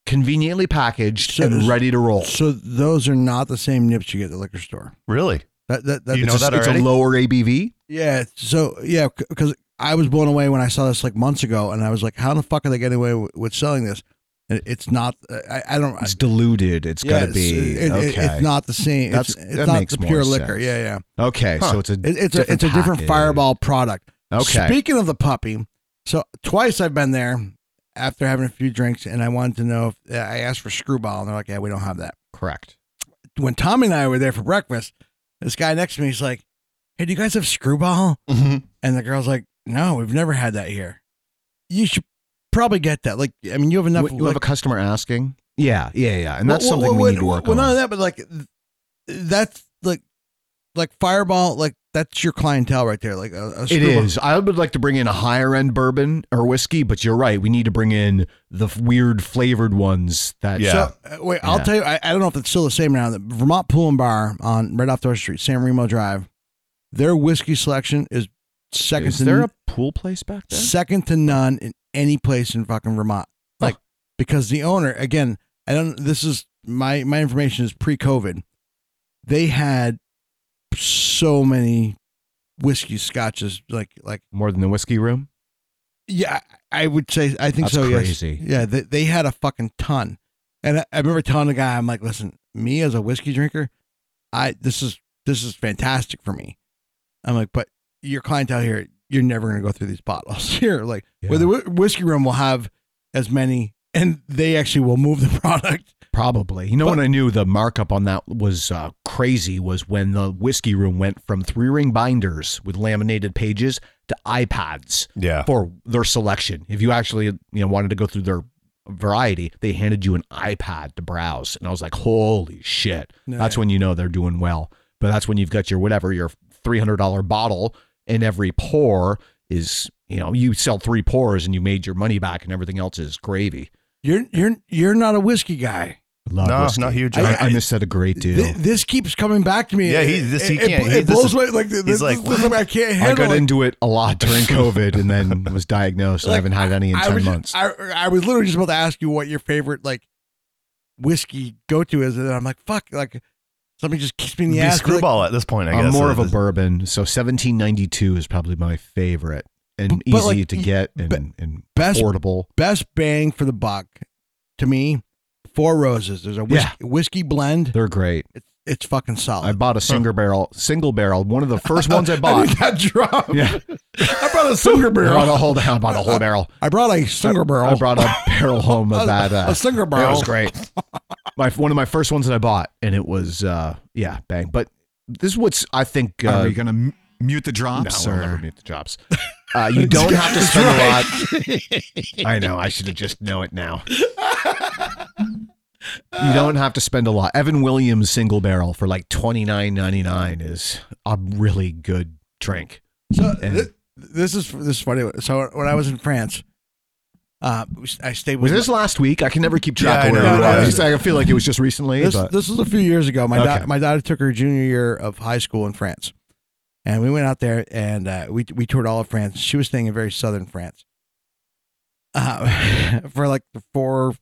[SPEAKER 3] conveniently packaged
[SPEAKER 1] So
[SPEAKER 3] and
[SPEAKER 1] there's-
[SPEAKER 3] ready to roll.
[SPEAKER 1] So those are not the same nips you get at the liquor store.
[SPEAKER 2] Really?
[SPEAKER 1] That that, that
[SPEAKER 2] You know
[SPEAKER 3] it's,
[SPEAKER 2] that
[SPEAKER 3] it's a
[SPEAKER 2] already?
[SPEAKER 3] lower ABV.
[SPEAKER 1] Yeah. So yeah, because I was blown away when I saw this like months ago, and I was like, how the fuck are they getting away w- with selling this? And it's not. uh, I, I don't.
[SPEAKER 3] It's diluted. It's
[SPEAKER 1] yeah,
[SPEAKER 3] got to be.
[SPEAKER 1] it- it-
[SPEAKER 3] okay.
[SPEAKER 1] it's not the same.
[SPEAKER 3] That's-
[SPEAKER 1] it's it's
[SPEAKER 3] that
[SPEAKER 1] not
[SPEAKER 3] makes
[SPEAKER 1] the pure
[SPEAKER 3] more
[SPEAKER 1] liquor.
[SPEAKER 3] sense.
[SPEAKER 1] Yeah, yeah.
[SPEAKER 3] okay.
[SPEAKER 2] Huh.
[SPEAKER 3] So it's a
[SPEAKER 1] It, it's a it's a different
[SPEAKER 3] package.
[SPEAKER 1] Fireball product.
[SPEAKER 3] Okay.
[SPEAKER 1] Speaking of the puppy, so twice I've been there after having a few drinks, and I wanted to know if uh, I asked for screwball, and they're like, "Yeah, we don't have that."
[SPEAKER 3] Correct.
[SPEAKER 1] When Tommy and I were there for breakfast, this guy next to me is like, "Hey, do you guys have screwball?"
[SPEAKER 3] Mm-hmm.
[SPEAKER 2] Mhm.
[SPEAKER 1] And the girl's like, "No, we've never had that here. You should probably get that. Like, I mean, you have enough.
[SPEAKER 3] What- you have a
[SPEAKER 1] like-
[SPEAKER 3] customer asking. Yeah, yeah, yeah, and that's
[SPEAKER 1] Well,
[SPEAKER 3] something
[SPEAKER 1] well,
[SPEAKER 3] we need to
[SPEAKER 1] well,
[SPEAKER 3] work
[SPEAKER 1] well, not
[SPEAKER 3] on.
[SPEAKER 1] that, but like th- that's like like Fireball, like that's your clientele right there. Like a, a
[SPEAKER 3] It
[SPEAKER 1] screwball.
[SPEAKER 3] is. I would like to bring in a higher end bourbon or whiskey, but you're right. We need to bring in the f- weird flavored ones. That
[SPEAKER 2] Yeah.
[SPEAKER 1] So, uh, wait, I'll
[SPEAKER 3] Yeah.
[SPEAKER 1] tell you. I, I don't know if it's still the same now. The Vermont Pool and Bar on right off Dorset Street, San Remo Drive. Their whiskey selection is second
[SPEAKER 3] is
[SPEAKER 1] to
[SPEAKER 3] there
[SPEAKER 1] n-
[SPEAKER 3] a pool place back there?
[SPEAKER 1] second to none in any place in fucking Vermont. Like because the owner again, I don't. This is my my information is pre COVID. They had so many whiskey scotches like like
[SPEAKER 3] More than the whiskey room.
[SPEAKER 1] yeah, I I would say I think
[SPEAKER 3] That's
[SPEAKER 1] so. yes.
[SPEAKER 3] crazy.
[SPEAKER 1] Yeah, they, they had a fucking ton, and I, I remember telling the guy, I'm like, listen, me as a whiskey drinker, I this is this is fantastic for me. I'm like, but your clientele here, you're never gonna go through these bottles here. Like, where the whi- whiskey room will have as many, and they actually will move the product
[SPEAKER 3] Probably. You know when I knew the markup on that was uh, crazy was when the whiskey room went from three ring binders with laminated pages to iPads
[SPEAKER 2] Yeah.
[SPEAKER 3] for their selection. If you actually you know wanted to go through their variety, they handed you an iPad to browse, and I was like, holy shit! That's when you know they're doing well. But that's when you've got your whatever your three hundred dollar bottle, and every pour is you know you sell three pours and you made your money back, and everything else is gravy.
[SPEAKER 1] You're you're you're not a whiskey guy.
[SPEAKER 3] Love
[SPEAKER 2] No,
[SPEAKER 3] whiskey.
[SPEAKER 2] not huge.
[SPEAKER 3] I,
[SPEAKER 2] I-
[SPEAKER 3] I missed that a great deal.
[SPEAKER 1] Th- this keeps coming back to me.
[SPEAKER 2] Yeah, he-
[SPEAKER 1] he's
[SPEAKER 2] this-
[SPEAKER 1] it,
[SPEAKER 2] he
[SPEAKER 1] it-
[SPEAKER 2] can't-
[SPEAKER 1] It,
[SPEAKER 2] he- this
[SPEAKER 1] blows
[SPEAKER 2] is-
[SPEAKER 1] away. Like
[SPEAKER 2] he's
[SPEAKER 1] this, this,
[SPEAKER 2] like,
[SPEAKER 1] this, I can't
[SPEAKER 3] I
[SPEAKER 1] handle
[SPEAKER 3] got
[SPEAKER 1] it.
[SPEAKER 3] into it a lot during COVID and then was diagnosed. and I
[SPEAKER 1] Like,
[SPEAKER 3] haven't had any in
[SPEAKER 1] I
[SPEAKER 3] 10
[SPEAKER 1] was,
[SPEAKER 3] months.
[SPEAKER 1] I, I was literally just about to ask you what your favorite like whiskey go to is, and I'm like, fuck, like somebody just kicks me in the
[SPEAKER 2] Be
[SPEAKER 1] ass.
[SPEAKER 2] screwball at this point, I
[SPEAKER 3] I'm
[SPEAKER 2] guess.
[SPEAKER 3] more of a
[SPEAKER 2] This-
[SPEAKER 3] bourbon. So 1792 is probably my favorite and
[SPEAKER 1] B- but,
[SPEAKER 3] easy
[SPEAKER 1] like,
[SPEAKER 3] to
[SPEAKER 1] y-
[SPEAKER 3] get and,
[SPEAKER 1] be-
[SPEAKER 3] and
[SPEAKER 1] best-
[SPEAKER 3] affordable.
[SPEAKER 1] Best bang for the buck to me. Four Roses. There's a whiskey, whiskey blend.
[SPEAKER 3] They're great.
[SPEAKER 1] It's it's fucking solid.
[SPEAKER 3] I bought a single barrel, single barrel, one of the first ones I bought.
[SPEAKER 1] I got drunk.
[SPEAKER 3] Yeah,
[SPEAKER 1] I brought a single
[SPEAKER 3] I bought a
[SPEAKER 1] barrel.
[SPEAKER 3] whole, I bought a whole barrel.
[SPEAKER 1] I brought a single barrel.
[SPEAKER 3] I brought a barrel home of that. Uh,
[SPEAKER 1] a single
[SPEAKER 3] It
[SPEAKER 1] barrel.
[SPEAKER 3] was great. my one of my first ones that I bought, and it was uh, yeah, bang. But this is what's I think. Uh,
[SPEAKER 4] Are we gonna m- mute the drops
[SPEAKER 3] no, I'll never
[SPEAKER 4] or?
[SPEAKER 3] mute the drops. Uh, you don't have to spend a lot. I know. I should have just know it now. you don't have to spend a lot. Evan Williams single barrel for like twenty nine ninety nine is a really good drink.
[SPEAKER 1] So
[SPEAKER 3] And-
[SPEAKER 1] this, this is this is funny. So when I was in France, uh, I stayed with
[SPEAKER 3] Was this last week? I can never keep track
[SPEAKER 2] Yeah,
[SPEAKER 3] of
[SPEAKER 2] I
[SPEAKER 3] where
[SPEAKER 2] know,
[SPEAKER 3] it
[SPEAKER 2] right.
[SPEAKER 3] was. I feel like it was just recently.
[SPEAKER 1] this,
[SPEAKER 3] but-
[SPEAKER 1] this was a few years ago. My da-
[SPEAKER 3] Okay.
[SPEAKER 1] my daughter took her junior year of high school in France, and we went out there and uh, we we toured all of France. She was staying in very southern France. Uh, for like the four,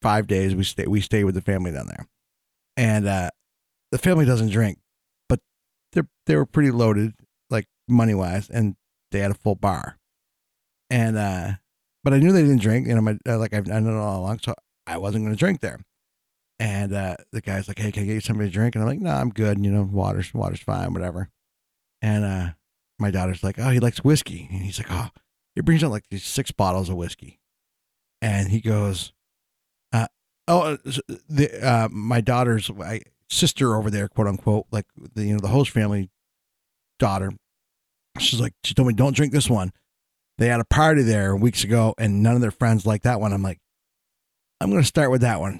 [SPEAKER 1] five days we stay we stayed with the family down there, and uh, the family doesn't drink, but they are they were pretty loaded like money wise, and they had a full bar, and uh, but I knew they didn't drink. You know, my uh, like I've I known all along, so I wasn't going to drink there. And uh, the guy's like, "Hey, can I get you somebody to drink?" And I'm like, "No, I'm good. You know, water's water's fine, whatever." And uh, my daughter's like, "Oh, he likes whiskey," and he's like, "Oh, he brings out like these six bottles of whiskey," and he goes, uh, "Oh, uh, s- the uh, my daughter's my sister over there, quote unquote, like the you know the host family daughter." She's like, she told me, "Don't drink this one." They had a party there weeks ago, and none of their friends liked that one. I'm like, I'm gonna start with that one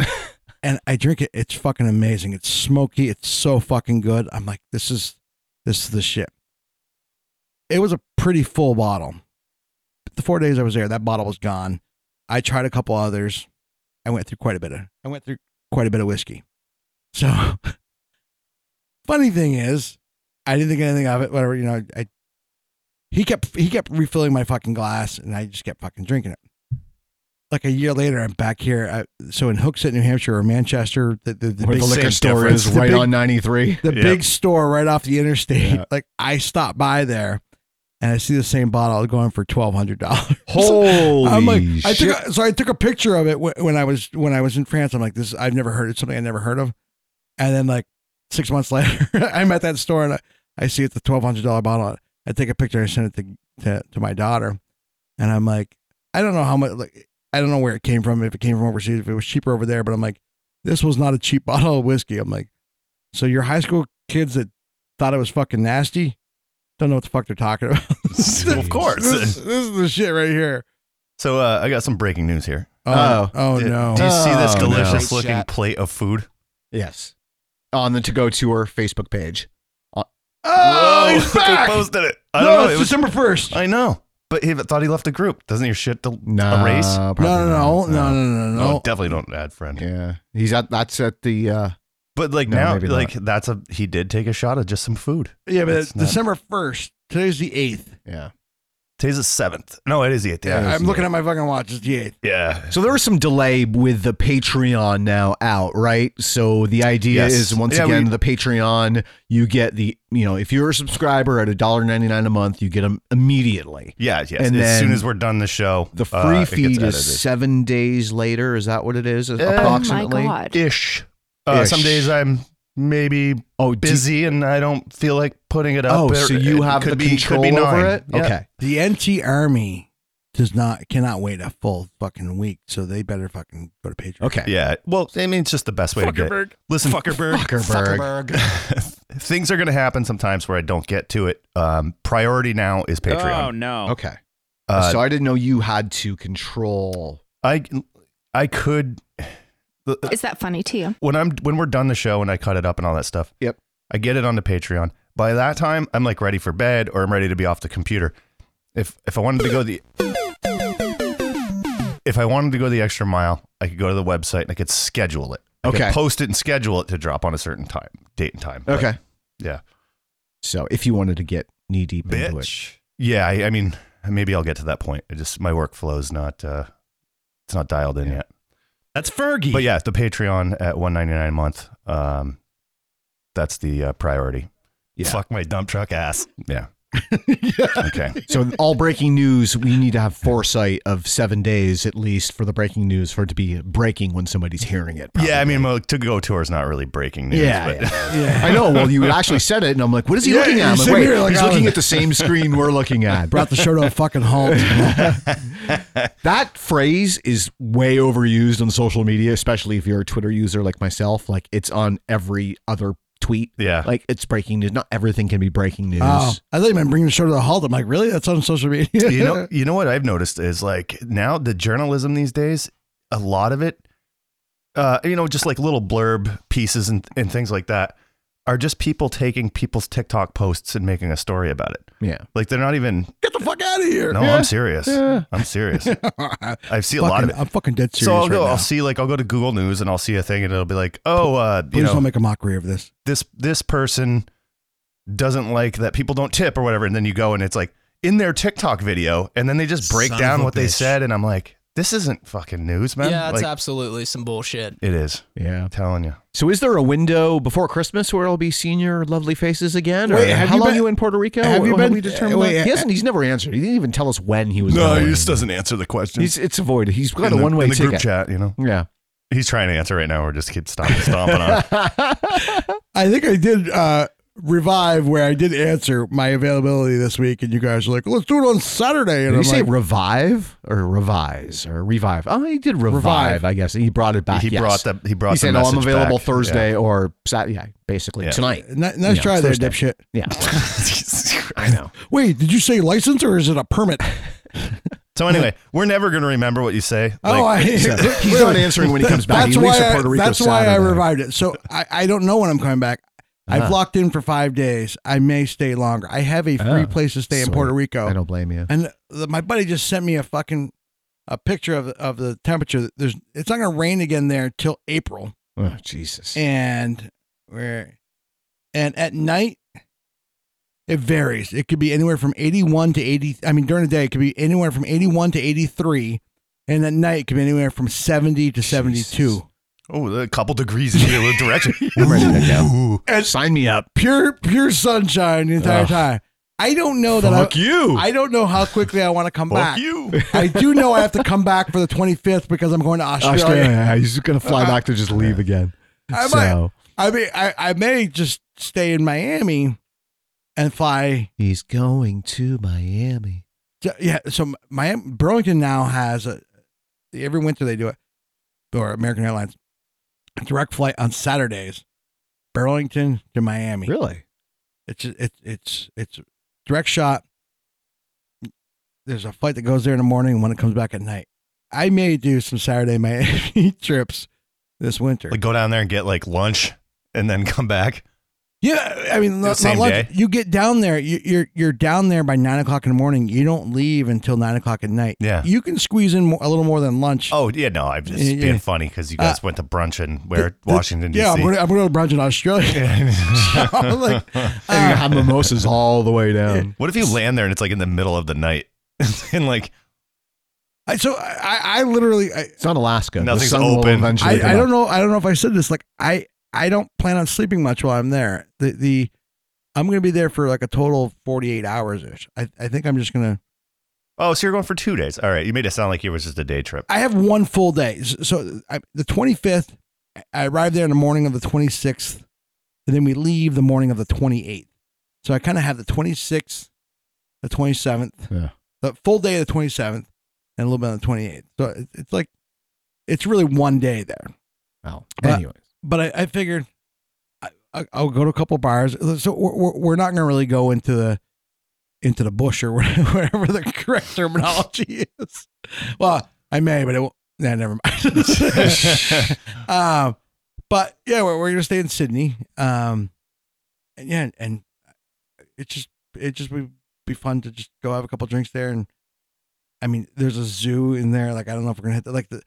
[SPEAKER 1] and I drink it. It's fucking amazing. It's smoky. It's so fucking good. I'm like, this is this is the shit. It was a pretty full bottle. The four days I was there, that bottle was gone. I tried a couple others. I went through quite a bit of I went through quite a bit of whiskey. So funny thing is, I didn't think anything of it. Whatever, you know, I he kept he kept refilling my fucking glass and I just kept fucking drinking it like a year later, I'm back here. I, so in Hooksett, New Hampshire, or Manchester, the the, the
[SPEAKER 3] where
[SPEAKER 1] big
[SPEAKER 3] the liquor
[SPEAKER 2] same
[SPEAKER 3] store
[SPEAKER 2] difference.
[SPEAKER 3] is right
[SPEAKER 1] The big-
[SPEAKER 3] on 93.
[SPEAKER 1] the
[SPEAKER 2] Yeah.
[SPEAKER 1] big store right off the interstate.
[SPEAKER 3] Yeah.
[SPEAKER 1] Like I stopped by there, and I see the same bottle going for twelve hundred dollars.
[SPEAKER 3] Holy
[SPEAKER 1] I'm like, I
[SPEAKER 3] shit.
[SPEAKER 1] took a, so I took a picture of it wh- when I was when I was in France. I'm like, this I've never heard. It's something I never heard of. And then like six months later, I'm at that store and I, I see it's a twelve hundred dollar bottle. I take a picture and I send it to, to to my daughter, and I'm like, I don't know how much. Like, I don't know where it came from. If it came from overseas, if it was cheaper over there, but I'm like, this was not a cheap bottle of whiskey. I'm like, so your high school kids that thought it was fucking nasty don't know what the fuck they're talking about.
[SPEAKER 2] Well, of course.
[SPEAKER 1] this, this is the shit right here.
[SPEAKER 2] So uh, I got some breaking news here.
[SPEAKER 1] Oh, oh,
[SPEAKER 2] Did-
[SPEAKER 1] no.
[SPEAKER 2] Do you see this
[SPEAKER 3] Oh, no.
[SPEAKER 2] delicious looking
[SPEAKER 4] Shit.
[SPEAKER 2] plate of food?
[SPEAKER 3] Yes. On the To Go Tour Facebook page.
[SPEAKER 2] Oh, they posted it. I don't
[SPEAKER 1] no,
[SPEAKER 2] know.
[SPEAKER 1] it's
[SPEAKER 2] It was,
[SPEAKER 1] December first.
[SPEAKER 2] I know, but he thought he left the group. Doesn't your shit del-
[SPEAKER 3] Nah,
[SPEAKER 2] erase?
[SPEAKER 3] probably
[SPEAKER 1] No, no, no, no, no, no, no.
[SPEAKER 2] Oh, definitely don't add friend.
[SPEAKER 3] Yeah. He's at that's at the uh
[SPEAKER 2] But like
[SPEAKER 3] No,
[SPEAKER 2] now,
[SPEAKER 3] maybe not.
[SPEAKER 2] like that's a he did take a shot of just some food.
[SPEAKER 1] yeah, but
[SPEAKER 2] That's
[SPEAKER 1] it's
[SPEAKER 2] not-
[SPEAKER 1] December first. Today's the eighth.
[SPEAKER 3] yeah.
[SPEAKER 2] Today's the seventh. No, it is the eighth. Yeah,
[SPEAKER 1] I'm looking at my fucking watch. It's the eighth.
[SPEAKER 2] yeah.
[SPEAKER 3] So there was some delay with the Patreon now out, right? So the idea
[SPEAKER 2] Yes.
[SPEAKER 3] is once
[SPEAKER 2] Yeah,
[SPEAKER 3] again
[SPEAKER 2] we-
[SPEAKER 3] the Patreon, you get the you know, if you're a subscriber at $1.99 a month, you get them immediately.
[SPEAKER 2] Yeah, yes.
[SPEAKER 3] And
[SPEAKER 2] as
[SPEAKER 3] then
[SPEAKER 2] soon as we're done the show,
[SPEAKER 3] The free
[SPEAKER 2] uh, it gets
[SPEAKER 3] feed
[SPEAKER 2] edited.
[SPEAKER 3] is seven days later. Is that what it is? approximately.
[SPEAKER 12] Oh my god.
[SPEAKER 2] ish. Uh, some
[SPEAKER 3] Ish.
[SPEAKER 2] days I'm maybe
[SPEAKER 3] Oh, do-
[SPEAKER 2] busy and I don't feel like putting it up.
[SPEAKER 3] Oh,
[SPEAKER 2] or
[SPEAKER 3] so you
[SPEAKER 2] it
[SPEAKER 3] have
[SPEAKER 2] could
[SPEAKER 3] the
[SPEAKER 2] be- could
[SPEAKER 3] control
[SPEAKER 2] be
[SPEAKER 3] over
[SPEAKER 2] nine.
[SPEAKER 3] it?
[SPEAKER 2] Yeah.
[SPEAKER 3] Okay.
[SPEAKER 1] The NT Army does not cannot wait a full fucking week, so they better fucking go to Patreon.
[SPEAKER 3] Okay.
[SPEAKER 2] Yeah. Well, I mean, it's just the best way to get.
[SPEAKER 10] Fuckerberg.
[SPEAKER 2] Listen, Fuckerberg.
[SPEAKER 3] Zuckerberg.
[SPEAKER 2] Things are going to happen sometimes where I don't get to it. Um, priority now is Patreon.
[SPEAKER 10] Oh no.
[SPEAKER 3] Okay.
[SPEAKER 2] Uh,
[SPEAKER 3] so I didn't know you had to control.
[SPEAKER 2] I I could
[SPEAKER 12] Is that funny to you?
[SPEAKER 2] when I'm when we're done the show and I cut it up and all that stuff.
[SPEAKER 3] Yep.
[SPEAKER 2] I get it onto Patreon. By that time, I'm like ready for bed or I'm ready to be off the computer. If if I wanted to go the if I wanted to go the extra mile, I could go to the website and I could schedule it. I could
[SPEAKER 3] Okay.
[SPEAKER 2] post it and schedule it to drop on a certain time, date and time. But,
[SPEAKER 3] Okay.
[SPEAKER 2] yeah.
[SPEAKER 3] So if you wanted to get knee deep into it,
[SPEAKER 2] Bitch. Yeah. I, I mean, maybe I'll get to that point. It just my workflow's not uh, it's not dialed in yet.
[SPEAKER 9] That's Fergie.
[SPEAKER 2] But yeah, the Patreon at 199 a month. Um, that's the uh, priority.
[SPEAKER 3] Yeah.
[SPEAKER 2] Fuck my dump truck ass. Yeah. Okay.
[SPEAKER 3] So in all breaking news, we need to have foresight of seven days at least for the breaking news for it to be breaking when somebody's hearing it.
[SPEAKER 2] Yeah, I mean, well, to go tour is not really breaking news.
[SPEAKER 3] Yeah,
[SPEAKER 2] but
[SPEAKER 3] yeah, I know. Well, you actually said it, and I'm like, what is he
[SPEAKER 1] Yeah,
[SPEAKER 3] looking at? I'm
[SPEAKER 1] you
[SPEAKER 3] like,
[SPEAKER 1] sit
[SPEAKER 3] wait,
[SPEAKER 1] here like,
[SPEAKER 3] he's
[SPEAKER 1] oh.
[SPEAKER 3] looking at the same screen we're looking at.
[SPEAKER 1] Brought the show to a fucking halt.
[SPEAKER 3] That phrase is way overused on social media, especially if you're a Twitter user like myself. Like it's on every other tweet.
[SPEAKER 2] yeah.
[SPEAKER 3] Like it's breaking news. Not everything can be breaking news.
[SPEAKER 1] Oh, I thought you meant bringing the show to a halt. I'm like, really? That's on social media.
[SPEAKER 2] you know, you know what I've noticed is like now the journalism these days, a lot of it, uh, you know, just like little blurb pieces and and things like that, are just people taking people's TikTok posts and making a story about it.
[SPEAKER 3] Yeah.
[SPEAKER 2] Like they're not even.
[SPEAKER 1] get the fuck out of here.
[SPEAKER 2] No, I'm serious.
[SPEAKER 3] Yeah.
[SPEAKER 2] I'm serious. I see
[SPEAKER 1] fucking,
[SPEAKER 2] a lot of it.
[SPEAKER 1] I'm fucking dead serious.
[SPEAKER 2] So I'll
[SPEAKER 1] right
[SPEAKER 2] go.
[SPEAKER 1] now.
[SPEAKER 2] I'll see. Like I'll go to Google News and I'll see a thing, and it'll be like, oh, uh,
[SPEAKER 1] Please
[SPEAKER 2] you know,
[SPEAKER 1] don't make a mockery of this.
[SPEAKER 2] this this person doesn't like that people don't tip or whatever, and then you go and it's like in their TikTok video, and then they just break
[SPEAKER 7] Son of
[SPEAKER 2] down
[SPEAKER 7] a
[SPEAKER 2] what they
[SPEAKER 7] bitch.
[SPEAKER 2] said, and I'm like, this isn't fucking news, man.
[SPEAKER 7] yeah, it's
[SPEAKER 2] like,
[SPEAKER 7] absolutely some bullshit.
[SPEAKER 2] it is.
[SPEAKER 3] Yeah.
[SPEAKER 2] I'm telling you.
[SPEAKER 3] So is there a window before Christmas where it'll be senior lovely faces again?
[SPEAKER 1] Wait,
[SPEAKER 3] or
[SPEAKER 1] have
[SPEAKER 3] how
[SPEAKER 1] you
[SPEAKER 3] long
[SPEAKER 1] been-
[SPEAKER 3] you in Puerto Rico?
[SPEAKER 1] have you
[SPEAKER 3] Have
[SPEAKER 1] been-
[SPEAKER 3] we determined
[SPEAKER 1] wait,
[SPEAKER 3] that?
[SPEAKER 1] uh,
[SPEAKER 3] He hasn't. He's never answered. He didn't even tell us when he was. going.
[SPEAKER 2] answer the question.
[SPEAKER 3] He's, it's avoided. He's
[SPEAKER 2] in
[SPEAKER 3] got a
[SPEAKER 2] the-
[SPEAKER 3] one way
[SPEAKER 2] in the
[SPEAKER 3] ticket.
[SPEAKER 2] group chat. You know,
[SPEAKER 3] Yeah.
[SPEAKER 2] he's trying to answer right now. We're just keep stomping, stomping on.
[SPEAKER 1] I think I did uh, revive where I did answer my availability this week, and you guys were like, let's do it on Saturday. And
[SPEAKER 3] Did
[SPEAKER 1] I'm
[SPEAKER 3] you say
[SPEAKER 1] like,
[SPEAKER 3] revive or revise or revive? Oh, he did revive,
[SPEAKER 1] Revive.
[SPEAKER 3] I guess. He brought it back.
[SPEAKER 2] He
[SPEAKER 3] yes.
[SPEAKER 2] brought the he brought.
[SPEAKER 3] He
[SPEAKER 2] the
[SPEAKER 3] said, "Oh, I'm
[SPEAKER 2] message
[SPEAKER 3] available
[SPEAKER 2] back.
[SPEAKER 3] Thursday or Saturday, yeah, basically
[SPEAKER 2] Yeah.
[SPEAKER 3] tonight."
[SPEAKER 1] "N- nice
[SPEAKER 3] Yeah,
[SPEAKER 1] try there,
[SPEAKER 3] Thursday.
[SPEAKER 1] dipshit.
[SPEAKER 2] Yeah.
[SPEAKER 3] Yeah, I know.
[SPEAKER 1] Wait, did you say license or is it a permit?
[SPEAKER 2] so anyway, we're never gonna remember what you say.
[SPEAKER 1] oh, I,
[SPEAKER 3] He's not answering when he comes back.
[SPEAKER 1] That's
[SPEAKER 3] he leaves
[SPEAKER 1] why
[SPEAKER 3] for Puerto
[SPEAKER 1] I,
[SPEAKER 3] Rico
[SPEAKER 1] that's why I
[SPEAKER 3] Saturday.
[SPEAKER 1] revived it. So I, I don't know when I'm coming back. I've
[SPEAKER 3] Ah.
[SPEAKER 1] locked in for five days. I may stay longer. I have a free
[SPEAKER 3] Ah,
[SPEAKER 1] place to stay in
[SPEAKER 3] sweet.
[SPEAKER 1] Puerto Rico.
[SPEAKER 3] I don't blame you.
[SPEAKER 1] And the, my buddy just sent me a fucking a picture of of the temperature. There's it's not gonna rain again there till April,
[SPEAKER 3] Oh, Jesus.
[SPEAKER 1] and we're and at night it varies. It could be anywhere from 81 to 80. I mean, during the day it could be anywhere from 81 to 83, and at night it could be anywhere from 70 to 72.
[SPEAKER 3] Jesus.
[SPEAKER 2] Oh, a couple degrees in the other direction.
[SPEAKER 3] I'm ready to go.
[SPEAKER 1] And-
[SPEAKER 3] Sign me up.
[SPEAKER 1] Pure pure sunshine the entire
[SPEAKER 3] Ugh.
[SPEAKER 1] time. I don't know that
[SPEAKER 2] Fuck
[SPEAKER 1] I,
[SPEAKER 2] you.
[SPEAKER 1] I don't know how quickly I want to come
[SPEAKER 2] Fuck
[SPEAKER 1] back.
[SPEAKER 2] you.
[SPEAKER 1] I do know I have to come back for the 25th because I'm going to Australia.
[SPEAKER 3] Australia. Oh, Yeah, He's gonna fly back to just leave again.
[SPEAKER 1] I might,
[SPEAKER 3] so
[SPEAKER 1] I mean, I, I may just stay in Miami and fly.
[SPEAKER 3] he's going to Miami.
[SPEAKER 1] to- yeah, so Miami Burlington now has a every winter they do it or American Airlines a direct flight on Saturdays, Burlington to Miami.
[SPEAKER 3] Really?
[SPEAKER 1] It's it's it's it's a direct shot. There's a flight that goes there in the morning and when it comes back at night. I may do some Saturday Miami trips this winter.
[SPEAKER 2] Like go down there and get like lunch and then come back.
[SPEAKER 1] Yeah, I mean, not,
[SPEAKER 2] Same
[SPEAKER 1] not lunch.
[SPEAKER 2] day?
[SPEAKER 1] You get down there. You, you're you're down there by nine o'clock in the morning. You don't leave until nine o'clock at night.
[SPEAKER 2] Yeah.
[SPEAKER 1] you can squeeze in more, a little more than lunch.
[SPEAKER 2] Oh yeah, no, I'm just
[SPEAKER 1] Yeah, yeah. Uh,
[SPEAKER 2] being funny because you guys went to brunch in where Washington D.C.
[SPEAKER 1] yeah, I'm going, to, I'm going to brunch in Australia. I'm like,
[SPEAKER 3] And you
[SPEAKER 1] uh,
[SPEAKER 3] have mimosas all the way down.
[SPEAKER 2] what if you land there and it's like in the middle of the night and like
[SPEAKER 1] I, so I, I literally, I,
[SPEAKER 3] It's not Alaska. The
[SPEAKER 2] Nothing's
[SPEAKER 3] sun will
[SPEAKER 2] open.
[SPEAKER 3] eventually
[SPEAKER 1] I,
[SPEAKER 3] come
[SPEAKER 1] I
[SPEAKER 3] up.
[SPEAKER 1] don't know. I don't know if I said this. Like, I, I don't plan on sleeping much while I'm there. The the, I'm going to be there for like a total of 48 hours ish. I, I think I'm just going to.
[SPEAKER 2] oh, so you're going for two days? All right, you made it sound like it was just a day trip.
[SPEAKER 1] I have one full day. S- So I, the 25th, I arrive there in the morning of the 26th, and then we leave the morning of the 28th. So I kind of have the 26th, the 27th,
[SPEAKER 3] Yeah.
[SPEAKER 1] the full day of the 27th, and a little bit on the 28th. So it- it's like, it's really one day there.
[SPEAKER 3] Well,
[SPEAKER 1] But-
[SPEAKER 3] anyways.
[SPEAKER 1] But I, I figured I, I- I'll go to a couple bars. So we're, we're- we're not going to really go into the into the bush or whatever the correct terminology is. Well, I may, but it won't. Nah, never mind. um, but yeah, we're, we're going to stay in Sydney. Um, and yeah, and it just it just would be fun to just go have a couple drinks there. And I mean, there's a zoo in there. Like I don't know if we're gonna hit that. Like the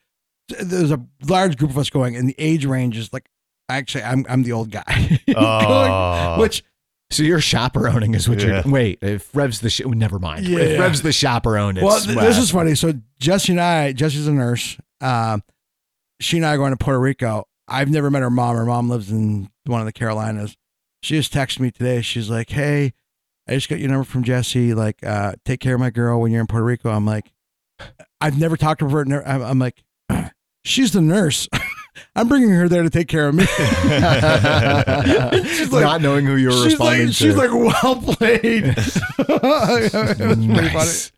[SPEAKER 1] there's a large group of us going, and the age range is like actually I'm I'm the old guy.
[SPEAKER 2] Oh.
[SPEAKER 1] which
[SPEAKER 3] So you're chaperoning is what
[SPEAKER 2] Yeah.
[SPEAKER 3] you're. Wait, if Rev's the sh- never mind.
[SPEAKER 1] Yeah.
[SPEAKER 3] If Rev's the chaperone, it's,
[SPEAKER 1] well, th- this is funny. So Jesse and I, Jesse's a nurse. Um, she and I are going to Puerto Rico. I've never met her mom. Her mom lives in one of the Carolinas. She just texted me today. She's like, "Hey, I just got your number from Jesse. Like, uh, take care of my girl when you're in Puerto Rico." I'm like, "I've never talked to her. never- I'm, I'm like, she's the nurse. I'm bringing her there to take care of me." She's like-
[SPEAKER 3] not knowing who you were
[SPEAKER 1] she's like,
[SPEAKER 3] responding to.
[SPEAKER 1] she's like, well played. it was pretty funny.
[SPEAKER 3] Nice.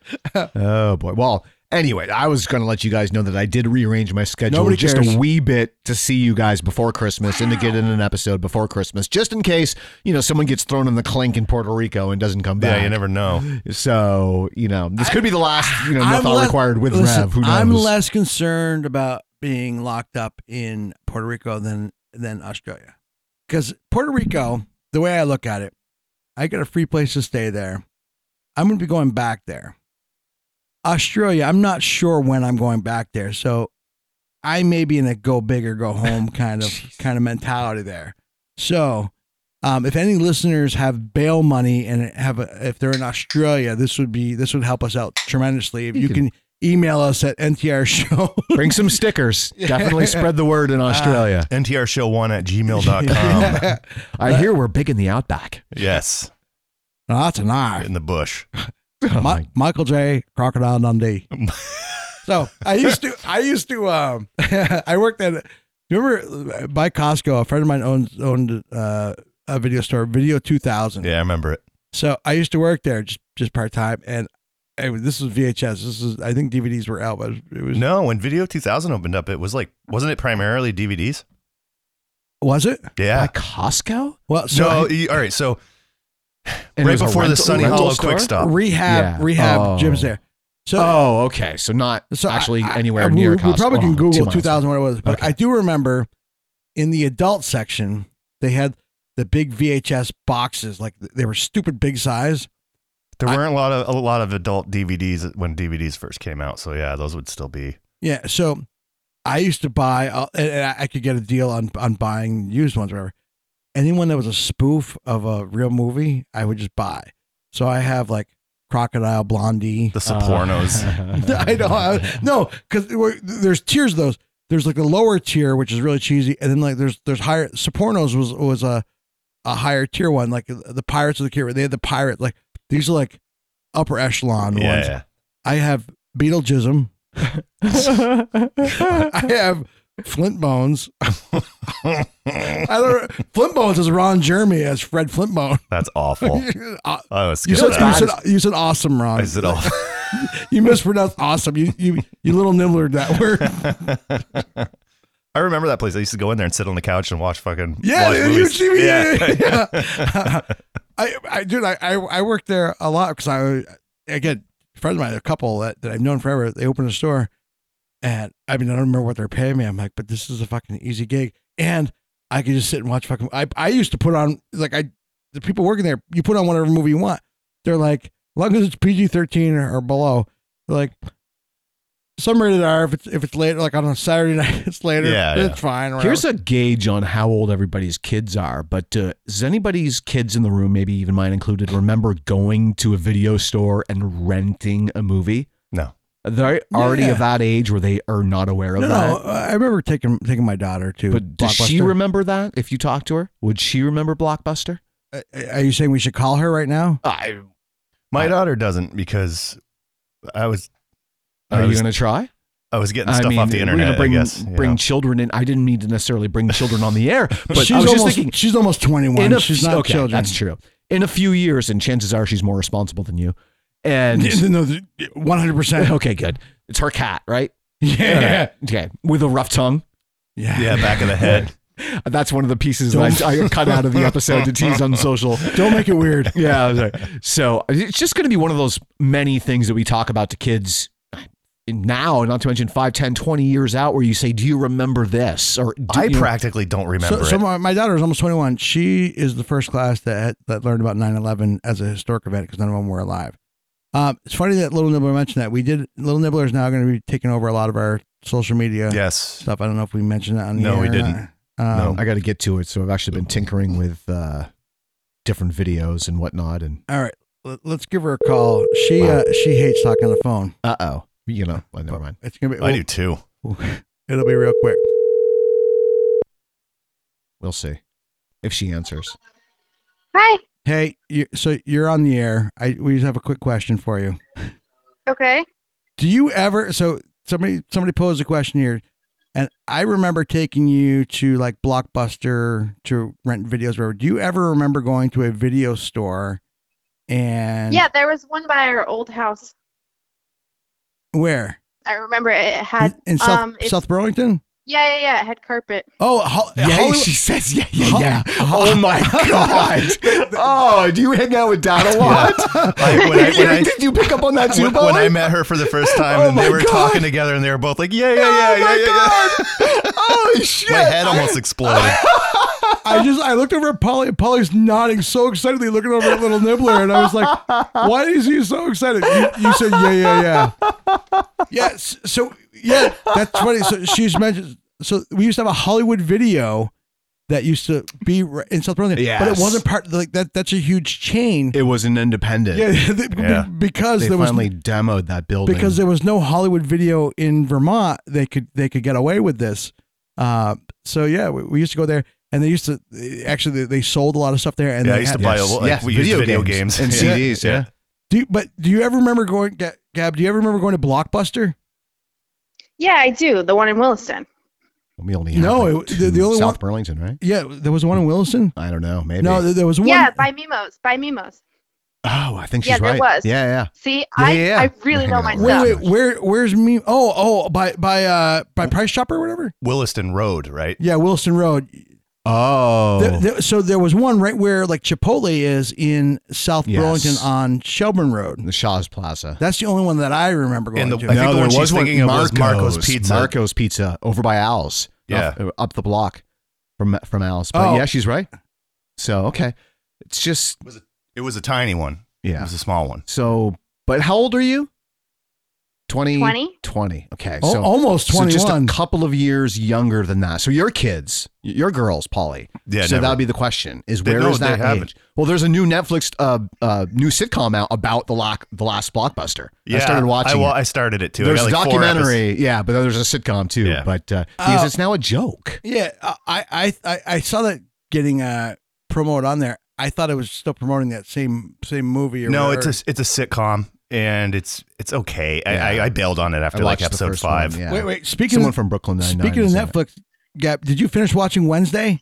[SPEAKER 3] oh boy. Well, anyway, I was going to let you guys know that I did rearrange my schedule
[SPEAKER 1] Nobody
[SPEAKER 3] just
[SPEAKER 1] cares.
[SPEAKER 3] a wee bit to see you guys before Christmas and to get in an episode before Christmas, just in case you know someone gets thrown in the clink in Puerto Rico and doesn't come back.
[SPEAKER 2] Yeah, you never know.
[SPEAKER 3] So you know this could be the last you know nothing
[SPEAKER 1] le-
[SPEAKER 3] required with
[SPEAKER 1] listen,
[SPEAKER 3] Rev. Who knows?
[SPEAKER 1] I'm less concerned about being locked up in Puerto Rico than than Australia, because Puerto Rico, the way I look at it, I got a free place to stay there. I'm going to be going back there. Australia, I'm not sure when I'm going back there, so I may be in a go big or go home kind of kind of mentality there. So. Um, if any listeners have bail money and have a, if they're in Australia, this would be this would help us out tremendously. If you,
[SPEAKER 3] You
[SPEAKER 1] can,
[SPEAKER 3] can-
[SPEAKER 1] email us at NTR show.
[SPEAKER 3] Bring some stickers.
[SPEAKER 1] Yeah. Uh,
[SPEAKER 3] Definitely spread the word in Australia.
[SPEAKER 2] NTRshow1 at gmail.com.
[SPEAKER 3] I
[SPEAKER 1] uh,
[SPEAKER 3] hear we're big in the outback.
[SPEAKER 2] yes.
[SPEAKER 1] No, that's an eye.
[SPEAKER 2] In the bush.
[SPEAKER 3] Oh
[SPEAKER 1] Mi- Michael J. Crocodile Dundee. so I used to I used to um I worked at remember uh, by Costco. A friend of mine owns owned uh, a video store, Video Two Thousand.
[SPEAKER 2] Yeah, I remember it.
[SPEAKER 1] So I used to work there just just part time, and I, this was VHS. This is I think DVDs were out, but it was
[SPEAKER 2] No, when Video 2000 opened up, it was like, wasn't it primarily DVDs?
[SPEAKER 1] was it?
[SPEAKER 2] Yeah.
[SPEAKER 3] By Costco?
[SPEAKER 1] Well, so
[SPEAKER 2] So, you- all right. So,
[SPEAKER 3] And it
[SPEAKER 2] right
[SPEAKER 3] was a
[SPEAKER 2] before the
[SPEAKER 3] rental-
[SPEAKER 2] Sunny
[SPEAKER 3] rental
[SPEAKER 2] Hollow
[SPEAKER 3] store?
[SPEAKER 2] Quick Stop.
[SPEAKER 1] rehab
[SPEAKER 3] Yeah.
[SPEAKER 1] rehab
[SPEAKER 3] Oh.
[SPEAKER 1] gyms there. So
[SPEAKER 3] oh, okay. So not
[SPEAKER 1] So I-
[SPEAKER 3] actually
[SPEAKER 1] I-
[SPEAKER 3] anywhere
[SPEAKER 1] I-
[SPEAKER 3] near
[SPEAKER 1] we,
[SPEAKER 3] Costco.
[SPEAKER 1] We probably
[SPEAKER 3] Oh,
[SPEAKER 1] can
[SPEAKER 3] two
[SPEAKER 1] Google
[SPEAKER 3] miles.
[SPEAKER 1] 2000 what it was, but
[SPEAKER 3] Okay.
[SPEAKER 1] I do remember in the adult section they had the big VHS boxes, like they were stupid big size.
[SPEAKER 2] There
[SPEAKER 1] I-
[SPEAKER 2] weren't a lot of a lot of adult DVDs when DVDs first came out, so yeah, those would still be.
[SPEAKER 1] Yeah, so I used to buy, uh, and, and I- I could get a deal on on buying used ones, or whatever. Anyone that was a spoof of a real movie, I would just buy. So I have like Crocodile Blondie.
[SPEAKER 3] Ah,
[SPEAKER 2] The Sopranos.
[SPEAKER 1] I know. I, no, because there's tiers of those. There's like the lower tier, which is really cheesy, and then like there's there's higher. Sopranos was was a a higher tier one, like the Pirates of the Caribbean. They had the pirate. Like these are like upper echelon
[SPEAKER 2] yeah,
[SPEAKER 1] ones. I have Beetlejuice. I have Flintbones. I don't. Flintbones is Ron Jeremy as Fred Flintbone.
[SPEAKER 2] that's awful.
[SPEAKER 1] Uh,
[SPEAKER 2] I was
[SPEAKER 1] you said,
[SPEAKER 2] skipped
[SPEAKER 1] you
[SPEAKER 2] that.
[SPEAKER 1] said you said awesome, Ron.
[SPEAKER 2] I said awful.
[SPEAKER 1] You mispronounced awesome. You you you little nibbler that word.
[SPEAKER 2] I remember that place. I used to go in there and sit on the couch and watch fucking
[SPEAKER 1] Yeah,
[SPEAKER 2] watch
[SPEAKER 1] dude, you
[SPEAKER 2] movies.
[SPEAKER 1] see me.
[SPEAKER 2] Yeah.
[SPEAKER 1] Yeah. I, I dude, I, I I worked there a lot because I again friends of mine, a couple that, that I've known forever. They opened a store, and I mean I don't remember what they're paying me. I'm like, but this is a fucking easy gig, and I could just sit and watch fucking. I I used to put on like I the people working there. You put on whatever movie you want. They're like, as long as it's PG thirteen or, or below. They're like. Some rated R if it's if it's later like on a Saturday night it's later
[SPEAKER 2] Yeah,
[SPEAKER 1] it's
[SPEAKER 2] yeah.
[SPEAKER 1] fine. or
[SPEAKER 3] Here's a gauge on how old everybody's kids are, but uh, does anybody's kids in the room, maybe even mine included, remember going to a video store and renting a movie?
[SPEAKER 2] No.
[SPEAKER 3] They're already
[SPEAKER 1] Yeah.
[SPEAKER 3] of that age where they are not aware of
[SPEAKER 1] No,
[SPEAKER 3] that.
[SPEAKER 1] no, I remember taking taking my daughter to.
[SPEAKER 3] But does she
[SPEAKER 1] Blockbuster.
[SPEAKER 3] remember that? If you talk to her, would she remember Blockbuster?
[SPEAKER 1] Uh, Are you saying we should call her right now?
[SPEAKER 3] I,
[SPEAKER 2] My daughter doesn't because I was
[SPEAKER 3] are
[SPEAKER 2] I
[SPEAKER 3] you
[SPEAKER 2] was,
[SPEAKER 3] going to try?
[SPEAKER 2] I was getting stuff off the
[SPEAKER 3] we're gonna
[SPEAKER 2] internet.
[SPEAKER 3] Bring,
[SPEAKER 2] I guess you
[SPEAKER 3] bring
[SPEAKER 2] know.
[SPEAKER 3] children in. I didn't mean to necessarily bring children on the air, but
[SPEAKER 1] she's
[SPEAKER 3] I was
[SPEAKER 1] almost
[SPEAKER 3] just thinking.
[SPEAKER 1] she's almost twenty
[SPEAKER 3] in
[SPEAKER 1] one.
[SPEAKER 3] a-
[SPEAKER 1] She's not
[SPEAKER 3] okay,
[SPEAKER 1] children.
[SPEAKER 3] That's true. In a few years, and chances are she's more responsible than you. And
[SPEAKER 1] no, one hundred percent.
[SPEAKER 3] Okay, good. It's her cat, right?
[SPEAKER 1] Yeah.
[SPEAKER 3] All right. Okay. With a rough tongue.
[SPEAKER 1] Yeah.
[SPEAKER 2] Yeah, back of the head.
[SPEAKER 3] That's one of the pieces that I, I cut out of the episode to tease on social.
[SPEAKER 1] Don't make it weird.
[SPEAKER 3] Yeah. I was like- So it's just going to be one of those many things that we talk about to kids now, not to mention 5, 10, 20 years out, where you say, Do you remember this? Or do
[SPEAKER 2] I
[SPEAKER 3] you know-
[SPEAKER 2] practically don't
[SPEAKER 1] So,
[SPEAKER 2] remember
[SPEAKER 1] so
[SPEAKER 2] it.
[SPEAKER 1] my, my daughter is almost 21. She is the first class that had, that learned about 9/11 as a historic event because none of them were alive. Um, it's funny that Little Nibbler mentioned that. We did. Little Nibbler is now going to be taking over a lot of our social media
[SPEAKER 2] yes.
[SPEAKER 1] stuff. I don't know if we mentioned that on the
[SPEAKER 2] No,
[SPEAKER 1] air
[SPEAKER 2] we
[SPEAKER 1] or
[SPEAKER 2] didn't.
[SPEAKER 1] not.
[SPEAKER 2] No.
[SPEAKER 1] Um,
[SPEAKER 3] I got to get to it. So I've actually been tinkering with uh, different videos and whatnot. And
[SPEAKER 1] All right, let- let's give her a call. She
[SPEAKER 3] Wow.
[SPEAKER 1] uh, she hates talking on the phone.
[SPEAKER 3] uh oh, you know, well, never mind.
[SPEAKER 1] It's gonna be.
[SPEAKER 2] I do too.
[SPEAKER 1] It'll be real quick.
[SPEAKER 3] We'll see if she answers.
[SPEAKER 13] Hi.
[SPEAKER 1] Hey, you, so you're on the air. I we just have a quick question for you.
[SPEAKER 13] Okay.
[SPEAKER 1] Do you ever? So somebody somebody posed a question here, and I remember taking you to like Blockbuster to rent videos. Wherever. Do you ever remember going to a video store? And
[SPEAKER 13] yeah, there was one by our old house.
[SPEAKER 1] where
[SPEAKER 13] I remember it had
[SPEAKER 1] in South
[SPEAKER 13] um, it-
[SPEAKER 1] South Burlington?
[SPEAKER 13] Yeah, yeah, yeah. It had carpet.
[SPEAKER 1] Oh, Hol-
[SPEAKER 3] Yeah,
[SPEAKER 1] Hollywood-
[SPEAKER 3] she says yeah,
[SPEAKER 1] Hol-
[SPEAKER 3] yeah, yeah. Oh my god! Oh, do you hang out with Dad a lot?
[SPEAKER 2] Like, when I- when I-
[SPEAKER 3] Did you pick up on that too,
[SPEAKER 2] When,
[SPEAKER 3] Bob?
[SPEAKER 2] when I met her for the first time
[SPEAKER 3] Oh
[SPEAKER 2] and they
[SPEAKER 3] my
[SPEAKER 2] were
[SPEAKER 3] God. Oh
[SPEAKER 2] talking together and they were both like, yeah, yeah,
[SPEAKER 1] Oh
[SPEAKER 2] yeah, yeah, yeah, yeah.
[SPEAKER 3] Holy shit!
[SPEAKER 2] My head almost exploded.
[SPEAKER 1] I just I looked over at Polly and Polly's nodding so excitedly, looking over at little Nibbler, and I was like, "Why is he so excited?" You, you said, "Yeah, yeah, yeah, yes." So yeah, that's funny. So she's mentioned. So we used to have a Hollywood video that used to be r- in South Burlington, but
[SPEAKER 3] Yes.
[SPEAKER 1] it wasn't part like that. That's a huge chain.
[SPEAKER 3] It was an independent.
[SPEAKER 1] Yeah, they- be-
[SPEAKER 2] Yeah.
[SPEAKER 1] because
[SPEAKER 3] They
[SPEAKER 1] there was
[SPEAKER 3] finally demoed that building
[SPEAKER 1] because there was no Hollywood video in Vermont, they could they could get away with this. Uh, so yeah, we, we used to go there, and they used to actually they, they sold a lot of stuff there. And
[SPEAKER 2] yeah, I
[SPEAKER 1] they
[SPEAKER 2] used to
[SPEAKER 1] had-
[SPEAKER 2] buy
[SPEAKER 3] Yes,
[SPEAKER 2] a lot. Like,
[SPEAKER 3] yes,
[SPEAKER 2] we used
[SPEAKER 3] video
[SPEAKER 2] video
[SPEAKER 3] games
[SPEAKER 2] games,
[SPEAKER 3] and CDs, yeah.
[SPEAKER 1] Do you, but do you ever remember going Ga- Gab? Do you ever remember going to Blockbuster?
[SPEAKER 13] Yeah, I do. The one in Williston.
[SPEAKER 3] We only have
[SPEAKER 1] No,
[SPEAKER 3] like,
[SPEAKER 1] it- the- the
[SPEAKER 3] two-
[SPEAKER 1] only
[SPEAKER 3] South
[SPEAKER 1] one-
[SPEAKER 3] Burlington, right?
[SPEAKER 1] Yeah, there was one in Williston.
[SPEAKER 3] I don't know. Maybe.
[SPEAKER 1] No, there, there was one.
[SPEAKER 13] Yeah, by Mimos. By Mimos.
[SPEAKER 3] oh, I think she's
[SPEAKER 13] Yeah, there
[SPEAKER 3] right.
[SPEAKER 13] was.
[SPEAKER 3] Yeah, yeah.
[SPEAKER 13] See,
[SPEAKER 3] Yeah,
[SPEAKER 13] I,
[SPEAKER 3] yeah, yeah.
[SPEAKER 13] I really
[SPEAKER 3] Hang
[SPEAKER 13] know
[SPEAKER 3] on.
[SPEAKER 13] myself.
[SPEAKER 1] Wait, wait, where where's me? Oh, oh, by by uh by Price Chopper or whatever.
[SPEAKER 2] Williston Road, right?
[SPEAKER 1] Yeah, Williston Road.
[SPEAKER 3] Oh,
[SPEAKER 1] There- there- so there was one right where like Chipotle is in South
[SPEAKER 3] Yes.
[SPEAKER 1] Burlington on Shelburne Road.
[SPEAKER 3] Oh, the Shaw's Plaza.
[SPEAKER 1] That's the only one that I remember going
[SPEAKER 2] And the-
[SPEAKER 1] to.
[SPEAKER 2] I think the one she's thinking of was Marco's Pizza.
[SPEAKER 3] Marco's Pizza over by Al's.
[SPEAKER 2] Yeah.
[SPEAKER 3] up, up the block from from Al's. But
[SPEAKER 1] Oh.
[SPEAKER 3] yeah, she's right. So okay, it's just
[SPEAKER 2] It was a tiny one. It
[SPEAKER 3] yeah.
[SPEAKER 2] was a small one.
[SPEAKER 3] So, but how old are you? 20,
[SPEAKER 13] 20?
[SPEAKER 3] 20. Okay,
[SPEAKER 2] Oh,
[SPEAKER 1] Al-
[SPEAKER 3] so
[SPEAKER 1] almost
[SPEAKER 3] so
[SPEAKER 1] twenty
[SPEAKER 3] just a
[SPEAKER 1] one.
[SPEAKER 3] couple of years younger than that. So your kids, your girls, Polly.
[SPEAKER 2] Yeah,
[SPEAKER 3] So
[SPEAKER 2] never.
[SPEAKER 3] that would be the question: Is
[SPEAKER 2] They-
[SPEAKER 3] where is
[SPEAKER 2] no, they
[SPEAKER 3] that
[SPEAKER 2] haven't.
[SPEAKER 3] age? Well, there's a new Netflix, uh, uh, new sitcom out about the lock, the last blockbuster.
[SPEAKER 2] yeah,
[SPEAKER 3] I started watching.
[SPEAKER 2] I, wa-
[SPEAKER 3] it.
[SPEAKER 2] I started it too. I
[SPEAKER 3] There's
[SPEAKER 2] got
[SPEAKER 3] a
[SPEAKER 2] like four episodes.
[SPEAKER 3] documentary, yeah, but then there's a sitcom too.
[SPEAKER 2] Yeah.
[SPEAKER 3] But uh, because
[SPEAKER 1] Oh.
[SPEAKER 3] it's now a joke.
[SPEAKER 1] Yeah, uh, I, I I I saw that getting uh promoted on there. I thought it was still promoting that same same movie. Or
[SPEAKER 2] No,
[SPEAKER 1] or-
[SPEAKER 2] it's a it's a sitcom and it's it's okay. I,
[SPEAKER 3] Yeah.
[SPEAKER 2] I, I bailed on it after
[SPEAKER 3] I
[SPEAKER 2] like
[SPEAKER 3] watched the
[SPEAKER 2] episode
[SPEAKER 3] first one,
[SPEAKER 2] five.
[SPEAKER 3] yeah.
[SPEAKER 1] wait wait. Speaking
[SPEAKER 3] Someone
[SPEAKER 1] of,
[SPEAKER 3] from Brooklyn Nine
[SPEAKER 1] speaking of Netflix, Gab, did you finish watching Wednesday?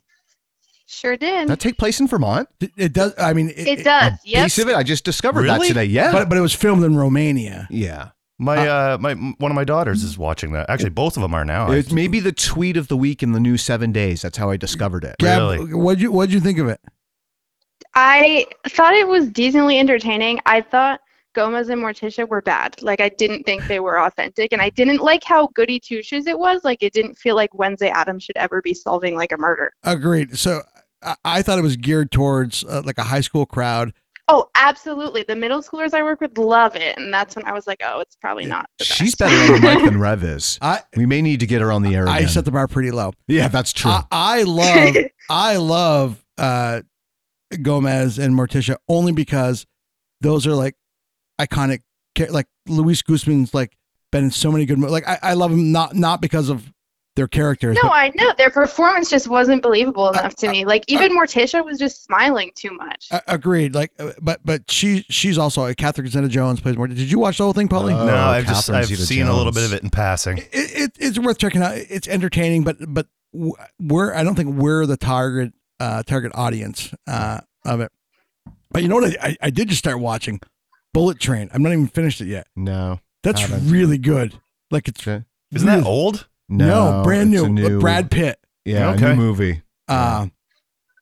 [SPEAKER 13] Sure did.
[SPEAKER 3] that take place in Vermont?
[SPEAKER 1] It, it does. I mean, it,
[SPEAKER 13] it does.
[SPEAKER 3] Piece
[SPEAKER 13] Yes.
[SPEAKER 3] of it. I just discovered that
[SPEAKER 2] Really?
[SPEAKER 3] today. Yeah.
[SPEAKER 1] but but it was filmed in Romania.
[SPEAKER 3] yeah.
[SPEAKER 2] My uh, my m- one of my daughters is watching that. Actually, both of them are now. Oh, I-
[SPEAKER 3] It's maybe the tweet of the week in the new seven days. That's how I discovered it.
[SPEAKER 1] Gab,
[SPEAKER 2] Really?
[SPEAKER 1] what'd you what'd you think of it?
[SPEAKER 13] I thought it was decently entertaining. I thought Gomez and Morticia were bad. Like I didn't think they were authentic, and I didn't like how goody two shoes it was. Like it didn't feel like Wednesday Adams should ever be solving like a murder.
[SPEAKER 1] Agreed. So I, I thought it was geared towards uh, like a high school crowd.
[SPEAKER 13] Oh, absolutely. The middle schoolers I work with love it, and that's when I was like, oh, it's probably not. The
[SPEAKER 3] She's
[SPEAKER 13] best.
[SPEAKER 3] better on the mic than Rev is.
[SPEAKER 1] I
[SPEAKER 3] We may need to get her on the air.
[SPEAKER 1] I
[SPEAKER 3] again.
[SPEAKER 1] set the bar pretty low.
[SPEAKER 3] yeah, that's true.
[SPEAKER 1] I, I love I love uh, Gomez and Morticia only because those are like iconic. cha- Like Luis Guzman's like been in so many good movies. Like I, I love them not not because of their characters.
[SPEAKER 13] No,
[SPEAKER 1] but-
[SPEAKER 13] I know their performance just wasn't believable enough to me. Like even Morticia was just smiling too much.
[SPEAKER 1] A- agreed. Like, uh, but but she she's also Catherine Zeta-Jones plays Morticia. Did you watch the whole thing, Polly?
[SPEAKER 3] Uh,
[SPEAKER 2] no,
[SPEAKER 3] Oh,
[SPEAKER 2] I've just
[SPEAKER 3] Catherine
[SPEAKER 2] I've
[SPEAKER 3] Zeta-Jones.
[SPEAKER 2] seen a little bit of it in passing.
[SPEAKER 1] it, it, it's worth checking out. It's entertaining, but but w- we're I don't think we're the target uh, target audience uh, of it. But you know what? I, I, I did just start watching Bullet Train. I'm not even finished it yet.
[SPEAKER 3] No,
[SPEAKER 1] that's
[SPEAKER 3] haven't.
[SPEAKER 1] really good. Like it's
[SPEAKER 2] Isn't that old?
[SPEAKER 1] No,
[SPEAKER 3] No,
[SPEAKER 1] brand
[SPEAKER 3] it's
[SPEAKER 1] new.
[SPEAKER 3] a new-
[SPEAKER 1] Brad Pitt.
[SPEAKER 3] Yeah,
[SPEAKER 2] Okay.
[SPEAKER 3] new movie.
[SPEAKER 1] Um,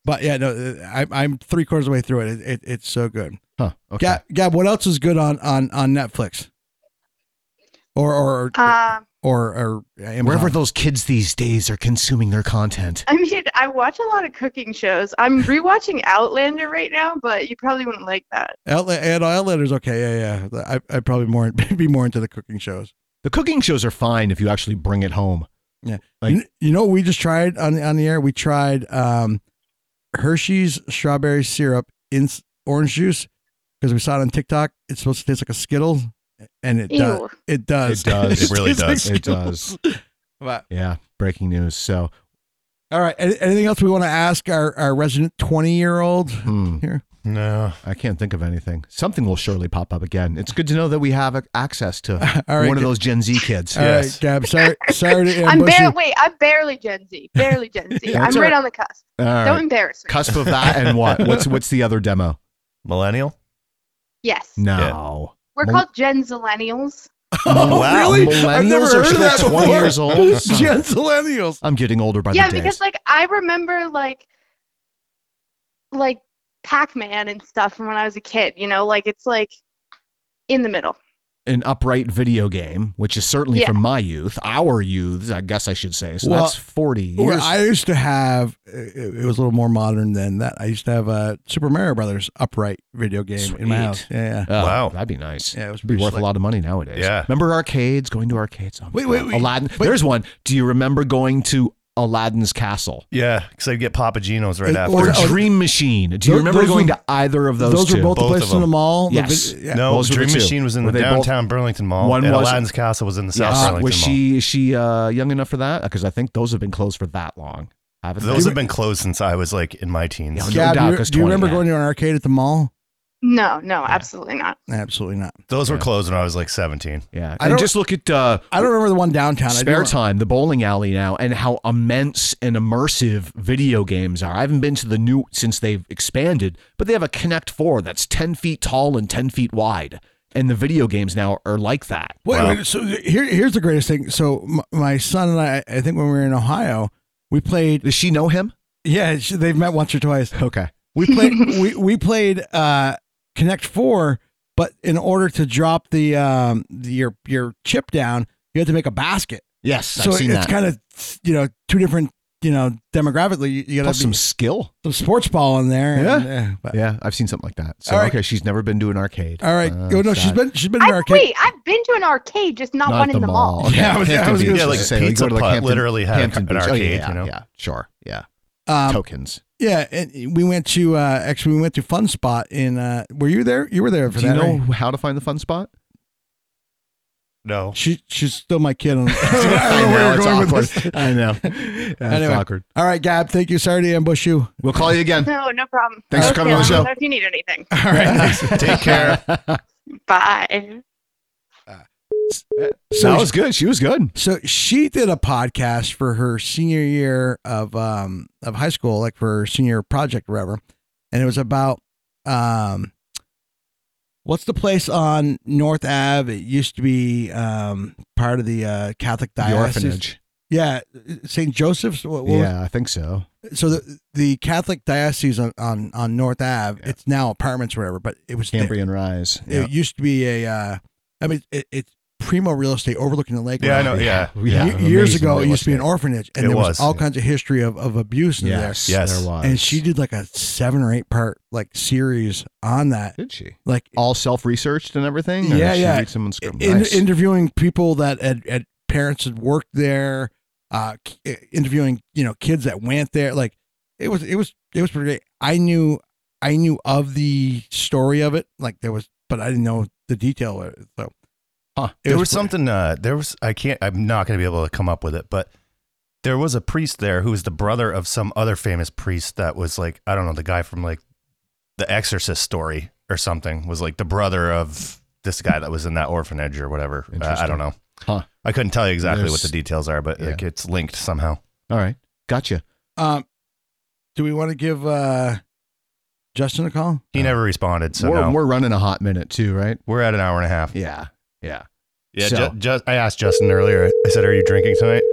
[SPEAKER 1] but yeah, no, I'm I'm three quarters of the way through it. It, it. It's so good.
[SPEAKER 3] Huh. Okay.
[SPEAKER 1] Gab, Gab, what else is good on on on Netflix? Or or
[SPEAKER 13] Uh,
[SPEAKER 1] or, or Amazon?
[SPEAKER 3] Wherever those kids these days are consuming their content.
[SPEAKER 13] I mean, I watch a lot of cooking shows. I'm rewatching Outlander right now, but you probably wouldn't like that.
[SPEAKER 1] Outlet and Outlander's okay. Yeah, yeah. I I probably more be more into the cooking shows.
[SPEAKER 3] The cooking shows are fine if you actually bring it home.
[SPEAKER 1] Yeah.
[SPEAKER 3] Like-
[SPEAKER 1] you, you know, what we just tried on the on the air. We tried um, Hershey's strawberry syrup in s- orange juice because we saw it on TikTok. It's supposed to taste like a Skittle, and it does.
[SPEAKER 13] Ew.
[SPEAKER 1] It does.
[SPEAKER 3] It does.
[SPEAKER 2] It really
[SPEAKER 1] tastes like
[SPEAKER 3] does. It does.
[SPEAKER 1] Skittles. But-
[SPEAKER 3] Yeah, breaking news. So,
[SPEAKER 1] all right. any- Anything else we want to ask our our resident twenty year old?
[SPEAKER 3] hmm,
[SPEAKER 1] Here.
[SPEAKER 2] No.
[SPEAKER 3] I can't think of anything. Something will surely pop up again. It's good to know that we have a- access to
[SPEAKER 1] All right,
[SPEAKER 3] one
[SPEAKER 1] good.
[SPEAKER 3] of those Gen Z kids.
[SPEAKER 1] All right, Gab. Sorry, sorry to
[SPEAKER 13] I'm
[SPEAKER 1] ambush you.
[SPEAKER 13] barely wait. I'm barely Gen Z. Barely Gen Z. I'm
[SPEAKER 3] That's all
[SPEAKER 13] right,
[SPEAKER 3] right.
[SPEAKER 13] on the cusp.
[SPEAKER 3] All right.
[SPEAKER 13] Don't embarrass me.
[SPEAKER 3] Cusp of that and what? What's what's the other demo?
[SPEAKER 2] Millennial?
[SPEAKER 13] Yes,
[SPEAKER 3] No.
[SPEAKER 13] we're
[SPEAKER 3] Mil-
[SPEAKER 13] called Gen Zillennials.
[SPEAKER 1] Oh,
[SPEAKER 3] Wow.
[SPEAKER 1] really? I've
[SPEAKER 3] Millennials
[SPEAKER 1] never
[SPEAKER 3] are
[SPEAKER 1] heard
[SPEAKER 3] still
[SPEAKER 1] of that
[SPEAKER 3] 20
[SPEAKER 1] before.
[SPEAKER 3] years old?
[SPEAKER 1] Gentilennials.
[SPEAKER 3] I'm getting older by
[SPEAKER 13] yeah,
[SPEAKER 3] the days.
[SPEAKER 13] because like I remember like like Pac-Man and stuff from when I was a kid. You know, like it's like in the middle.
[SPEAKER 3] An upright video game, which is certainly
[SPEAKER 13] Yeah.
[SPEAKER 3] from my youth, our youth, I guess I should say. So
[SPEAKER 1] Well,
[SPEAKER 3] that's 40 years.
[SPEAKER 1] Well, I used to have it, it was a little more modern than that. I used to have a Super Mario Brothers upright video game in my
[SPEAKER 3] Sweet.
[SPEAKER 1] house. Yeah.
[SPEAKER 3] Oh,
[SPEAKER 2] Wow.
[SPEAKER 3] that'd be nice.
[SPEAKER 1] Yeah, it was
[SPEAKER 3] be
[SPEAKER 1] pretty
[SPEAKER 3] worth
[SPEAKER 1] slick.
[SPEAKER 3] a lot of money nowadays.
[SPEAKER 2] Yeah.
[SPEAKER 3] remember arcades? Going to arcades. Oh, my
[SPEAKER 1] Wait, wait,
[SPEAKER 3] God.
[SPEAKER 1] wait.
[SPEAKER 3] Aladdin.
[SPEAKER 1] Wait.
[SPEAKER 3] There's one. Do you remember going to Aladdin's castle
[SPEAKER 2] Yeah, because I get Papagenos right
[SPEAKER 1] It-
[SPEAKER 2] after.
[SPEAKER 1] or-
[SPEAKER 3] or
[SPEAKER 1] oh,
[SPEAKER 3] Dream Machine? Do you
[SPEAKER 1] those-
[SPEAKER 3] remember
[SPEAKER 1] those
[SPEAKER 3] going
[SPEAKER 1] were-
[SPEAKER 3] to either of those,
[SPEAKER 1] Those,
[SPEAKER 3] two?
[SPEAKER 1] were both,
[SPEAKER 2] Both
[SPEAKER 1] the places
[SPEAKER 2] of
[SPEAKER 1] in the
[SPEAKER 2] them.
[SPEAKER 1] mall. The
[SPEAKER 3] Yes.
[SPEAKER 1] vid- yeah.
[SPEAKER 2] no,
[SPEAKER 3] those were the
[SPEAKER 2] Dream
[SPEAKER 3] two.
[SPEAKER 2] Machine was in
[SPEAKER 3] Were
[SPEAKER 2] the
[SPEAKER 3] they both-
[SPEAKER 2] downtown Burlington Mall,
[SPEAKER 3] One
[SPEAKER 2] and
[SPEAKER 3] was-
[SPEAKER 2] Aladdin's Castle was in the South
[SPEAKER 3] Yes. uh,
[SPEAKER 2] Burlington
[SPEAKER 3] was
[SPEAKER 2] Mall.
[SPEAKER 3] she is she uh, young enough for that? Because I think those have been closed for that long. Haven't
[SPEAKER 2] Those
[SPEAKER 3] they?
[SPEAKER 2] have been closed since I was like in my teens.
[SPEAKER 3] Yeah,
[SPEAKER 1] Gab,
[SPEAKER 3] doubt,
[SPEAKER 1] do you,
[SPEAKER 3] 'cause
[SPEAKER 1] do you
[SPEAKER 3] 20,
[SPEAKER 1] remember
[SPEAKER 3] yeah.
[SPEAKER 1] going to an arcade at the mall?
[SPEAKER 13] No, no, absolutely not.
[SPEAKER 1] Absolutely not.
[SPEAKER 2] Those were
[SPEAKER 3] Yeah.
[SPEAKER 2] closed when I was like 17.
[SPEAKER 3] Yeah,
[SPEAKER 1] I
[SPEAKER 3] and
[SPEAKER 1] don't-
[SPEAKER 3] just look at uh,
[SPEAKER 1] I don't remember the one downtown. I do
[SPEAKER 3] spare
[SPEAKER 1] remember-
[SPEAKER 3] time, the bowling alley now, and how immense and immersive video games are. I haven't been to the new since they've expanded, but they have a Connect Four that's ten feet tall and ten feet wide, and the video games now are like that.
[SPEAKER 1] Wait,
[SPEAKER 2] Wow.
[SPEAKER 1] wait, so here, here's the greatest thing. So my, my son and I, I think when we were in Ohio, we played.
[SPEAKER 3] Does she know him?
[SPEAKER 1] Yeah, she- they've met once or twice.
[SPEAKER 3] Okay.
[SPEAKER 1] We played we, we played uh Connect Four, but in order to drop the um the, your your chip down, you had to make a basket.
[SPEAKER 3] Yes,
[SPEAKER 1] so
[SPEAKER 3] I've seen
[SPEAKER 1] it's
[SPEAKER 3] that.
[SPEAKER 1] kind of you know two different you know demographically. You, you got
[SPEAKER 3] Plus
[SPEAKER 1] some,
[SPEAKER 3] some skill.
[SPEAKER 1] some sports ball in there.
[SPEAKER 3] Yeah.
[SPEAKER 1] and, uh, but-
[SPEAKER 3] Yeah, I've seen something like that. So
[SPEAKER 1] All right.
[SPEAKER 3] okay, she's never been to an arcade.
[SPEAKER 1] All right.
[SPEAKER 3] Uh,
[SPEAKER 1] oh no, she's
[SPEAKER 3] sad.
[SPEAKER 1] been she's been in an
[SPEAKER 13] I,
[SPEAKER 1] arcade.
[SPEAKER 13] wait, I've been to an arcade, just not,
[SPEAKER 3] Not
[SPEAKER 13] one
[SPEAKER 3] at
[SPEAKER 13] in the mall.
[SPEAKER 1] Yeah, I was- I
[SPEAKER 3] Hampton
[SPEAKER 1] was
[SPEAKER 3] Beach.
[SPEAKER 1] gonna
[SPEAKER 2] Yeah, like
[SPEAKER 3] Say, go
[SPEAKER 2] Pizza
[SPEAKER 3] to,
[SPEAKER 2] Hut
[SPEAKER 3] Hampton-
[SPEAKER 2] literally had
[SPEAKER 3] Hampton
[SPEAKER 2] an
[SPEAKER 3] Beach. Oh,
[SPEAKER 2] arcade,
[SPEAKER 3] yeah,
[SPEAKER 2] you know?
[SPEAKER 3] yeah, sure, yeah.
[SPEAKER 1] Um,
[SPEAKER 3] Tokens.
[SPEAKER 1] yeah, and we went to uh, actually we went to Fun Spot in. Uh, were you there? You were there for
[SPEAKER 3] Do you
[SPEAKER 1] that.
[SPEAKER 3] know
[SPEAKER 1] right?
[SPEAKER 3] how to find the fun spot?
[SPEAKER 2] No.
[SPEAKER 1] She she's still my kid. On, I don't know
[SPEAKER 3] I
[SPEAKER 1] where
[SPEAKER 3] know,
[SPEAKER 1] you're
[SPEAKER 3] it's
[SPEAKER 1] going with
[SPEAKER 3] awkward.
[SPEAKER 1] this.
[SPEAKER 3] I know.
[SPEAKER 1] Anyway.
[SPEAKER 3] That's awkward.
[SPEAKER 1] All right, Gab. Thank you. Sorry to ambush you.
[SPEAKER 3] We'll call you again.
[SPEAKER 13] No, no problem.
[SPEAKER 3] Thanks for
[SPEAKER 13] Okay,
[SPEAKER 3] coming on the
[SPEAKER 13] let me
[SPEAKER 3] show.
[SPEAKER 13] know If you need anything,
[SPEAKER 1] All right.
[SPEAKER 2] Take care.
[SPEAKER 13] bye.
[SPEAKER 1] So
[SPEAKER 3] that was good. She was good.
[SPEAKER 1] So she did a podcast for her senior year of um of high school, like for her senior project or whatever, and it was about um what's the place on North Ave? It used to be um part of the uh, Catholic
[SPEAKER 3] The
[SPEAKER 1] diocese.
[SPEAKER 3] orphanage.
[SPEAKER 1] Yeah, St. Joseph's. What, what was-
[SPEAKER 3] Yeah, I think so.
[SPEAKER 1] so the the Catholic diocese on on, on North Ave.
[SPEAKER 3] Yeah.
[SPEAKER 1] It's now apartments or whatever, but it was there.
[SPEAKER 3] Cambrian Rise.
[SPEAKER 1] It used to be a. Uh, I mean, it, it's primo real estate overlooking the lake.
[SPEAKER 2] Yeah, I know. Yeah.
[SPEAKER 3] Yeah.
[SPEAKER 1] Ye- years
[SPEAKER 3] Amazing
[SPEAKER 1] ago, it
[SPEAKER 3] real
[SPEAKER 1] used to be an
[SPEAKER 3] estate.
[SPEAKER 1] orphanage, and
[SPEAKER 2] It
[SPEAKER 1] there was,
[SPEAKER 2] was,
[SPEAKER 1] all
[SPEAKER 2] yeah.
[SPEAKER 1] kinds of history of, of abuse in
[SPEAKER 3] Yes,
[SPEAKER 2] Yes.
[SPEAKER 3] there was.
[SPEAKER 1] there. And she did like a seven or eight part like series on that,
[SPEAKER 3] did she
[SPEAKER 1] like
[SPEAKER 3] all self researched and everything? Or
[SPEAKER 1] Yeah,
[SPEAKER 3] did she
[SPEAKER 1] yeah.
[SPEAKER 3] Read someone's script.
[SPEAKER 1] in-
[SPEAKER 3] Nice.
[SPEAKER 1] interviewing people that had, had parents had worked there, uh, k- interviewing you know kids that went there. Like it was it was it was pretty. Great. I knew I knew of the story of it, like there was, but I didn't know the detail of it. So
[SPEAKER 3] Huh.
[SPEAKER 1] it
[SPEAKER 2] there was,
[SPEAKER 1] was pretty-
[SPEAKER 2] something uh there was i can't i'm not going to be able to come up with it but there was a priest there who was the brother of some other famous priest that was like i don't know the guy from like the exorcist story or something was like the brother of this guy that was in that orphanage or whatever Uh, i
[SPEAKER 3] Interesting.
[SPEAKER 2] don't know
[SPEAKER 3] Huh.
[SPEAKER 2] i couldn't tell you exactly what
[SPEAKER 3] There's-
[SPEAKER 2] the details are but
[SPEAKER 3] Yeah.
[SPEAKER 2] like it's linked somehow
[SPEAKER 3] all right. Gotcha.
[SPEAKER 1] Um, do we want to give uh, Justin a call?
[SPEAKER 2] He never responded. So
[SPEAKER 3] we're,
[SPEAKER 2] no.
[SPEAKER 3] we're running a hot minute too, right?
[SPEAKER 2] We're at an hour and a half.
[SPEAKER 3] Yeah. Yeah.
[SPEAKER 2] Yeah.
[SPEAKER 3] So-
[SPEAKER 2] Ju- Ju- I asked Justin earlier. I said, "Are you drinking tonight?"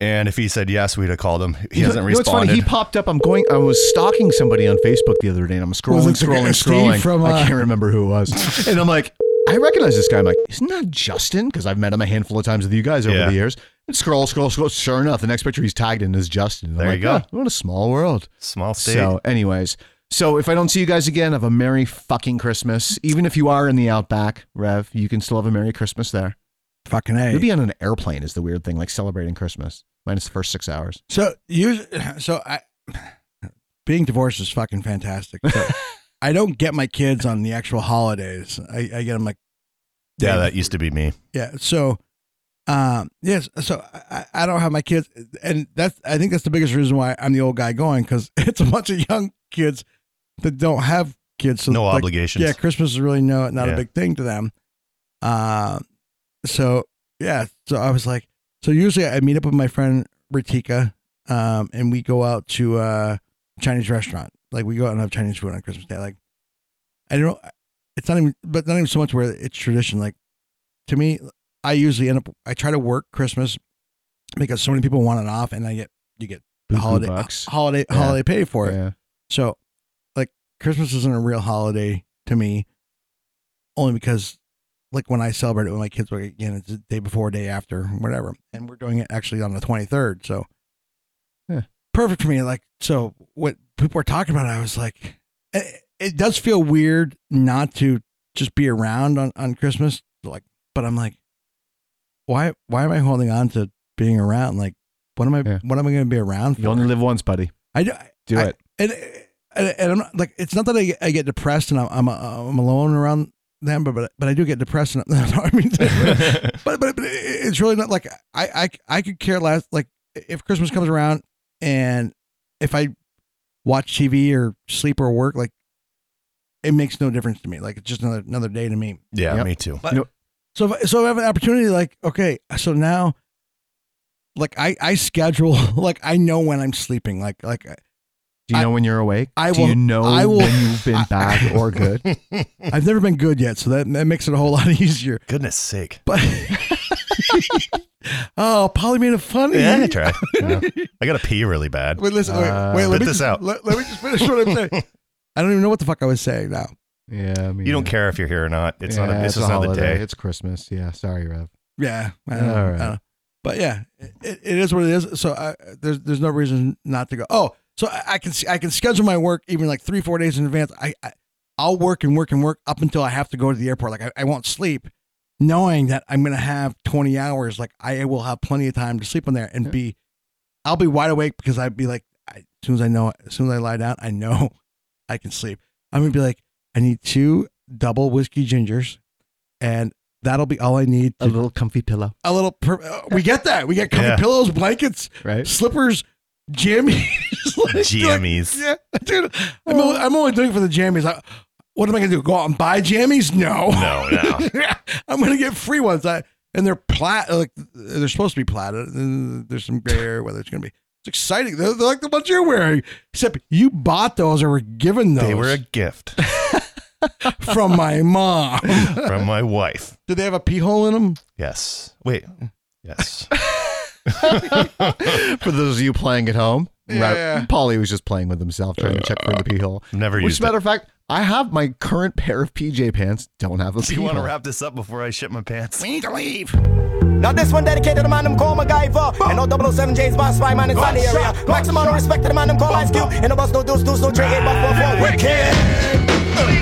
[SPEAKER 2] And if he said yes, we'd have called him. He
[SPEAKER 3] You know-
[SPEAKER 2] hasn't
[SPEAKER 3] you know what's funny?
[SPEAKER 2] responded.
[SPEAKER 3] He popped up. I'm going. I was stalking somebody on Facebook the other day, and I'm scrolling,
[SPEAKER 1] Was it the-
[SPEAKER 3] scrolling,
[SPEAKER 1] Steve
[SPEAKER 3] scrolling.
[SPEAKER 1] from,
[SPEAKER 3] I
[SPEAKER 1] uh,
[SPEAKER 3] can't remember who it was. and I'm like, I recognize this guy. I'm like, isn't that Justin? Because I've met him a handful of times with you guys over
[SPEAKER 2] Yeah.
[SPEAKER 3] the years. And scroll, scroll, scroll. Sure enough, the next picture he's tagged in is Justin. And I'm
[SPEAKER 2] There
[SPEAKER 3] like,
[SPEAKER 2] you go.
[SPEAKER 3] "Huh, what a small world.
[SPEAKER 2] Small state.
[SPEAKER 3] So, anyways, so if I don't see you guys again, have a merry fucking Christmas. Even if you are in the outback, Rev, you can still have a merry Christmas there.
[SPEAKER 1] Fucking A.
[SPEAKER 3] You'll be on an airplane is the weird thing, like celebrating Christmas minus the first six hours.
[SPEAKER 1] So you, so I, being divorced is fucking fantastic. So I don't get my kids on the actual holidays. I, I get them like,
[SPEAKER 2] yeah, that used to be me.
[SPEAKER 1] yeah. So, um, yes. So I, I don't have my kids, and that's I think that's the biggest reason why I'm the old guy going because it's a bunch of young kids that don't have kids. So
[SPEAKER 2] No
[SPEAKER 1] like,
[SPEAKER 2] obligations.
[SPEAKER 1] Yeah, Christmas is really no not
[SPEAKER 2] Yeah.
[SPEAKER 1] a big thing to them. Um, so yeah, so I was like, so usually I meet up with my friend Ritika, um, and we go out to a Chinese restaurant. Like we go out and have Chinese food on Christmas Day. Like I don't know, it's not even, but not even so much where it's tradition. Like to me, I usually end up. I try to work Christmas because so many people want it off, and I get you get the
[SPEAKER 3] Boo-boo
[SPEAKER 1] holiday
[SPEAKER 3] bucks.
[SPEAKER 1] holiday
[SPEAKER 3] Yeah.
[SPEAKER 1] holiday pay for it.
[SPEAKER 3] Yeah.
[SPEAKER 1] So, like, Christmas isn't a real holiday to me, only because, like, when I celebrate it with my kids, like, again, it's the day before, day after, whatever. And we're doing it actually on the 23rd. So,
[SPEAKER 3] Yeah.
[SPEAKER 1] perfect for me. Like, so what people were talking about, I was like, it, it does feel weird not to just be around on, on Christmas. Like, but I'm like, why, why am I holding on to being around? Like, what am I, what am I going to be around for?
[SPEAKER 3] You only live once, buddy.
[SPEAKER 1] I do,
[SPEAKER 3] Do
[SPEAKER 1] I-
[SPEAKER 3] it.
[SPEAKER 1] And, and and I'm not like it's not that I, I get depressed and I'm I'm, uh, I'm alone around them, but but, but I do get depressed. And, I mean, but, but but it's really not like I I I could care less. Like if Christmas comes around and if I watch TV or sleep or work, like it makes no difference to me. Like it's just another another day to me.
[SPEAKER 2] Yeah,
[SPEAKER 3] Yep.
[SPEAKER 2] me too.
[SPEAKER 1] But, So if, so if I have an opportunity, like okay, so now, like I I schedule like I know when I'm sleeping. Like like
[SPEAKER 3] Do you know when you're awake?
[SPEAKER 1] I
[SPEAKER 3] Do
[SPEAKER 1] will-
[SPEAKER 3] you know
[SPEAKER 1] I will-
[SPEAKER 3] when you've been bad or good?
[SPEAKER 1] I've never been good yet, so that, that makes it a whole lot easier.
[SPEAKER 2] Goodness sake.
[SPEAKER 1] But oh, Polly made it funny.
[SPEAKER 2] Yeah, I tried. Yeah. I got to pee really bad.
[SPEAKER 1] Wait, listen. Wait, wait
[SPEAKER 2] Spit
[SPEAKER 1] let me
[SPEAKER 2] this
[SPEAKER 1] just,
[SPEAKER 2] out.
[SPEAKER 1] Let, let me just finish what I'm saying. I don't even know what the fuck I was saying now.
[SPEAKER 3] Yeah, I mean,
[SPEAKER 2] you don't care if you're here or not. It's not.
[SPEAKER 3] yeah,
[SPEAKER 2] A, it's
[SPEAKER 3] a
[SPEAKER 2] just not the
[SPEAKER 3] holiday.
[SPEAKER 2] day.
[SPEAKER 3] It's Christmas. Yeah, sorry, Rev.
[SPEAKER 1] Yeah, I don't know,
[SPEAKER 3] All
[SPEAKER 1] I
[SPEAKER 3] right.
[SPEAKER 1] don't know. But yeah, it, it is what it is. So I, there's there's no reason not to go. Oh, so I, I can s- I can schedule my work even like three four days in advance. I, I I'll work and work and work up until I have to go to the airport. Like I, I won't sleep, knowing that I'm gonna have 20 hours. Like I will have plenty of time to sleep on there and be, I'll be wide awake because I'd be like, I, as soon as I know, as soon as I lie down, I know I can sleep. I'm gonna be like, I need two double whiskey gingers, and that'll be all I need.
[SPEAKER 3] A little comfy pillow.
[SPEAKER 1] a little. Per- uh, we get that. We get comfy
[SPEAKER 2] Yeah.
[SPEAKER 1] pillows, blankets,
[SPEAKER 3] Right.
[SPEAKER 1] slippers, jammies. like,
[SPEAKER 2] Jammies.
[SPEAKER 1] yeah, dude. I'm, only, I'm only doing it for the jammies. I, what am I gonna do? Go out and buy jammies? No.
[SPEAKER 2] No, no.
[SPEAKER 1] I'm gonna get free ones. I, and they're plat. Like they're supposed to be platted. And There's some gray area whether it's gonna be. It's exciting. They're, they're like the ones you're wearing, except you bought those or were given those
[SPEAKER 2] They were a gift
[SPEAKER 1] from my mom.
[SPEAKER 2] from my wife.
[SPEAKER 1] Did they have a pee hole in them?
[SPEAKER 2] Yes. Wait. Yes.
[SPEAKER 3] For those of you playing at home,
[SPEAKER 1] Yeah,
[SPEAKER 3] Rev,
[SPEAKER 1] yeah.
[SPEAKER 3] Polly was just playing with himself, trying to check for the pee hole.
[SPEAKER 2] Uh, Never
[SPEAKER 3] Which,
[SPEAKER 2] used
[SPEAKER 3] matter of fact, I have my current pair of PJ pants. Don't have a
[SPEAKER 2] Do
[SPEAKER 3] pee
[SPEAKER 2] you want to
[SPEAKER 3] hole.
[SPEAKER 2] wrap this up before I shit my pants?
[SPEAKER 6] We need to leave.
[SPEAKER 7] Now this one dedicated to the man them call MacGyver And no 007 James Bond spy man inside the area Maximum respect to the man them call Ice Cube And no bus, no deuce, deuce, no trade, eight, buff, four, four Wicked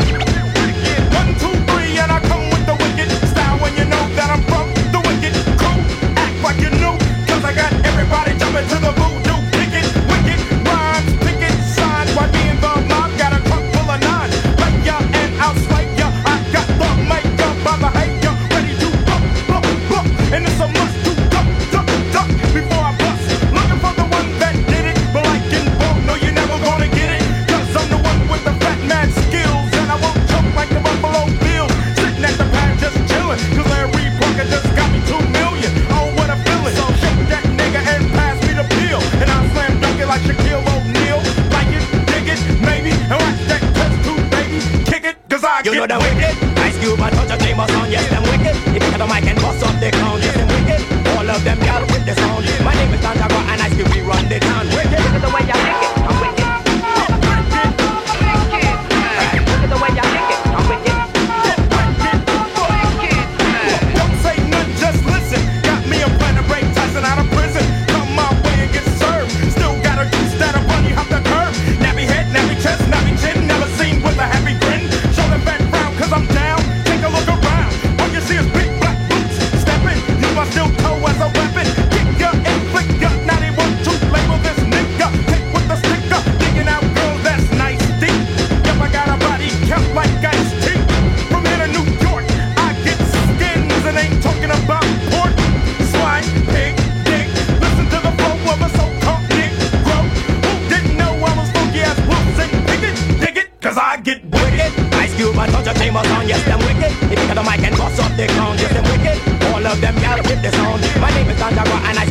[SPEAKER 6] One, two, three, and I come with the wicked style when you know that I'm from the wicked crew. Act like you knew, cause I got everybody jumping to the voodoo. Picket, wicked rhymes, picket signs. Why me and the mob got a trunk full of nines. Like ya and I'll slay ya. I got the mic up by the hater, ready to bump, bump, bump. And it's a must to duck, duck, duck before I bust. Oh, Oh, mic
[SPEAKER 13] You know them
[SPEAKER 6] get
[SPEAKER 13] wicked. Ice Cube and Hunter James on, yes, them wicked. If you have a mic and bust up the ground, yes, them wicked. All of them y'all with the sound. My name is Tantago and Ice Cube, we run the town. Wicked. Look at the way y'all lick it. I'm wicked. Look at the way y'all lick it. I'm wicked.
[SPEAKER 6] Don't say nothing, just listen. Got me a plan to break Tyson out of prison. Come my way and get served. Still got a juice that'll bunny hop the curb. Nappy head, nappy chest, nappy chin. Never seen with a happy grin. Show them back round, cause I'm down. Take a look around. All you see is big black boots. Stepping, use my steel toe as a weapon. Kick ya, inflict ya. Now they want to label this nigga. Take with the sticker. Digging out girls, that's nice deep. Yep, I got a body count like ice tea. From here to New York, I get skins and ain't talking about pork. Swine, pig, dick. Listen to the flow of a so-called Negro who didn't know I was funky as Wilson Pickett. Dig it, cause I get wicked.
[SPEAKER 13] Ice Cube and Hunter Chambers on, yes, them wicked. If you got a mic and bust up the ground, yes, them wicked. All of them y'all with the sound. My name is Tantago and Ice